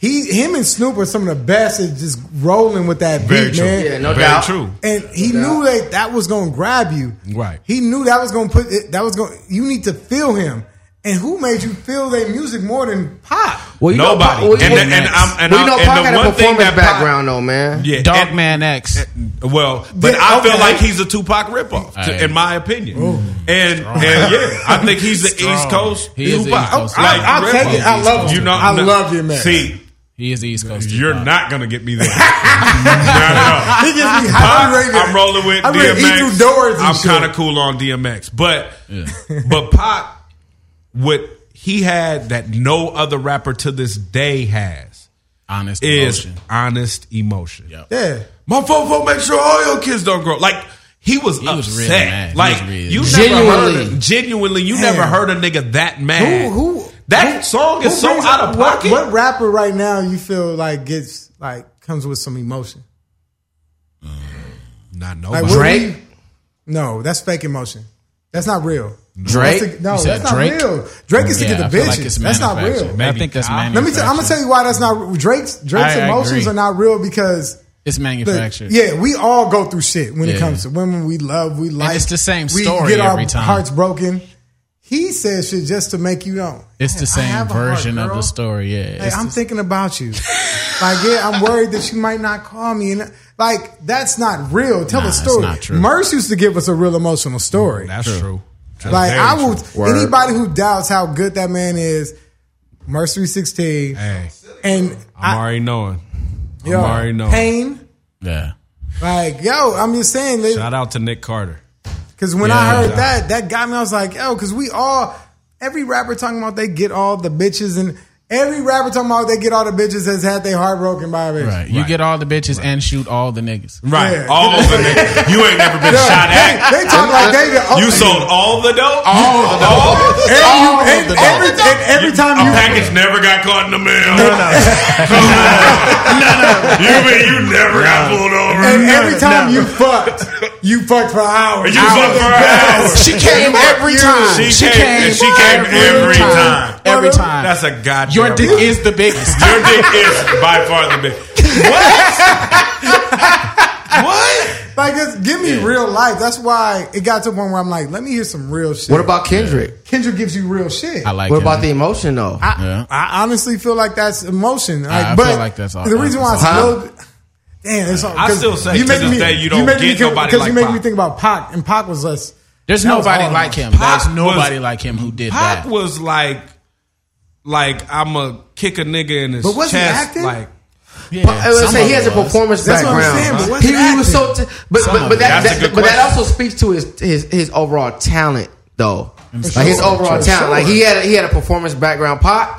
S5: he, him and Snoop are some of the best at just rolling with that
S1: Very
S5: beat,
S1: true.
S5: man.
S3: Yeah, no
S1: Very
S3: doubt.
S1: true.
S5: And he knew that that was going to grab you.
S1: Right.
S5: He knew that was going to put it, that was going. You need to feel him. And who made you feel their music more than pop?
S3: Well, you know
S1: Nobody.
S3: Pac- well, you
S1: And
S3: know-
S1: the- and I'm- and I'm-
S3: well, you know,
S1: and
S3: Pac
S1: the
S3: had a
S1: one thing
S3: performance
S1: that Pac-
S3: background though, man.
S1: Yeah,
S2: Dog
S1: and-
S2: Man X.
S1: Well, but
S5: Yeah,
S1: I
S5: okay.
S1: feel like he's a Tupac ripoff, to,
S2: Hey.
S1: in my opinion. And, and yeah, I think he's the East Coast
S2: He is the
S1: Tupac.
S2: East Coast
S5: I- I
S1: ripoff.
S5: take it. I love him.
S1: You know,
S5: I
S1: no-
S5: love you, man.
S1: See,
S2: He is the East Coast.
S1: you're
S2: Tupac.
S1: not gonna get me there. Not at all.
S5: He gets me
S1: Pac,
S5: hyperated.
S1: I'm rolling with
S5: I'm ready to eat
S1: DMX.
S5: through doors and
S1: I'm
S5: shit.
S1: kind of cool on DMX, but but Pac, what he had that no other rapper to this day has
S2: honest
S1: is
S2: emotion.
S1: honest emotion.
S5: yeah.
S1: My fofo make sure all your kids don't grow. Like he was upset.
S2: was really mad. He
S1: Like
S2: was really-
S1: you never
S3: Genuinely.
S1: heard a, genuinely you
S5: Damn.
S1: never heard a nigga that mad.
S5: Who who
S1: that
S5: who-
S1: song is
S5: who
S1: so
S5: brings
S1: out
S5: up-
S1: of
S5: what-
S1: pocket.
S5: What, rapper right now you feel like gets like comes with some emotion?
S1: Not
S5: Like
S1: nobody.
S5: what
S3: Drake?
S5: we- no, that's fake emotion. That's not real.
S3: Drake?
S5: That's the- no,
S2: said
S5: that's not
S2: Drake?
S5: real. Drake is to
S2: Yeah,
S5: get
S2: I
S5: the
S2: feel
S5: bitches.
S2: like it's
S5: that's not
S2: manufactured.
S5: real.
S2: I think that's
S1: Maybe
S2: manufactured.
S5: Let me. T- I'm gonna tell you why that's not Drake's. Drake's
S2: I- I
S5: emotions
S2: agree.
S5: are not real because
S2: It's
S5: Look,
S2: manufactured.
S5: yeah, we all go through shit when
S2: Yeah.
S5: it comes to women we love, we like.
S2: it's the same
S5: we
S2: story
S5: get our
S2: every time.
S5: hearts broken. He says shit just to make you know.
S2: It's the
S5: "Man, I
S2: same
S5: have a heart,
S2: version of
S5: girl.
S2: the story. Yeah.
S5: Hey,
S2: It's
S5: I'm
S2: the-
S5: thinking about you. like, yeah, I'm worried that you might not call me. And like, that's not real. Tell
S2: Nah,
S5: a
S2: it's
S5: story.
S2: not true.
S5: Merce used to give us a real emotional story.
S1: That's true. That's
S5: like,
S1: very
S5: I
S1: true.
S5: will.
S3: Word.
S5: Anybody who doubts how good that man is, Mercery 16,
S1: Hey,
S5: and
S1: I'm
S5: I,
S1: already knowing.
S5: yo,
S1: I'm already knowing.
S5: pain.
S2: yeah.
S5: Like, yo, I'm just saying.
S1: Shout out to Nick Carter.
S5: Because when
S2: Yeah.
S5: I heard that, that got me. I was like, yo, because we all, every rapper talking about they get all the bitches, and every rapper talking about they get all the bitches has had their heart broken by a bitch.
S2: Right. You get all the bitches and shoot all the niggas.
S1: Right.
S5: Yeah.
S1: All over Nick. You ain't never been
S5: Yeah,
S1: shot at.
S5: they, they talk like they oh,
S1: You sold all the dope? All the dope.
S5: and, you-
S2: all of
S5: and
S2: the
S5: every,
S2: dope.
S5: and every time
S1: A
S5: you
S1: package never got caught in the mail. No, no. You mean you never got pulled over?
S5: and every time you fucked, you fucked for hours.
S1: You fucked for hours.
S2: She came every time.
S1: She, came, and she came every time.
S2: Every time.
S1: That's a goddamn.
S2: Ah. Your dick
S1: lie.
S2: is the biggest.
S1: Your dick is by far the big.
S5: Like, it's, give me real life. That's why it got to a point where I'm like, let me hear some real shit.
S3: What about Kendrick?
S5: Kendrick gives you real shit?
S2: I like
S3: What about the
S2: it.
S3: emotion though?
S5: I,
S2: Yeah.
S5: I honestly feel like that's emotion. Like,
S2: I
S5: but
S2: feel like that's all-
S5: the reason why it's
S3: Huh?
S5: low. Damn, it's all,
S1: I
S5: 'cause
S1: still say to
S5: make
S1: this day you don't
S5: make
S1: get
S5: me,
S1: nobody
S5: because
S1: like
S5: you make me
S1: Pac.
S5: think about Pac and Pac was less.
S2: There's
S5: That was
S2: nobody
S5: all of
S2: like
S5: them.
S2: him. There's
S1: Pac
S2: nobody
S1: was-
S2: like him who did
S1: Pac
S2: that.
S1: was like, like I'm a kick a nigga in his
S5: But wasn't he
S1: chest.
S5: acting?
S1: Like
S3: I was uh, say he has a performance
S5: That's what I'm
S3: background.
S5: saying, but what's
S3: he, he was so, t- but but, but, that,
S1: That's a good
S3: that, but that
S1: question.
S3: also speaks to his his, his overall talent though. Like his
S5: sure,
S3: overall
S5: for
S3: talent, like
S5: sure.
S3: he had a, he had a performance background. Pop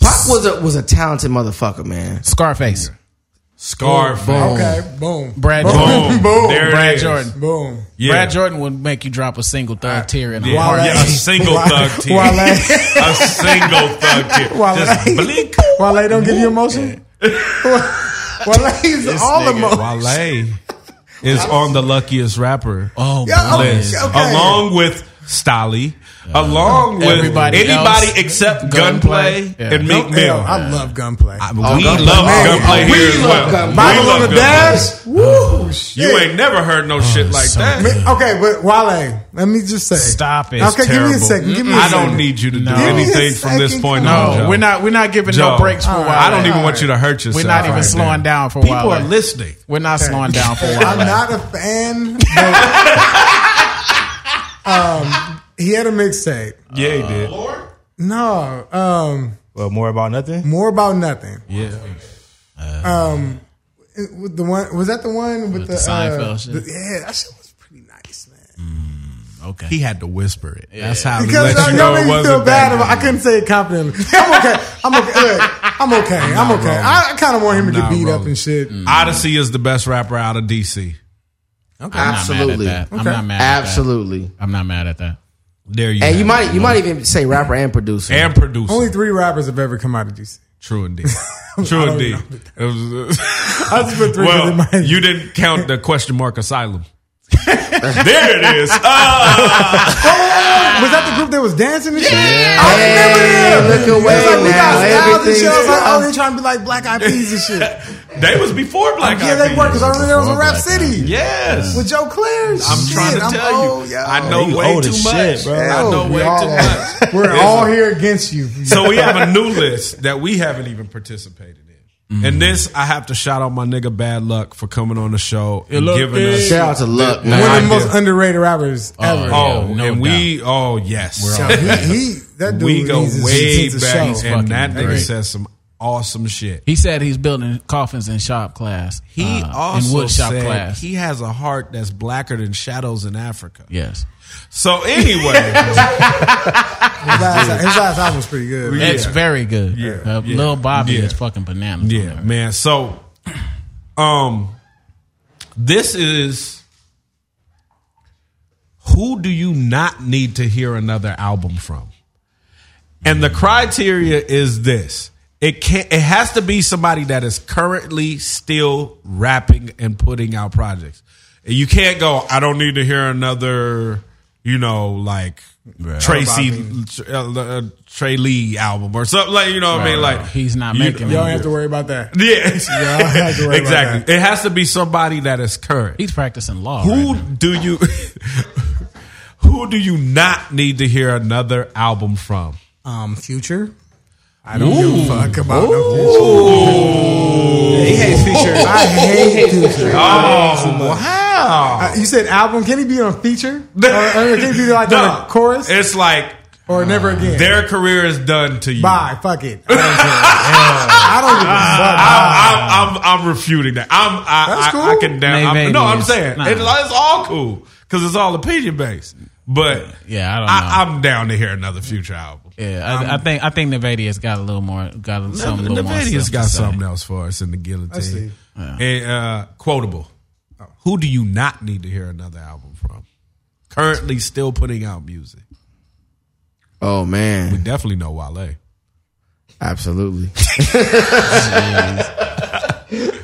S3: Pop was a was a talented motherfucker, man.
S2: Scarface. Oh,
S1: scarf.
S3: Boom.
S5: Okay, boom.
S2: Brad
S1: Boom.
S2: Jordan.
S1: Boom. There it
S2: Brad
S1: is.
S2: Jordan.
S5: Boom.
S1: Yeah.
S2: Brad Jordan would make you drop a single thug tear in a
S1: Yeah.
S5: Wale.
S1: Yeah, a single
S5: Wale.
S1: thug tear.
S5: Wale.
S1: a single thug tear.
S5: Wale.
S1: Just blink.
S5: Wale don't give you emotion. Wale is all emotion.
S1: Wale is on the luckiest rapper
S2: Oh,
S5: Yeah,
S2: my
S5: okay.
S2: goodness.
S5: Okay.
S1: along with Stolly, along with
S2: Everybody
S1: anybody
S2: else.
S1: except
S2: Gunplay.
S1: Gunplay,
S2: Yeah.
S1: and
S5: Yo,
S1: Meek Mill.
S5: I love gunplay.
S2: Oh,
S1: we
S3: Gunplay.
S1: love
S3: Man,
S1: Gunplay
S3: we
S1: here as
S3: love
S1: well.
S3: Gunplay.
S1: We
S5: Bible
S1: love
S5: on the
S1: Gunplay. Oh,
S5: dash. Woo.
S1: You
S5: shit.
S1: ain't never heard no shit like
S2: so
S1: that.
S5: Man, Okay, but Wale, let me just say.
S2: Stop it.
S5: Okay, give me a
S1: Terrible.
S5: second. Give me a
S1: I
S5: second.
S1: don't need you to do
S2: No. Give me a
S1: anything from this
S5: second,
S1: point
S5: come
S1: on.
S2: No,
S1: Joe.
S2: we're not. We're not giving
S1: Joe,
S2: no breaks for Wale.
S1: I don't even
S5: All
S1: want you to hurt yourself.
S2: We're not even
S1: right
S2: slowing
S1: now.
S2: down for
S1: People
S2: Wale.
S1: are listening.
S2: We're not slowing down for Wale.
S5: I'm not a fan. But, um, he had a mixtape.
S1: Yeah, he
S5: Uh,
S1: did.
S5: No, um,
S4: Well, more about nothing.
S5: more about nothing.
S1: Yeah.
S5: Um, it- with the one was that the one
S2: With
S5: with, the,
S2: the Seinfeld
S5: uh,
S2: shit?
S5: the- yeah, that shit was pretty nice, man.
S2: okay.
S1: He had to whisper it. That's how he
S5: Because
S1: let
S5: I
S1: you
S5: y'all
S1: know
S5: made
S1: it
S5: me feel
S1: wasn't
S5: bad.
S1: that
S5: About, I couldn't say it confidently. I'm okay. I'm okay. Look, I'm okay. I'm okay. I, I kind of want him to
S1: not
S5: get beat up
S1: rolling.
S5: and shit.
S2: Mm.
S1: Odyssey is the best rapper out of DC.
S3: Absolutely,
S2: I'm not mad at that. I'm not mad at that.
S3: absolutely.
S2: I'm not mad at that.
S1: There you
S3: And
S1: have
S3: you
S1: it.
S3: might you might even say rapper and producer.
S1: and producer.
S5: Only three rappers have ever come out of DC.
S1: True indeed. True indeed. It was-
S5: I just put three 'cause it
S1: well,
S5: might-
S1: you didn't count the question mark asylum. there it is. Ah!
S5: Was that the group that was dancing and shit? I remember
S3: Hey,
S5: them.
S3: look away
S5: It's like we
S3: now.
S5: got styles and
S3: Everything's
S5: shit. I was like, oh,
S3: up.
S5: they trying to be like Black Eyed Peas and shit. yeah,
S1: they was before Black Eyed
S5: they
S1: Peas.
S5: were because I remember there was a
S2: Before
S5: Rap
S2: Black Eyed
S5: City
S1: Yes.
S5: with Joe Clear. and
S1: I'm
S5: shit.
S1: trying to
S5: I'm
S1: tell
S5: old,
S1: you.
S5: yo.
S1: I know
S4: You
S1: way
S4: old
S1: too
S4: as
S1: much.
S4: shit, bro.
S1: I know
S5: Yo,
S1: way
S5: we all
S1: too
S5: are.
S1: much.
S5: We're
S1: It's-
S5: all here against you.
S1: So we have a new list that we haven't even participated in.
S2: Mm-hmm.
S1: And this, I have to shout out my nigga Bad Luck for coming on the show and
S2: look
S1: giving us.
S3: Shout out to Luck,
S5: one
S3: man.
S5: of the
S1: I
S5: most
S1: do.
S5: underrated rappers ever.
S1: Oh,
S2: Yeah, no
S1: and we, oh yes,
S5: Yo, he, he, that dude
S1: we go
S5: needs his-
S1: way
S5: needs his show.
S1: back, and
S2: fucking
S1: that nigga
S2: great.
S1: says some awesome shit.
S2: He said he's building coffins in shop class.
S1: He
S2: uh,
S1: also
S2: in wood shop
S1: said
S2: class.
S1: he has a heart that's blacker than shadows in Africa.
S2: yes.
S1: So anyway,
S5: His last, his last album was pretty good.
S1: Yeah.
S2: It's very good. Yeah, uh,
S1: yeah,
S2: Lil Bobby
S1: yeah.
S2: is fucking bananas.
S1: yeah, man. So, um, this is who do you not need to hear another album from? And the criteria is this: it can not it has to be somebody that is currently still rapping and putting out projects. You can't go. I don't need to hear another you know, like Tracy uh, uh, Trey Lee album or something like you know what I mean.
S2: Right.
S1: Like
S2: He's not
S1: you-
S2: making
S5: You
S2: it.
S5: don't have to worry about that.
S1: Yeah,
S5: I don't have to worry about
S1: exactly. It has to be somebody that is current.
S2: He's practicing law. right
S1: Who
S2: now.
S1: do you? who do you not need to hear another album from?
S12: Um, Future.
S5: I don't give a fuck about no future.
S4: He hates features.
S5: I hate future.
S1: Oh wow!
S5: You said album. Can he be on feature? or, or can he be uh, like on a chorus?
S1: It's like
S5: Or never again.
S1: their career is done to you.
S5: Bye. Fuck it. I don't care. I don't give
S1: I'm, I'm,
S5: a fuck.
S1: I'm, I'm refuting that. I'm, I,
S5: That's
S1: I,
S5: cool.
S1: I can down. I'm,
S2: Maybe
S1: no, I'm
S2: it's
S1: saying
S2: not.
S1: it- it's all cool because it's all opinion based. But
S2: Yeah, I don't know.
S1: I, I'm down to hear another future album.
S2: Yeah, I, I think I think Nevadia's got a little more got a- something. a little more
S1: Nvidia's
S2: stuff
S1: got
S2: to say.
S1: something else for us in the guillotine. And, uh, quotable. Who do you not need to hear another album from? Currently still putting out music.
S3: Oh man,
S1: Definitely no Wale.
S3: absolutely,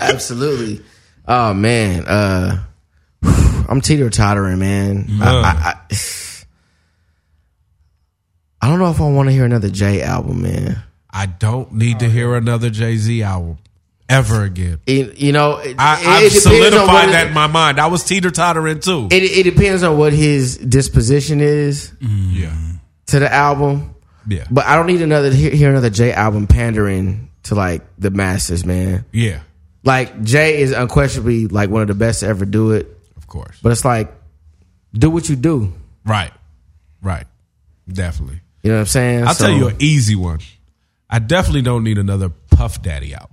S3: absolutely. Oh man, uh, I'm teeter tottering, man. I, I, I, I don't know if I want to hear another J album, man.
S1: I don't need
S3: Oh,
S1: to hear another Jay Z album ever again.
S3: It, you know, it,
S1: I,
S3: it-
S1: I've
S3: it depends on
S1: solidified
S3: what it-
S1: that in my mind. I was teeter tottering too.
S3: it, it depends on what his disposition is
S1: yeah.
S3: to the album.
S1: Yeah.
S3: But I don't need another hear, hear another Jay album pandering to like the masses, man.
S1: yeah.
S3: Like Jay is unquestionably like one of the best to ever do it.
S1: Of course.
S3: But it's like, do what you do.
S1: Right. Right. Definitely.
S3: You know what I'm saying?
S1: I'll
S3: So,
S1: tell you an easy one. I definitely don't need another Puff Daddy album.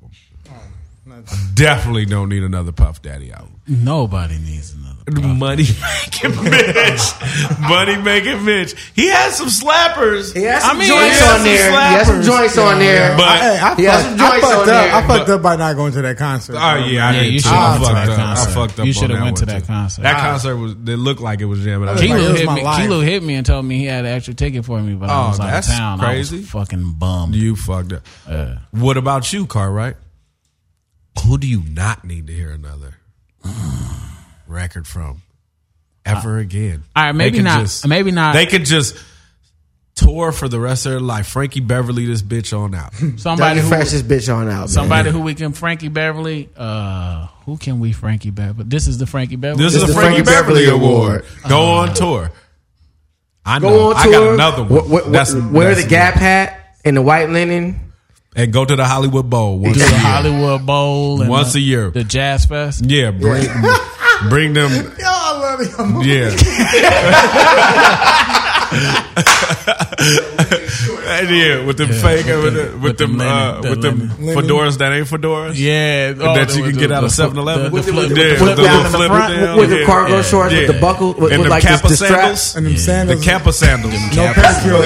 S1: Definitely don't need another Puff Daddy album.
S2: Nobody needs another.
S1: Money making bitch. Money making bitch. He has some slappers.
S3: He has some
S1: I mean,
S3: joints
S1: he has
S3: on there. He has some
S1: slappers.
S3: joints on there.
S1: But-
S5: Hey, I,
S3: He has some
S5: fucked, I
S3: joints
S5: fucked
S3: on
S5: up.
S3: there,
S5: I fucked
S1: but-
S5: up by not going to that concert.
S1: Oh yeah, I
S2: Yeah,
S1: didn't-
S2: you should have
S1: I fucked
S2: went to that
S1: up.
S2: concert.
S1: I fucked up.
S2: You
S1: on
S2: should have
S1: that
S2: went to
S1: one,
S2: that
S1: too.
S2: concert.
S1: That concert was. It looked like it was jamming. I was
S5: Like,
S2: Kilo
S5: it was
S2: hit
S5: my
S2: me.
S5: life.
S2: Kilo hit me and told me he had an extra ticket for me, but I
S1: Oh,
S2: was out of
S1: that's
S2: town. I
S1: crazy.
S2: was fucking bummed.
S1: You fucked up. What about you, Cartwright? Who do you not need to hear another record from ever again?
S2: All right, maybe
S1: could
S2: not- maybe not.
S1: They could just tour for the rest of their life. Frankie Beverly, this bitch on out.
S2: somebody
S3: Somebody
S2: who
S3: fresh this bitch on out.
S2: somebody who we can Frankie Beverly. Uh, who can we Frankie Beverly? This is the Frankie Beverly.
S1: This is
S3: the
S1: the Frankie,
S3: Frankie
S1: Beverly,
S3: Beverly
S1: Award. Go on tour. I know.
S3: Go on tour.
S1: I got another one.
S3: Wh- wh- wh-
S1: That's-
S3: wear
S1: that's-
S3: the Gap hat and the white linen.
S1: and go to the Hollywood Bowl once
S2: do
S1: a
S2: the
S1: year.
S2: Hollywood Bowl and
S1: Once
S2: the,
S1: a year.
S2: The Jazz Fest.
S1: Yeah, bring bring them.
S5: Y'all love him.
S1: Yeah. And yeah, with them fake, with,
S2: with the-
S1: the, with,
S2: with the
S1: them, uh,
S2: linen, the
S1: with them
S2: linen.
S1: fedoras that ain't fedoras.
S2: Yeah, Oh,
S1: that you can get out of 7-Eleven.
S2: The, the,
S1: With
S2: the,
S1: the-
S2: the,
S1: with the
S2: flip
S1: flip
S2: down
S1: down.
S2: in
S1: Flip
S2: the
S1: it
S2: front.
S1: down.
S3: with
S1: yeah,
S3: the cargo
S2: yeah.
S3: shorts, with the
S1: Yeah.
S3: buckle, with,
S1: and
S3: with
S1: the
S3: like the,
S1: Kappa
S3: the
S1: sandals.
S3: straps.
S5: And them
S1: The
S5: sandals.
S1: Kappa sandals.
S5: no pedicure.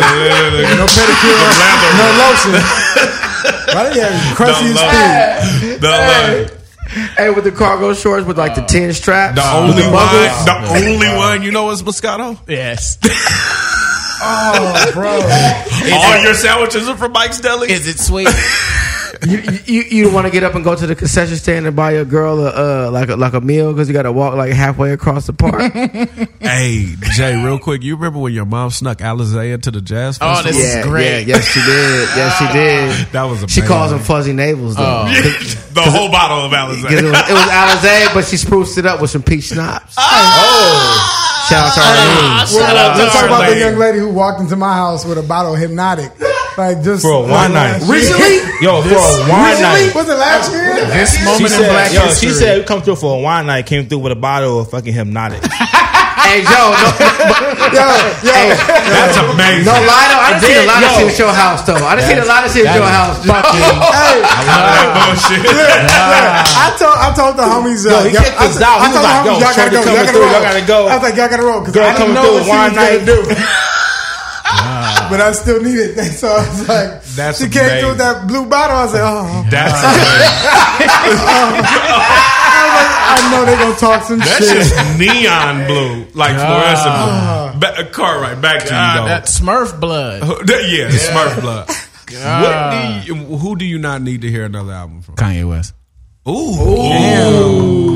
S5: No pedicure. No lotion. Why they have crusty
S1: Don't
S5: as
S1: love
S5: shit?
S1: it. Don't love it.
S3: Hey, with the cargo shorts, with like the tin straps.
S1: The
S3: with
S1: only
S3: buckles.
S1: one, the only one, you know, is Moscato.
S2: Yes.
S5: Oh, bro.
S1: All your sandwiches are from Mike's Deli.
S2: Is it sweet?
S3: You you want to get up and go to the concession stand and buy your girl a uh, like a, like a meal because you got to walk like halfway across the park.
S1: Hey, Jay, real quick, you remember when your mom snuck Alizea to the jazz festival?
S2: Oh, this is great.
S3: yes she did, yes she did.
S1: That was amazing. Oh,
S3: She calls them fuzzy navels though.
S1: the whole bottle of
S3: 'Cause It
S1: Alizea.
S3: was, it was Alizé, but she spruced it up with some peach schnapps. Oh, shout out to Arlene.
S1: Shout out to
S5: Let's talk
S1: our
S5: about the
S1: lady.
S5: young lady who walked into my house with a bottle of hypnotic. Like just
S4: Bro, why
S5: one
S4: not?
S5: last-
S3: Recently,
S4: Yo, for a wine night.
S5: Was it last year?
S3: this
S4: She
S3: moment in
S4: said,
S3: black
S4: yo,
S3: history.
S4: she said, we come through for a wine night, came through with a bottle of fucking hypnotic.
S3: "Hey Joe, no,
S1: That's amazing.
S3: no lie though. I done seen a lot of
S4: yo.
S3: shit at your house though. I done seen a lot of shit at your house.
S5: Hey,
S1: that bullshit.
S5: I told I told the homies. Uh,
S4: Yo, he
S5: y'all-
S4: checked
S5: I
S4: us
S5: said-
S4: out.
S5: I
S4: He
S5: told
S4: was like,
S5: the homies, y'all
S4: yo,
S5: gotta
S4: Shorty
S5: go,
S4: coming
S5: y'all gotta
S4: through,
S5: go.
S4: y'all gotta go.
S5: I was like, y'all gotta roll because I
S4: Girl
S5: didn't
S4: coming
S5: know what
S4: through
S5: she
S4: one
S5: was gonna
S4: night.
S5: do. But I still needed that, so I was like,
S1: That's
S5: she came
S1: amazing.
S5: through with that blue bottle. I was like, oh,
S1: That's amazing.
S5: I know they gonna talk some
S1: That's
S5: shit.
S1: just neon blue, like fluorescent blue. Ba- car right back to you,
S2: that Smurf blood.
S1: though. yeah, the Smurf blood. What do you, who do you not need to hear another album from?
S2: Kanye West.
S1: Ooh,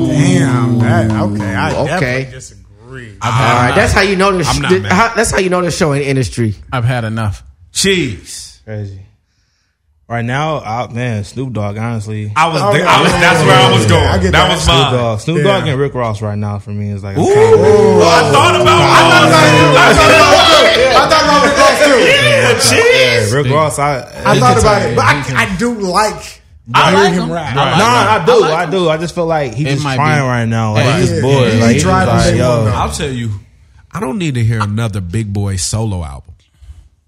S5: Damn, that, okay, I
S3: Okay.
S5: definitely disagree.
S1: three.
S3: All right, that's how you know this.
S1: I'm not
S3: th-
S1: mad.
S3: how- that's how you know this show in industry.
S2: I've had enough.
S1: Cheese.
S4: Crazy. Right now, I, man, Snoop Dogg. Honestly,
S1: I was.
S5: Oh,
S1: there-
S5: yeah,
S1: I was
S5: yeah,
S1: that's
S5: yeah,
S1: where I was
S5: yeah,
S1: going.
S5: I get
S1: that,
S5: that.
S1: was
S4: Snoop
S1: mine.
S4: Dogg. Snoop
S5: Yeah.
S4: Dogg and Rick Ross right now for me is like. a
S1: uh, Ooh.
S4: combo.
S1: Oh, I thought about. I thought about.
S5: I thought about Rick Ross too.
S4: Yeah, Rick Ross. I,
S5: I thought
S2: can
S5: about
S2: tell
S5: it,
S2: you,
S5: but
S2: he
S5: I,
S2: can-
S5: I do like
S1: I
S5: hearing
S1: like
S5: him
S2: him.
S5: rap.
S4: no, I do. I, do. I just feel like he's
S2: It
S4: just
S2: might be.
S4: trying right now. Like
S2: Yeah.
S4: he's
S5: Yeah.
S4: just bored.
S5: He
S4: Like he's
S5: tried to
S4: like,
S5: say one,
S4: yo.
S5: though.
S1: I'll tell you. I don't need to hear another Big Boy solo album.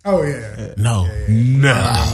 S5: Oh yeah,
S2: No.
S1: No.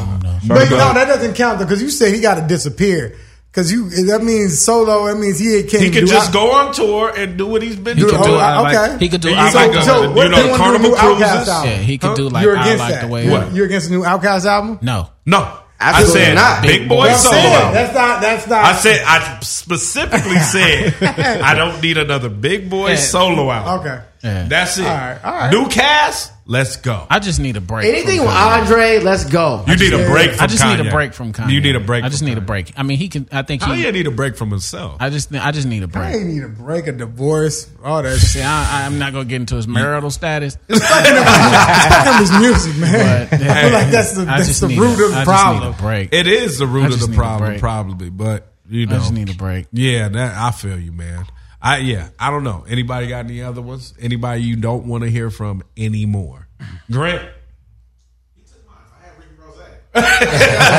S5: but no, that doesn't count though because you said he got to disappear because you that means solo. That means he can't.
S1: He can
S5: do
S1: just
S5: out-
S1: go on tour and do what he's been
S2: He
S1: doing.
S2: can do
S5: oh,
S2: it.
S5: I like-
S2: okay. He could do.
S1: And
S2: I
S1: you
S5: So,
S2: like
S1: go-
S2: the
S5: so
S2: way-
S5: what
S1: you know,
S5: they want to do
S1: Carnival
S5: new Outcast
S1: Cruises?
S5: album?
S2: Yeah, he could
S5: Huh?
S2: do, like,
S5: You're
S2: I
S5: against
S2: Like
S5: that.
S2: the Way-
S5: You're-
S1: What?
S5: You're against the new Outcast album.
S2: No.
S1: No. I
S3: Absolutely
S1: said
S3: not.
S1: Big Boy
S5: That's
S1: solo
S5: it.
S1: album.
S5: That's not. That's not.
S1: I said I specifically said I don't need another big boy
S2: Yeah.
S1: solo album.
S5: Okay.
S2: Yeah.
S1: That's it.
S5: All right, all right.
S1: New cast, let's go.
S2: I just need a break.
S3: Anything
S2: from
S3: with
S2: Kanye.
S3: Andre, let's go.
S1: you need a break. From
S2: I just need
S1: Kanye.
S2: a break from Kanye.
S1: You need a break.
S2: I just
S1: from
S2: need a
S1: Kanye.
S2: break. I mean, he can. I think he.
S1: Kanye need a break from himself.
S2: I just. I just need a
S5: I
S2: break.
S5: ain't need a break, a divorce, all that shit.
S2: See, I, I- I'm not gonna get into his marital status. But
S5: Fuck him, his music, man. I feel like that's the,
S2: I
S5: that's
S2: just
S5: the
S2: need
S5: root
S2: a-
S5: of the
S2: I just need
S5: problem.
S2: a break.
S1: it is the
S2: I
S1: root of
S2: just
S1: the
S2: need a
S1: problem,
S2: break.
S1: probably. But you know,
S2: I just need a break.
S1: yeah, that I feel you, man. I yeah, I don't know. Anybody got any other ones? Anybody you don't want to hear from anymore? Grant.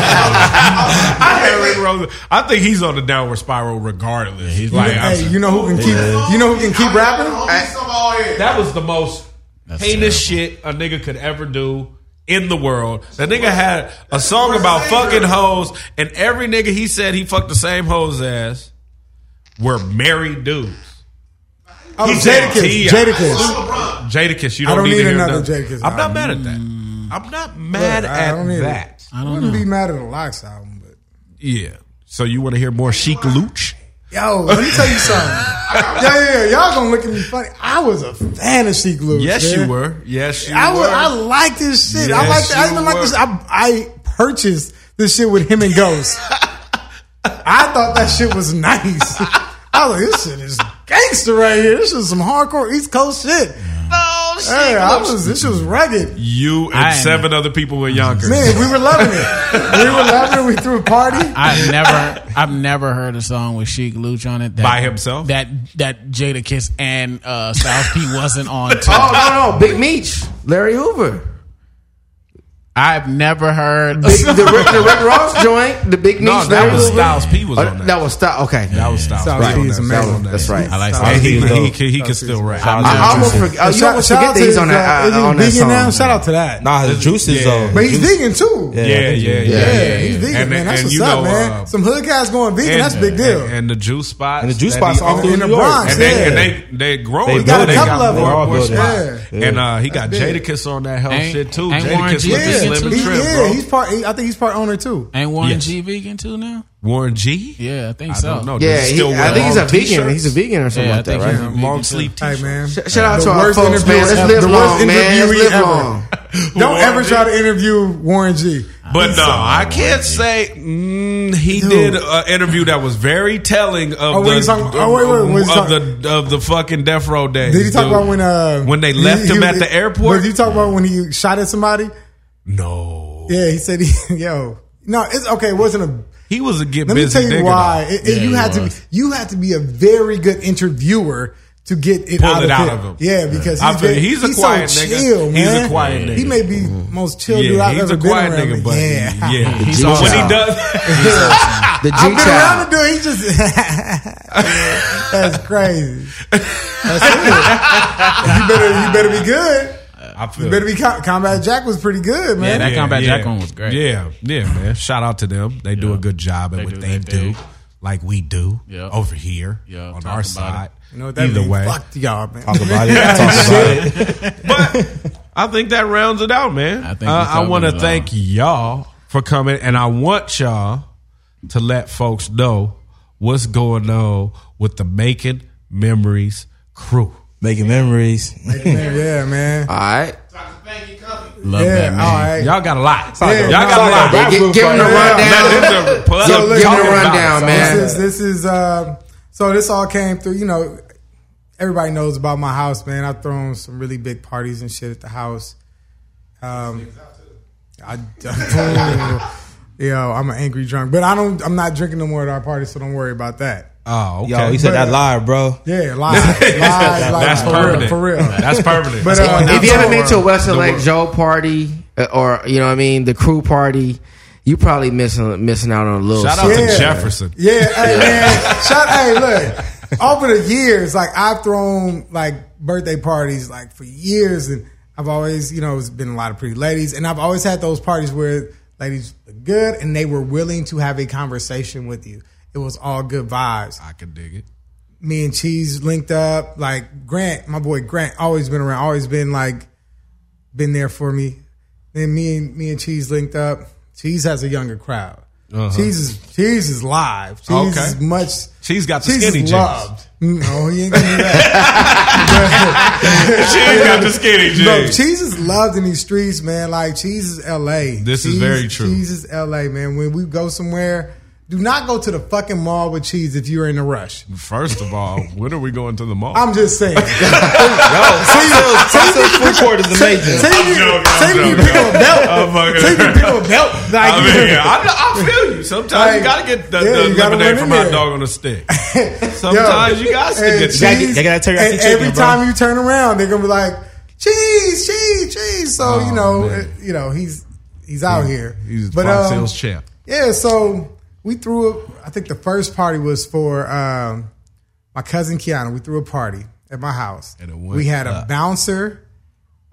S1: I had Rick Ross. I think he's on the downward spiral regardless. he's like, I'm-
S5: Hey, you know who can keep you know who can keep rapping?
S1: That was the most heinous shit a nigga could ever do in the world. That nigga had a song about fucking hoes, and every nigga he said he fucked the same hoes as were married dudes.
S5: Oh,
S1: He said
S5: Jadakiss.
S1: T.I.
S5: Jadakiss.
S1: Jadakiss, you don't,
S5: I don't
S1: need, to
S5: need
S1: hear
S5: another
S1: nothing.
S5: Jadakiss
S1: I'm not
S5: album.
S1: mad at that. I'm not mad
S5: Look, I
S1: at
S5: don't need it.
S1: that.
S5: I wouldn't be mad at the Locks album, but
S1: Yeah. So you want to hear more Chic Looch?
S5: yo, let me tell you something. yeah, yeah, yeah, y'all gonna look at me funny. I was a fan of Sheik Lewis.
S1: Yes,
S5: man.
S1: you were. Yes, you
S5: I
S1: were.
S5: was, I like this shit. I
S1: Yes,
S5: like. I
S1: you
S5: even like
S1: were.
S5: this. I, I purchased this shit with him and Ghost. I thought that shit was nice. I was like, this shit is gangster right here. This is some hardcore East Coast shit. Oh shit! Hey, I was. This shit was rugged.
S1: you and
S2: I Mm-hmm. am-
S1: seven other people in Yonkers.
S5: Man, we were loving it. We were loving it. We threw a party.
S2: I've never, I've never heard a song with Sheik Luch on it that,
S1: By himself?
S2: That that Jada Kiss and uh, South P wasn't on. Too.
S3: Oh no, no, Big Meech, Larry Hoover,
S2: I've never heard.
S3: Big, the, Rick, the Rick Ross joint, the Big Meech.
S1: No,
S3: Larry
S1: that was
S3: Hoover.
S1: Styles P was
S3: Oh,
S1: on that.
S3: that was style. Okay,
S1: That was Styles.
S5: Styles
S1: P
S5: P
S1: on
S5: is
S1: that.
S5: amazing.
S1: That was-
S3: that's right.
S2: I like
S1: And
S2: South
S1: he,
S2: P.
S1: he,
S2: though.
S1: he, can- he can still rap.
S3: I almost forget. Oh, you
S5: Shout-
S3: almost
S5: shout
S3: forget
S5: out
S3: that
S5: to
S3: he's
S5: his,
S3: on that
S5: is
S3: uh,
S5: he
S3: on that
S5: vegan
S3: song.
S5: now? Shout out to that.
S4: Nah, his juices though.
S5: But he's
S4: Juice-
S5: vegan too. Yeah,
S1: Yeah,
S4: his
S1: yeah,
S4: juice.
S1: yeah.
S5: he's vegan,
S1: And-
S5: man. That's
S1: and
S5: what's
S1: you
S5: up,
S1: know,
S5: man.
S1: uh,
S5: Some hood guys going vegan. that's a big deal.
S1: And, and the juice spots.
S4: And the juice
S1: that
S4: spots
S1: he
S4: all
S1: owned.
S4: through
S5: in the
S4: New York.
S5: Bronx,
S1: And they, and
S5: yeah.
S1: they, they growing.
S4: They
S1: They
S4: got
S5: a couple
S1: got
S5: of them.
S1: more,
S5: They
S4: all
S1: more
S4: built it.
S1: spots.
S4: Yeah.
S1: And uh, he got
S5: big.
S1: Jadakiss on that whole
S2: Ain't-
S1: shit too.
S2: ain't Warren
S1: Jadakiss
S2: G
S1: with
S5: yeah,
S1: the
S2: vegan
S1: Slim
S5: he-
S1: and Trim,
S5: yeah,
S1: bro.
S5: he's part. I think he's part owner too.
S2: Ain't Warren
S1: Yes.
S2: G vegan too now?
S1: Warren G.
S2: Yeah, I think
S1: I
S2: so.
S1: don't know.
S3: Yeah,
S1: Does he
S3: he,
S1: still wear
S3: I think he's a
S1: long
S3: vegan.
S1: t-shirts?
S3: He's a vegan or something
S2: Yeah, I
S3: like that,
S2: think
S3: right?
S2: he's a vegan
S1: long
S2: too.
S1: sleeve
S5: Hey
S1: t-shirt.
S5: man,
S3: Shout out
S5: The
S3: to our
S5: worst
S3: folks, man.
S5: interview
S3: Let's
S5: ever.
S3: live
S5: The
S3: long,
S5: worst
S3: man. Let's
S5: interviewee
S3: live
S5: ever.
S3: long.
S5: Don't
S1: Warren
S5: ever
S1: G.
S5: try to interview Warren G.
S1: But no, I can't say mm, he did an interview that was very telling of
S5: Oh, when
S1: the
S5: he's talking- oh, wait, wait, when he's
S1: of
S5: talking-
S1: the of the fucking death row days.
S5: Did he talk
S1: dude.
S5: about when uh
S1: when they left him at the airport?
S5: Did you talk about when he shot at somebody?
S1: no,
S5: Yeah, he said, he, "Yo, no, it's okay. It wasn't a."
S1: he was a get
S5: Let me
S1: busy.
S5: tell you
S1: nigga,
S5: why.
S1: though.
S5: It- it- you
S2: he
S5: had to be,
S2: was.
S5: you had to be a very good interviewer to get it
S1: Pull
S5: out
S1: it
S5: of
S1: out
S5: him.
S1: of him.
S5: Yeah, because
S1: I
S5: he's,
S1: feel
S5: very-
S1: you. He's a
S5: so
S1: quiet nigga.
S5: chill,
S1: He's a
S5: man.
S1: quiet nigga.
S5: He may be most chill dude
S1: Yeah,
S5: I've
S1: he's
S5: ever
S1: a
S5: been
S1: quiet
S5: around.
S1: nigga, but
S5: yeah.
S1: yeah.
S3: The
S1: So when he
S3: G-child.
S1: does,
S3: The G
S5: I've been
S3: child.
S5: around the dude. He just that's crazy. That's it. you better you better be good.
S1: I feel
S5: You better be Com- Combat Jack was pretty good, man.
S2: Yeah, that Combat Jack one was great.
S1: Yeah, yeah, man. Shout out to them. They do a good job at
S2: They
S1: what
S2: do
S1: they
S2: their
S1: do,
S2: thing.
S1: like we do
S2: Yeah.
S1: over here
S2: Yeah,
S1: on
S2: talk
S1: our
S2: about
S1: side.
S5: you know what that
S1: Either
S5: means?
S1: way,
S5: Fuck y'all, man.
S4: Talk about it. Talk about it.
S1: but I think that rounds it out, man.
S2: I
S1: I,
S2: think we
S1: uh, I
S2: covered
S1: want to
S2: it all.
S1: thank y'all for coming, and I want y'all to let folks know what's going on with the Making Memories crew.
S4: Making memories.
S5: Man, yeah, man.
S3: All right.
S2: Love
S5: yeah,
S2: that man.
S5: all right.
S1: Y'all got a lot.
S4: Yeah,
S1: y'all
S5: no,
S1: got a lot.
S5: no,
S3: Give give him the
S5: Yeah.
S3: rundown.
S1: Let them plug-
S5: Yo, look,
S1: talk
S5: give me a
S1: about it.
S3: rundown, man.
S5: um, This is this is uh, so this all came through. You know, everybody knows about my house, man. I've thrown some really big parties and shit at the house. Um, I, oh, yo, I'm an angry drunk, but I don't. I'm not drinking no more at our party, so don't worry about that.
S1: Oh, okay.
S4: Yo, he said that live, bro.
S5: Yeah, live, live,
S1: That's
S5: live, for real,
S1: permanent.
S5: for real.
S1: That's permanent.
S5: But, uh,
S3: if you haven't
S5: October.
S3: been to a Western Lake Joe party uh, or you know what I mean the crew party, you probably missing missing out on a little.
S1: Shout out
S3: something.
S1: to Jefferson.
S5: Yeah, hey, man. Shout, hey, look. Over the years, like I've thrown like birthday parties like for years, and I've always, you know, it's been a lot of pretty ladies, and I've always had those parties where ladies were good and they were willing to have a conversation with you. It was all good vibes.
S1: I can dig it.
S5: Me and Cheese linked up. Like Grant, my boy Grant, always been around, always been like, been there for me. Then me and me and Cheese linked up. Cheese has a younger crowd. Cheese is Cheese is live. Cheese
S1: Uh-huh. Okay.
S5: is much.
S1: She's got the
S5: She's
S1: skinny jeans.
S5: loved. Mm, No, he ain't gonna do that.
S1: She's got the skinny
S5: Bro,
S1: jeans.
S5: cheese is loved in these streets, man. Like cheese is L.A.
S1: This is
S5: Cheese-
S1: very true.
S5: Cheese is L.A. Man, when we go somewhere, do not go to the fucking mall with cheese if you're in a rush.
S1: First of all, when are we going to the mall?
S5: I'm just saying.
S4: Sunset food court is amazing.
S5: Take
S1: I'm
S5: you-
S1: joking,
S5: take
S1: I'm
S5: you
S1: joking.
S5: pick a belt.
S1: I'm fucking-
S5: Take you pick a belt. Like,
S1: I mean, yeah, I, I feel you. Sometimes
S5: Like,
S1: you gotta get the,
S5: yeah,
S1: the
S5: you gotta
S1: lemonade
S5: run in
S1: from my
S5: there.
S1: dog on a stick. Sometimes you gotta stick
S5: and
S1: it. to-
S4: cheese- they gotta tell you
S5: and
S4: that's the
S5: every
S4: chicken, bro.
S5: time you turn around, they're gonna be like, cheese, cheese, cheese. So you know,
S1: Oh, man.
S5: it- you know, he's he's out here.
S1: He's
S5: But,
S1: but,
S5: um,
S1: sales champ.
S5: Yeah, so we threw a, I think the first party was for um, my cousin Kiana. We threw a party at my house.
S1: And it went
S5: we had a
S1: up.
S5: bouncer,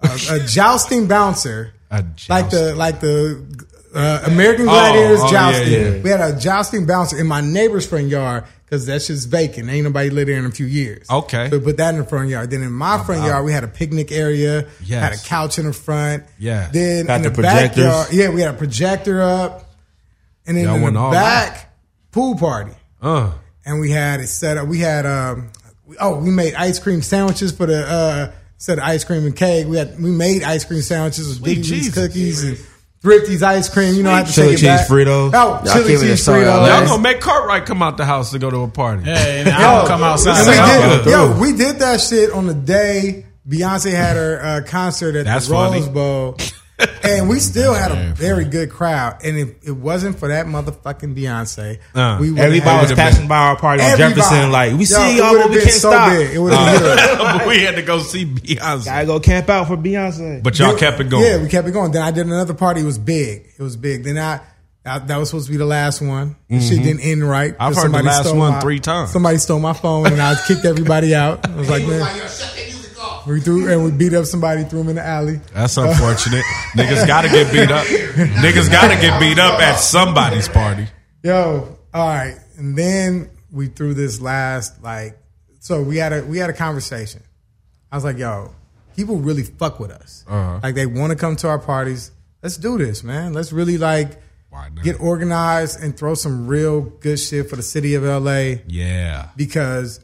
S5: a, a jousting bouncer,
S1: A
S5: like the
S1: jousting.
S5: like the uh, American Gladiators
S1: oh, yeah,
S5: jousting.
S1: yeah.
S5: We had a jousting bouncer in my neighbor's front yard because that shit's vacant. Ain't nobody lived there in a few years.
S1: Okay.
S5: so we put that in the front yard. Then in my front yard, we had a picnic area.
S1: Yes.
S5: had a couch in the front.
S1: Yes.
S5: then
S4: Got
S5: in the,
S4: the projectors.
S5: backyard, yeah, we had a projector up. And then
S1: Y'all
S5: in
S1: went
S5: the
S1: all
S5: back, pool party.
S1: Uh,
S5: And we had it set up. We had um we- oh, we made ice cream sandwiches for the uh instead of ice cream and cake. We had we made ice cream sandwiches with
S1: Sweet
S5: Big G's
S1: Jesus.
S5: cookies and Thrifty's ice cream. You know, I have to
S4: Chili
S5: take it
S4: cheese
S5: back. Oh,
S4: Fritos.
S3: Y'all
S5: chili
S3: giving
S5: cheese
S3: us sorry,
S5: Fritos.
S3: Yes.
S1: Y'all gonna make Cartwright come out the house to go to a party.
S2: Hey, and I don't come
S5: And
S2: outside.
S5: we
S1: I'll
S5: did-
S1: go
S5: yo, we did that shit on the day Beyonce had her uh, concert at
S1: That's
S5: the
S1: funny.
S5: Rose Bowl. and we still had a very good crowd. And if it wasn't for that motherfucking Beyonce,
S1: Uh,
S5: we would
S4: Everybody was passing by our party on Jefferson, like, we see y'all, but we can't
S5: so
S4: stop.
S5: Big. It would have been good.
S1: but we had to go see
S4: Gotta
S1: Beyonce.
S4: go camp out for Beyonce.
S1: But y'all kept it going.
S5: Yeah, we kept it going. Then I did another party. It was big. It was big. Then I, I that was supposed to be the last one. The Shit didn't end right.
S1: Mm-hmm. I've
S5: 'cause
S1: heard the
S5: somebody
S1: last
S5: stole
S1: one
S5: my-
S1: three times.
S5: Somebody stole my phone and I kicked everybody out. I was like,
S11: He was
S5: man.
S11: like, yo, shut that music off.
S5: We threw and we beat up somebody, threw him in the alley.
S1: That's unfortunate. Niggas gotta get beat up. Niggas gotta get beat up at somebody's party.
S5: Yo, all right. And then we threw this last like so we had a we had a conversation. I was like, yo, people really fuck with us.
S1: Uh-huh.
S5: Like they want to come to our parties. Let's do this, man. Let's really like
S1: Why not?
S5: get organized and throw some real good shit for the city of LA
S1: Yeah.
S5: because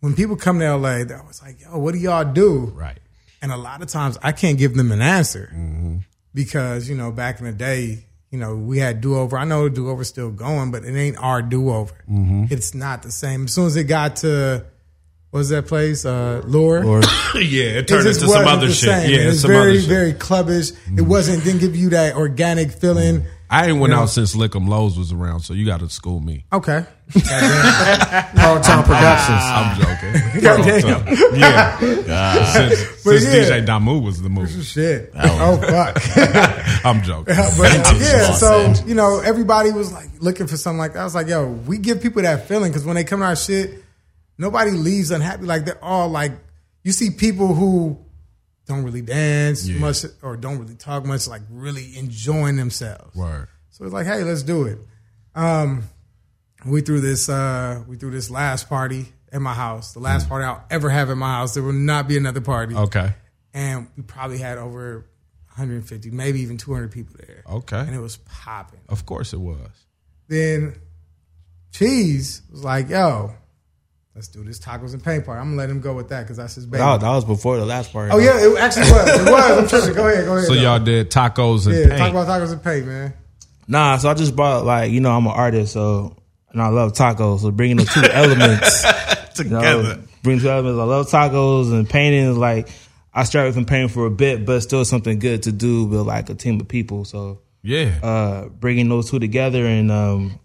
S5: when people come to LA, they're always like, yo, what do y'all do?
S1: Right.
S5: And a lot of times I can't give them an answer
S1: Mm-hmm.
S5: because, you know, back in the day, you know, we had do over. I know do over's still going, but it ain't our do over.
S1: Mm-hmm.
S5: It's not the same. As soon as it got to, what was that place? Uh, Lore.
S1: yeah, it
S5: It
S1: turned
S5: just
S1: into some
S5: wasn't
S1: other
S5: the
S1: shit.
S5: same.
S1: Yeah,
S5: It was
S1: some
S5: very,
S1: other shit.
S5: very clubbish. It wasn't, didn't give you that organic feeling.
S1: Mm-hmm. I ain't went
S5: you know.
S1: out since Lickum Lowe's was around, so you gotta school me.
S5: Okay.
S3: Paul Town Productions.
S5: Ah.
S1: I'm joking.
S5: Goddamn.
S1: yeah. Ah. Since,
S5: But
S1: since
S5: yeah.
S1: DJ Damu was the movie.
S5: Shit. Oh, fuck.
S1: I'm joking.
S5: but
S1: I'm just
S5: yeah,
S1: bossing.
S5: so you know, everybody was like looking for something like that. I was like, yo, we give people that feeling because when they come to our shit, nobody leaves unhappy. Like they're all like, you see people who don't really dance
S1: Yeah.
S5: much or don't really talk much, like really enjoying themselves.
S1: Word.
S5: So it's like, hey, let's do it. Um, we threw this, uh, we threw this last party at my house, the last party I'll ever have at my house. There will not be another party,
S1: Mm. Okay.
S5: and we probably had over 150, maybe even 200 people there and
S1: Okay.
S5: it was popping.
S1: Of course it was.
S5: Then Cheese was like, "Yo, let's do this tacos and paint party." I'm gonna let him go with that because that's his baby.
S4: That, that was before the last party.
S5: oh yeah, it actually was. It was. I'm tripping. Go ahead. Go ahead.
S1: So
S5: though.
S1: y'all did tacos and
S5: yeah,
S1: paint.
S5: talk about tacos and paint, man.
S4: Nah, so I just brought like you know I'm an artist, so and I love tacos. So bringing the two elements you know,
S1: together.
S4: bring two elements. I love tacos and painting. is Like I started from painting for a bit, but still something good to do with like a team of people. So
S1: Yeah.
S4: uh, bringing those two together and um,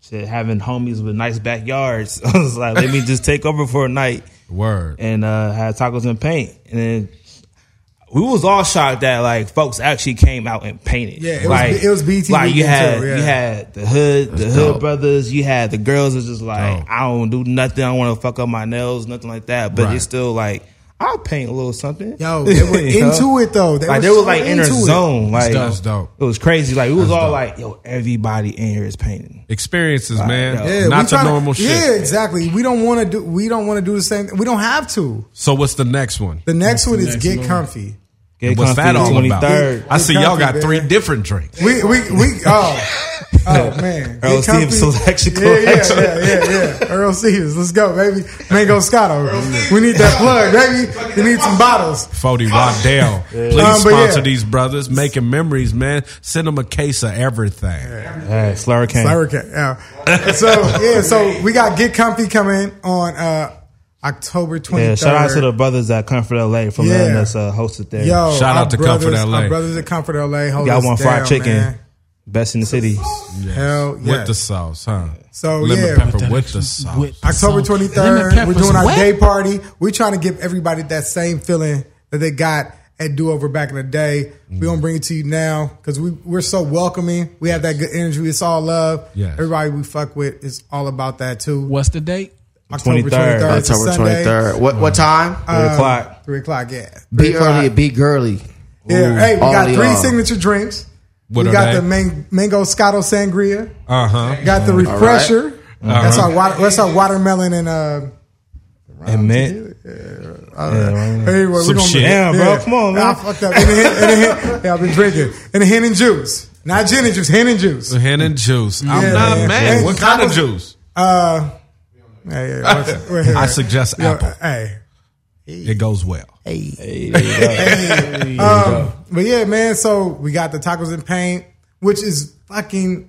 S4: shit, having homies with nice backyards. I was like, let me just take over for a night
S1: Word.
S4: and uh, had tacos and paint. And then we was all shocked that like folks actually came out and painted.
S5: Yeah, it was-
S4: like,
S5: it was BET
S4: Like you
S5: weekend
S4: had
S5: too, yeah.
S4: you had the hood, the hood brothers. You had the girls. Was just like I don't do nothing. I don't want to fuck up my nails, nothing like that. But it's still like I'll paint a little something.
S5: Yo, they were
S4: You know?
S5: into it though. They were
S4: like they was
S5: so
S4: like in their
S5: into it.
S4: zone. Like
S1: That's dope.
S4: It was crazy. Like we was all like, yo, everybody in here is painting.
S1: Experiences, man.
S5: Yeah, we
S1: Not the
S5: tryna-
S1: normal shit.
S5: Yeah, exactly. We don't want to do. We don't want to do the same. We don't have to.
S1: So what's the next one?
S5: The next one is get comfy.
S4: Get
S1: What's that all about?
S4: 23rd.
S1: I see y'all got
S5: Get
S1: three
S5: comfy,
S1: different drinks.
S5: We we we. Oh, oh man. Get
S4: Earl Stevens
S5: comfy.
S4: selection
S5: Yeah, yeah,
S4: collection.
S5: yeah, yeah, yeah. Earl Stevens, let's go, baby. Mango Scotto. We need that plug, baby. We need some bottles.
S1: Fody Waddell. Please
S5: Um, but yeah.
S1: sponsor these brothers. Making memories, man. Send them a case of everything.
S4: Hey, Slurricane.
S5: Hurricane. Yeah. So yeah, so we got Get Comfy coming on uh October twenty third.
S4: Yeah, shout out to the brothers at Comfort LA for
S5: Yeah.
S4: letting us uh, host it there.
S5: Yo,
S1: Shout
S5: our
S1: out to
S5: brothers,
S1: Comfort LA.
S5: Our brothers at Comfort LA. Hold
S4: Y'all
S5: us
S4: want fried
S5: down,
S4: chicken?
S5: man.
S4: Best in the city.
S5: Hell yeah.
S1: With the sauce, huh?
S5: So,
S1: Lemon
S5: yeah.
S1: pepper with the sauce.
S5: October 23rd, we're doing our day party. We're trying to give everybody that same feeling that they got at Do Over back in the day. We're going to bring it to you now because we, we're so welcoming. We have that good energy. It's all love.
S1: Yes.
S5: Everybody we fuck with is all about that too.
S2: What's the date?
S5: October
S4: 23rd.
S5: 23rd. it's a
S3: October
S5: Sunday.
S3: twenty third. What what time? Um,
S4: Three
S5: Oh,
S4: o'clock.
S5: 3 o'clock, yeah.
S3: be
S5: Three o'clock.
S3: early, be girly.
S5: Yeah. Hey, we
S3: all
S5: got
S3: of
S5: three
S3: y'all.
S5: signature drinks.
S1: What
S5: we
S1: are
S5: got
S1: they?
S5: the man- mango scotto sangria.
S1: Uh huh.
S5: Got the refresher. That's our water, that's our watermelon and uh,
S4: And mint. Yeah, right.
S5: anyway, we're
S1: Some
S5: gonna-
S1: shit.
S4: Damn, bro. Come on, man.
S5: Nah, I fucked up. And the, hen- and the hen- yeah, I've been drinking. And the hen and juice, not gin and juice, hen and juice.
S1: Hen and juice. I'm
S5: Yeah,
S1: not
S5: yeah.
S1: mad.
S5: Hey,
S1: what kind of
S5: tacos-
S1: juice?
S5: Uh, hey, hey, what's- wait, hey,
S1: I
S5: hey.
S1: suggest
S5: Yo,
S1: apple.
S5: Hey,
S1: It goes well.
S5: um, but yeah, man. So we got the tacos and paint, which is fucking.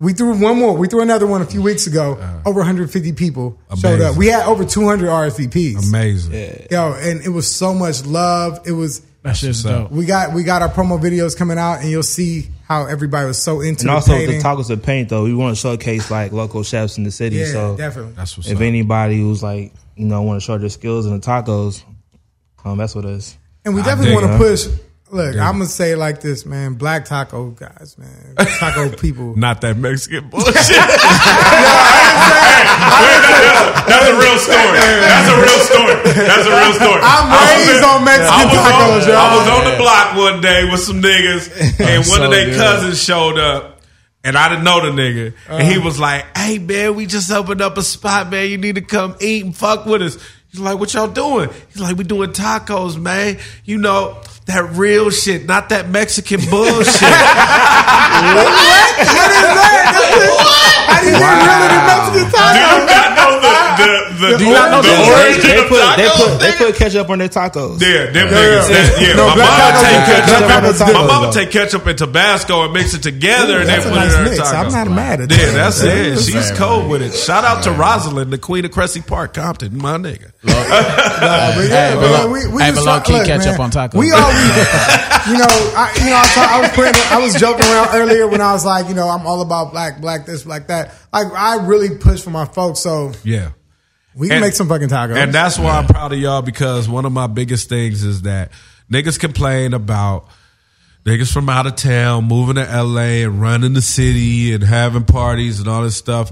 S5: We threw one more. We threw another one a few weeks ago.
S4: Uh-huh.
S5: over 150 people showed up.
S1: Amazing.
S5: We had over 200 RSVPs.
S1: Amazing.
S5: Yo, and it was so much love. It was.
S2: That's just dope.
S5: We got we got our promo videos coming out, and you'll see how everybody was so into
S4: And
S5: the
S4: also
S5: painting.
S4: the tacos and paint though. We want to showcase like local chefs in the city.
S5: Yeah,
S4: so
S5: definitely.
S1: That's what's
S4: if
S1: up.
S4: anybody who's like, you know, want to show their skills in the tacos, um, come mess with us.
S5: And we
S1: dig
S5: definitely want to
S4: it.
S5: push. Look, I'm gonna say it like this, man. Black taco guys, man. Taco people.
S1: Not that Mexican bullshit. That's a real story. That's a real story. That's a real story.
S5: I'm raised on
S1: I
S5: Mexican
S1: was,
S5: tacos,
S1: on, I
S5: y'all.
S1: was on the block one day with some niggas, and one of their cousins showed up, and I didn't know the nigga, and he
S5: Uh-huh.
S1: was like, "Hey man, we just opened up a spot, man. You need to come eat and fuck with us." He's like, "What y'all doing?" He's like, "We doing tacos, man. You know that real shit, not that Mexican bullshit."
S5: I didn't get really the Mexican taco.
S1: the the, the,
S5: Do you not know
S1: the
S5: that?
S1: origin
S4: they,
S1: of
S4: put, they, put,
S1: tacos.
S4: they put ketchup on their tacos.
S1: Yeah, them niggas. that- Yeah,
S5: No,
S1: my
S5: black
S1: mom
S5: tacos
S1: take
S5: is different.
S1: ketchup.
S5: Black tacos is
S1: My
S5: different,
S1: mom
S5: though.
S1: take ketchup and Tabasco and mix it together, and they
S5: That's a
S1: put it
S5: nice
S1: in her
S5: mix.
S1: taco.
S5: I'm not mad at that.
S1: Yeah, that's it.
S5: That's
S1: She's cold with it. Shout out to Rosalind, the queen of Cressy Park, Compton, my nigga.
S5: Nah, but yeah,
S2: Hey,
S5: man,
S2: but-
S5: we, we
S2: hey,
S5: just
S2: but
S5: try-
S2: low-key
S5: look,
S2: catch
S5: man,
S2: up on tacos.
S5: We always, you know, I, you know, I, was talk- I was putting, I was joking around earlier when I was like, you know, I'm all about black, black this, black that. Like, I really push for my folks, so
S1: Yeah.
S5: we can
S1: And-
S5: make some fucking tacos.
S1: And that's why I'm proud of y'all because one of my biggest things is that niggas complain about niggas from out of town moving to LA and running the city and having parties and all this stuff.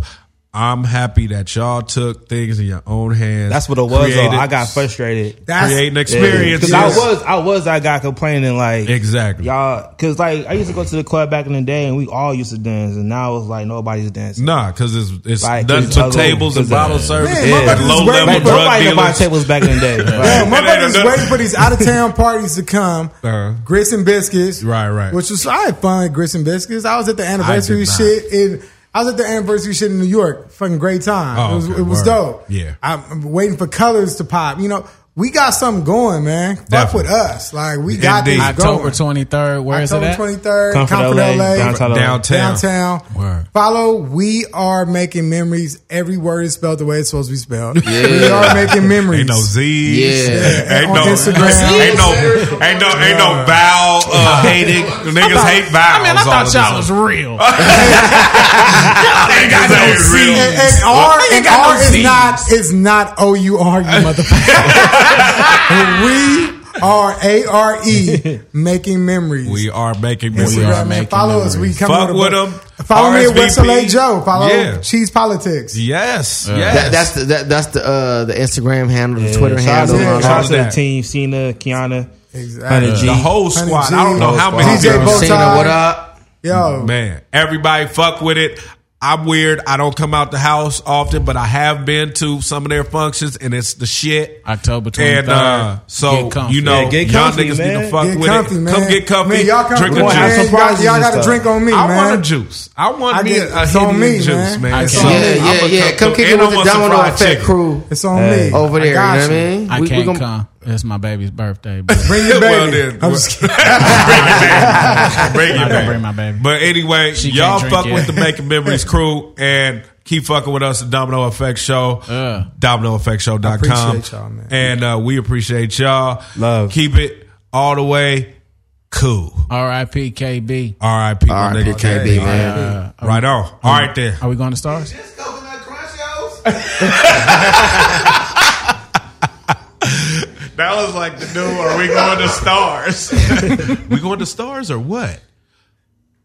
S1: I'm happy that y'all took things in your own hands.
S4: That's what it was. Though.
S1: created-
S4: I got frustrated.
S5: That's-
S1: creating
S4: Because
S1: experiences.
S4: I was, I was that guy complaining like
S1: exactly.
S4: y'all. Because like I used to go to the club back in the day, and we all used to dance, and now it's like nobody's dancing.
S1: Nah, because it's it's
S4: Like,
S1: done
S4: it's
S1: to
S4: other-
S1: tables and
S4: it's a-
S1: bottle service
S5: Yeah.
S1: and
S5: motherfuckers
S1: low
S5: is waiting
S1: level
S5: for-
S4: Like, nobody
S1: drug
S4: knew about
S1: dealers.
S4: tables back in the day.
S5: Yeah,
S4: Right.
S5: motherfuckers
S1: ain't no-
S5: waiting for these out of town parties to come.
S1: Uh-huh.
S5: Grits and biscuits,
S1: Right, right.
S5: Which was I had fun. Grits and biscuits. I was at the
S1: I
S5: anniversary
S1: did not.
S5: shit in. I was at the anniversary shit in New York. Fucking great time.
S1: Oh,
S5: it was,
S1: okay,
S5: it was
S1: word.
S5: dope.
S1: Yeah.
S5: I'm I'm waiting for colors to pop. You know, we got something going, man. Fuck
S1: Definitely.
S5: with us. Like we got
S1: Indeed.
S5: this
S2: October
S5: going.
S2: twenty third. Where is
S5: October
S2: it at?
S5: twenty third,
S4: Comfort
S5: Comfort
S4: LA,
S5: LA,
S4: downtown LA.
S1: Downtown.
S5: downtown.
S8: Word.
S5: Follow. We are making memories. Every word is spelled the way it's supposed to be spelled. We are making memories.
S1: Ain't no Z's.
S3: Yeah.
S1: Ain't
S5: On
S1: no
S5: Instagram.
S1: Ain't no ain't no ain't no vowel uh, hating. Niggas hate vowels.
S2: I mean, I
S1: all
S2: thought
S1: of
S2: y'all
S1: this.
S2: was real.
S1: Niggas ain't real.
S5: And, and R, and R is not is not O U R you motherfucker. we are A R E making memories.
S1: We are making
S5: Instagram,
S1: memories.
S5: man. follow us. We come
S1: Fuck
S5: up
S1: with
S5: a-
S1: 'em.
S5: Follow me at
S1: RSVP.
S5: West LA Joe. Follow
S1: Yeah.
S5: Cheese Politics.
S1: Yes.
S3: That,
S1: yes.
S3: that's the that, that's the uh, the Instagram handle, the Twitter
S4: Shout out
S3: handle.
S4: to-
S5: Yeah.
S3: all
S4: shout out
S3: that.
S4: to the
S1: that.
S4: team, Cena, Kiana.
S5: Exactly.
S4: Hundred
S1: the whole squad. I don't know how many
S5: DJ
S1: people-
S5: Bow
S3: Cena,
S5: Tie.
S3: what up?
S5: Yo,
S1: Man, everybody fuck with it. I'm weird. I don't come out the house often, but I have been to some of their functions, and it's the shit.
S2: October twenty third.
S1: And uh, so you know,
S4: Yeah, get
S1: y'all
S4: comfy,
S1: niggas
S4: man.
S1: need to fuck
S5: get
S1: with
S5: comfy,
S1: it.
S5: man.
S1: Come get comfy.
S5: Man, y'all come
S1: drink a
S5: we gonna
S1: juice.
S5: have
S4: juice.
S5: some prizes Y'all,
S4: and
S5: got to
S4: stuff.
S5: drink on me,
S1: I
S5: man.
S1: want a juice. I want
S5: I
S1: me
S5: get-
S1: a
S5: it's on
S1: Hidden
S5: me,
S1: juice,
S5: man.
S1: man.
S2: I
S1: So
S2: can't-
S3: yeah,
S1: I'ma
S3: yeah, yeah. Come kick it
S1: and I
S3: with the
S1: want some
S3: Domino
S1: fried
S3: Effect
S1: chicken.
S3: crew
S5: It's on
S4: Hey.
S5: me
S3: over
S5: I
S3: there. You know
S5: got
S3: what I
S5: you.
S3: mean?
S2: I
S3: We- we
S2: can't
S3: gonna-
S2: come. It's my baby's birthday. but
S5: Bring your
S1: Well,
S5: baby.
S1: then,
S5: I'm just kidding.
S1: Bring
S2: I
S1: it
S2: gotta
S1: back.
S2: bring my baby.
S1: But anyway,
S2: She can't
S1: y'all
S2: drink
S1: fuck
S2: yet.
S1: with the Making Memories crew and keep fucking with us at Domino Effect Show.
S2: Yeah.
S1: DominoEffectShow.com.
S5: Appreciate y'all, man.
S1: And uh, we appreciate y'all.
S4: Love.
S1: Keep it all the way cool.
S2: R.I.P. KB.
S1: R.I.P.
S3: All
S1: my
S3: right,
S1: nigga.
S3: PKB, man.
S2: Uh,
S1: Right on. All right then.
S2: are we going to stars?
S11: This coconut crunch, yo.
S1: That was like the new. Are we going to stars? we going to stars or what?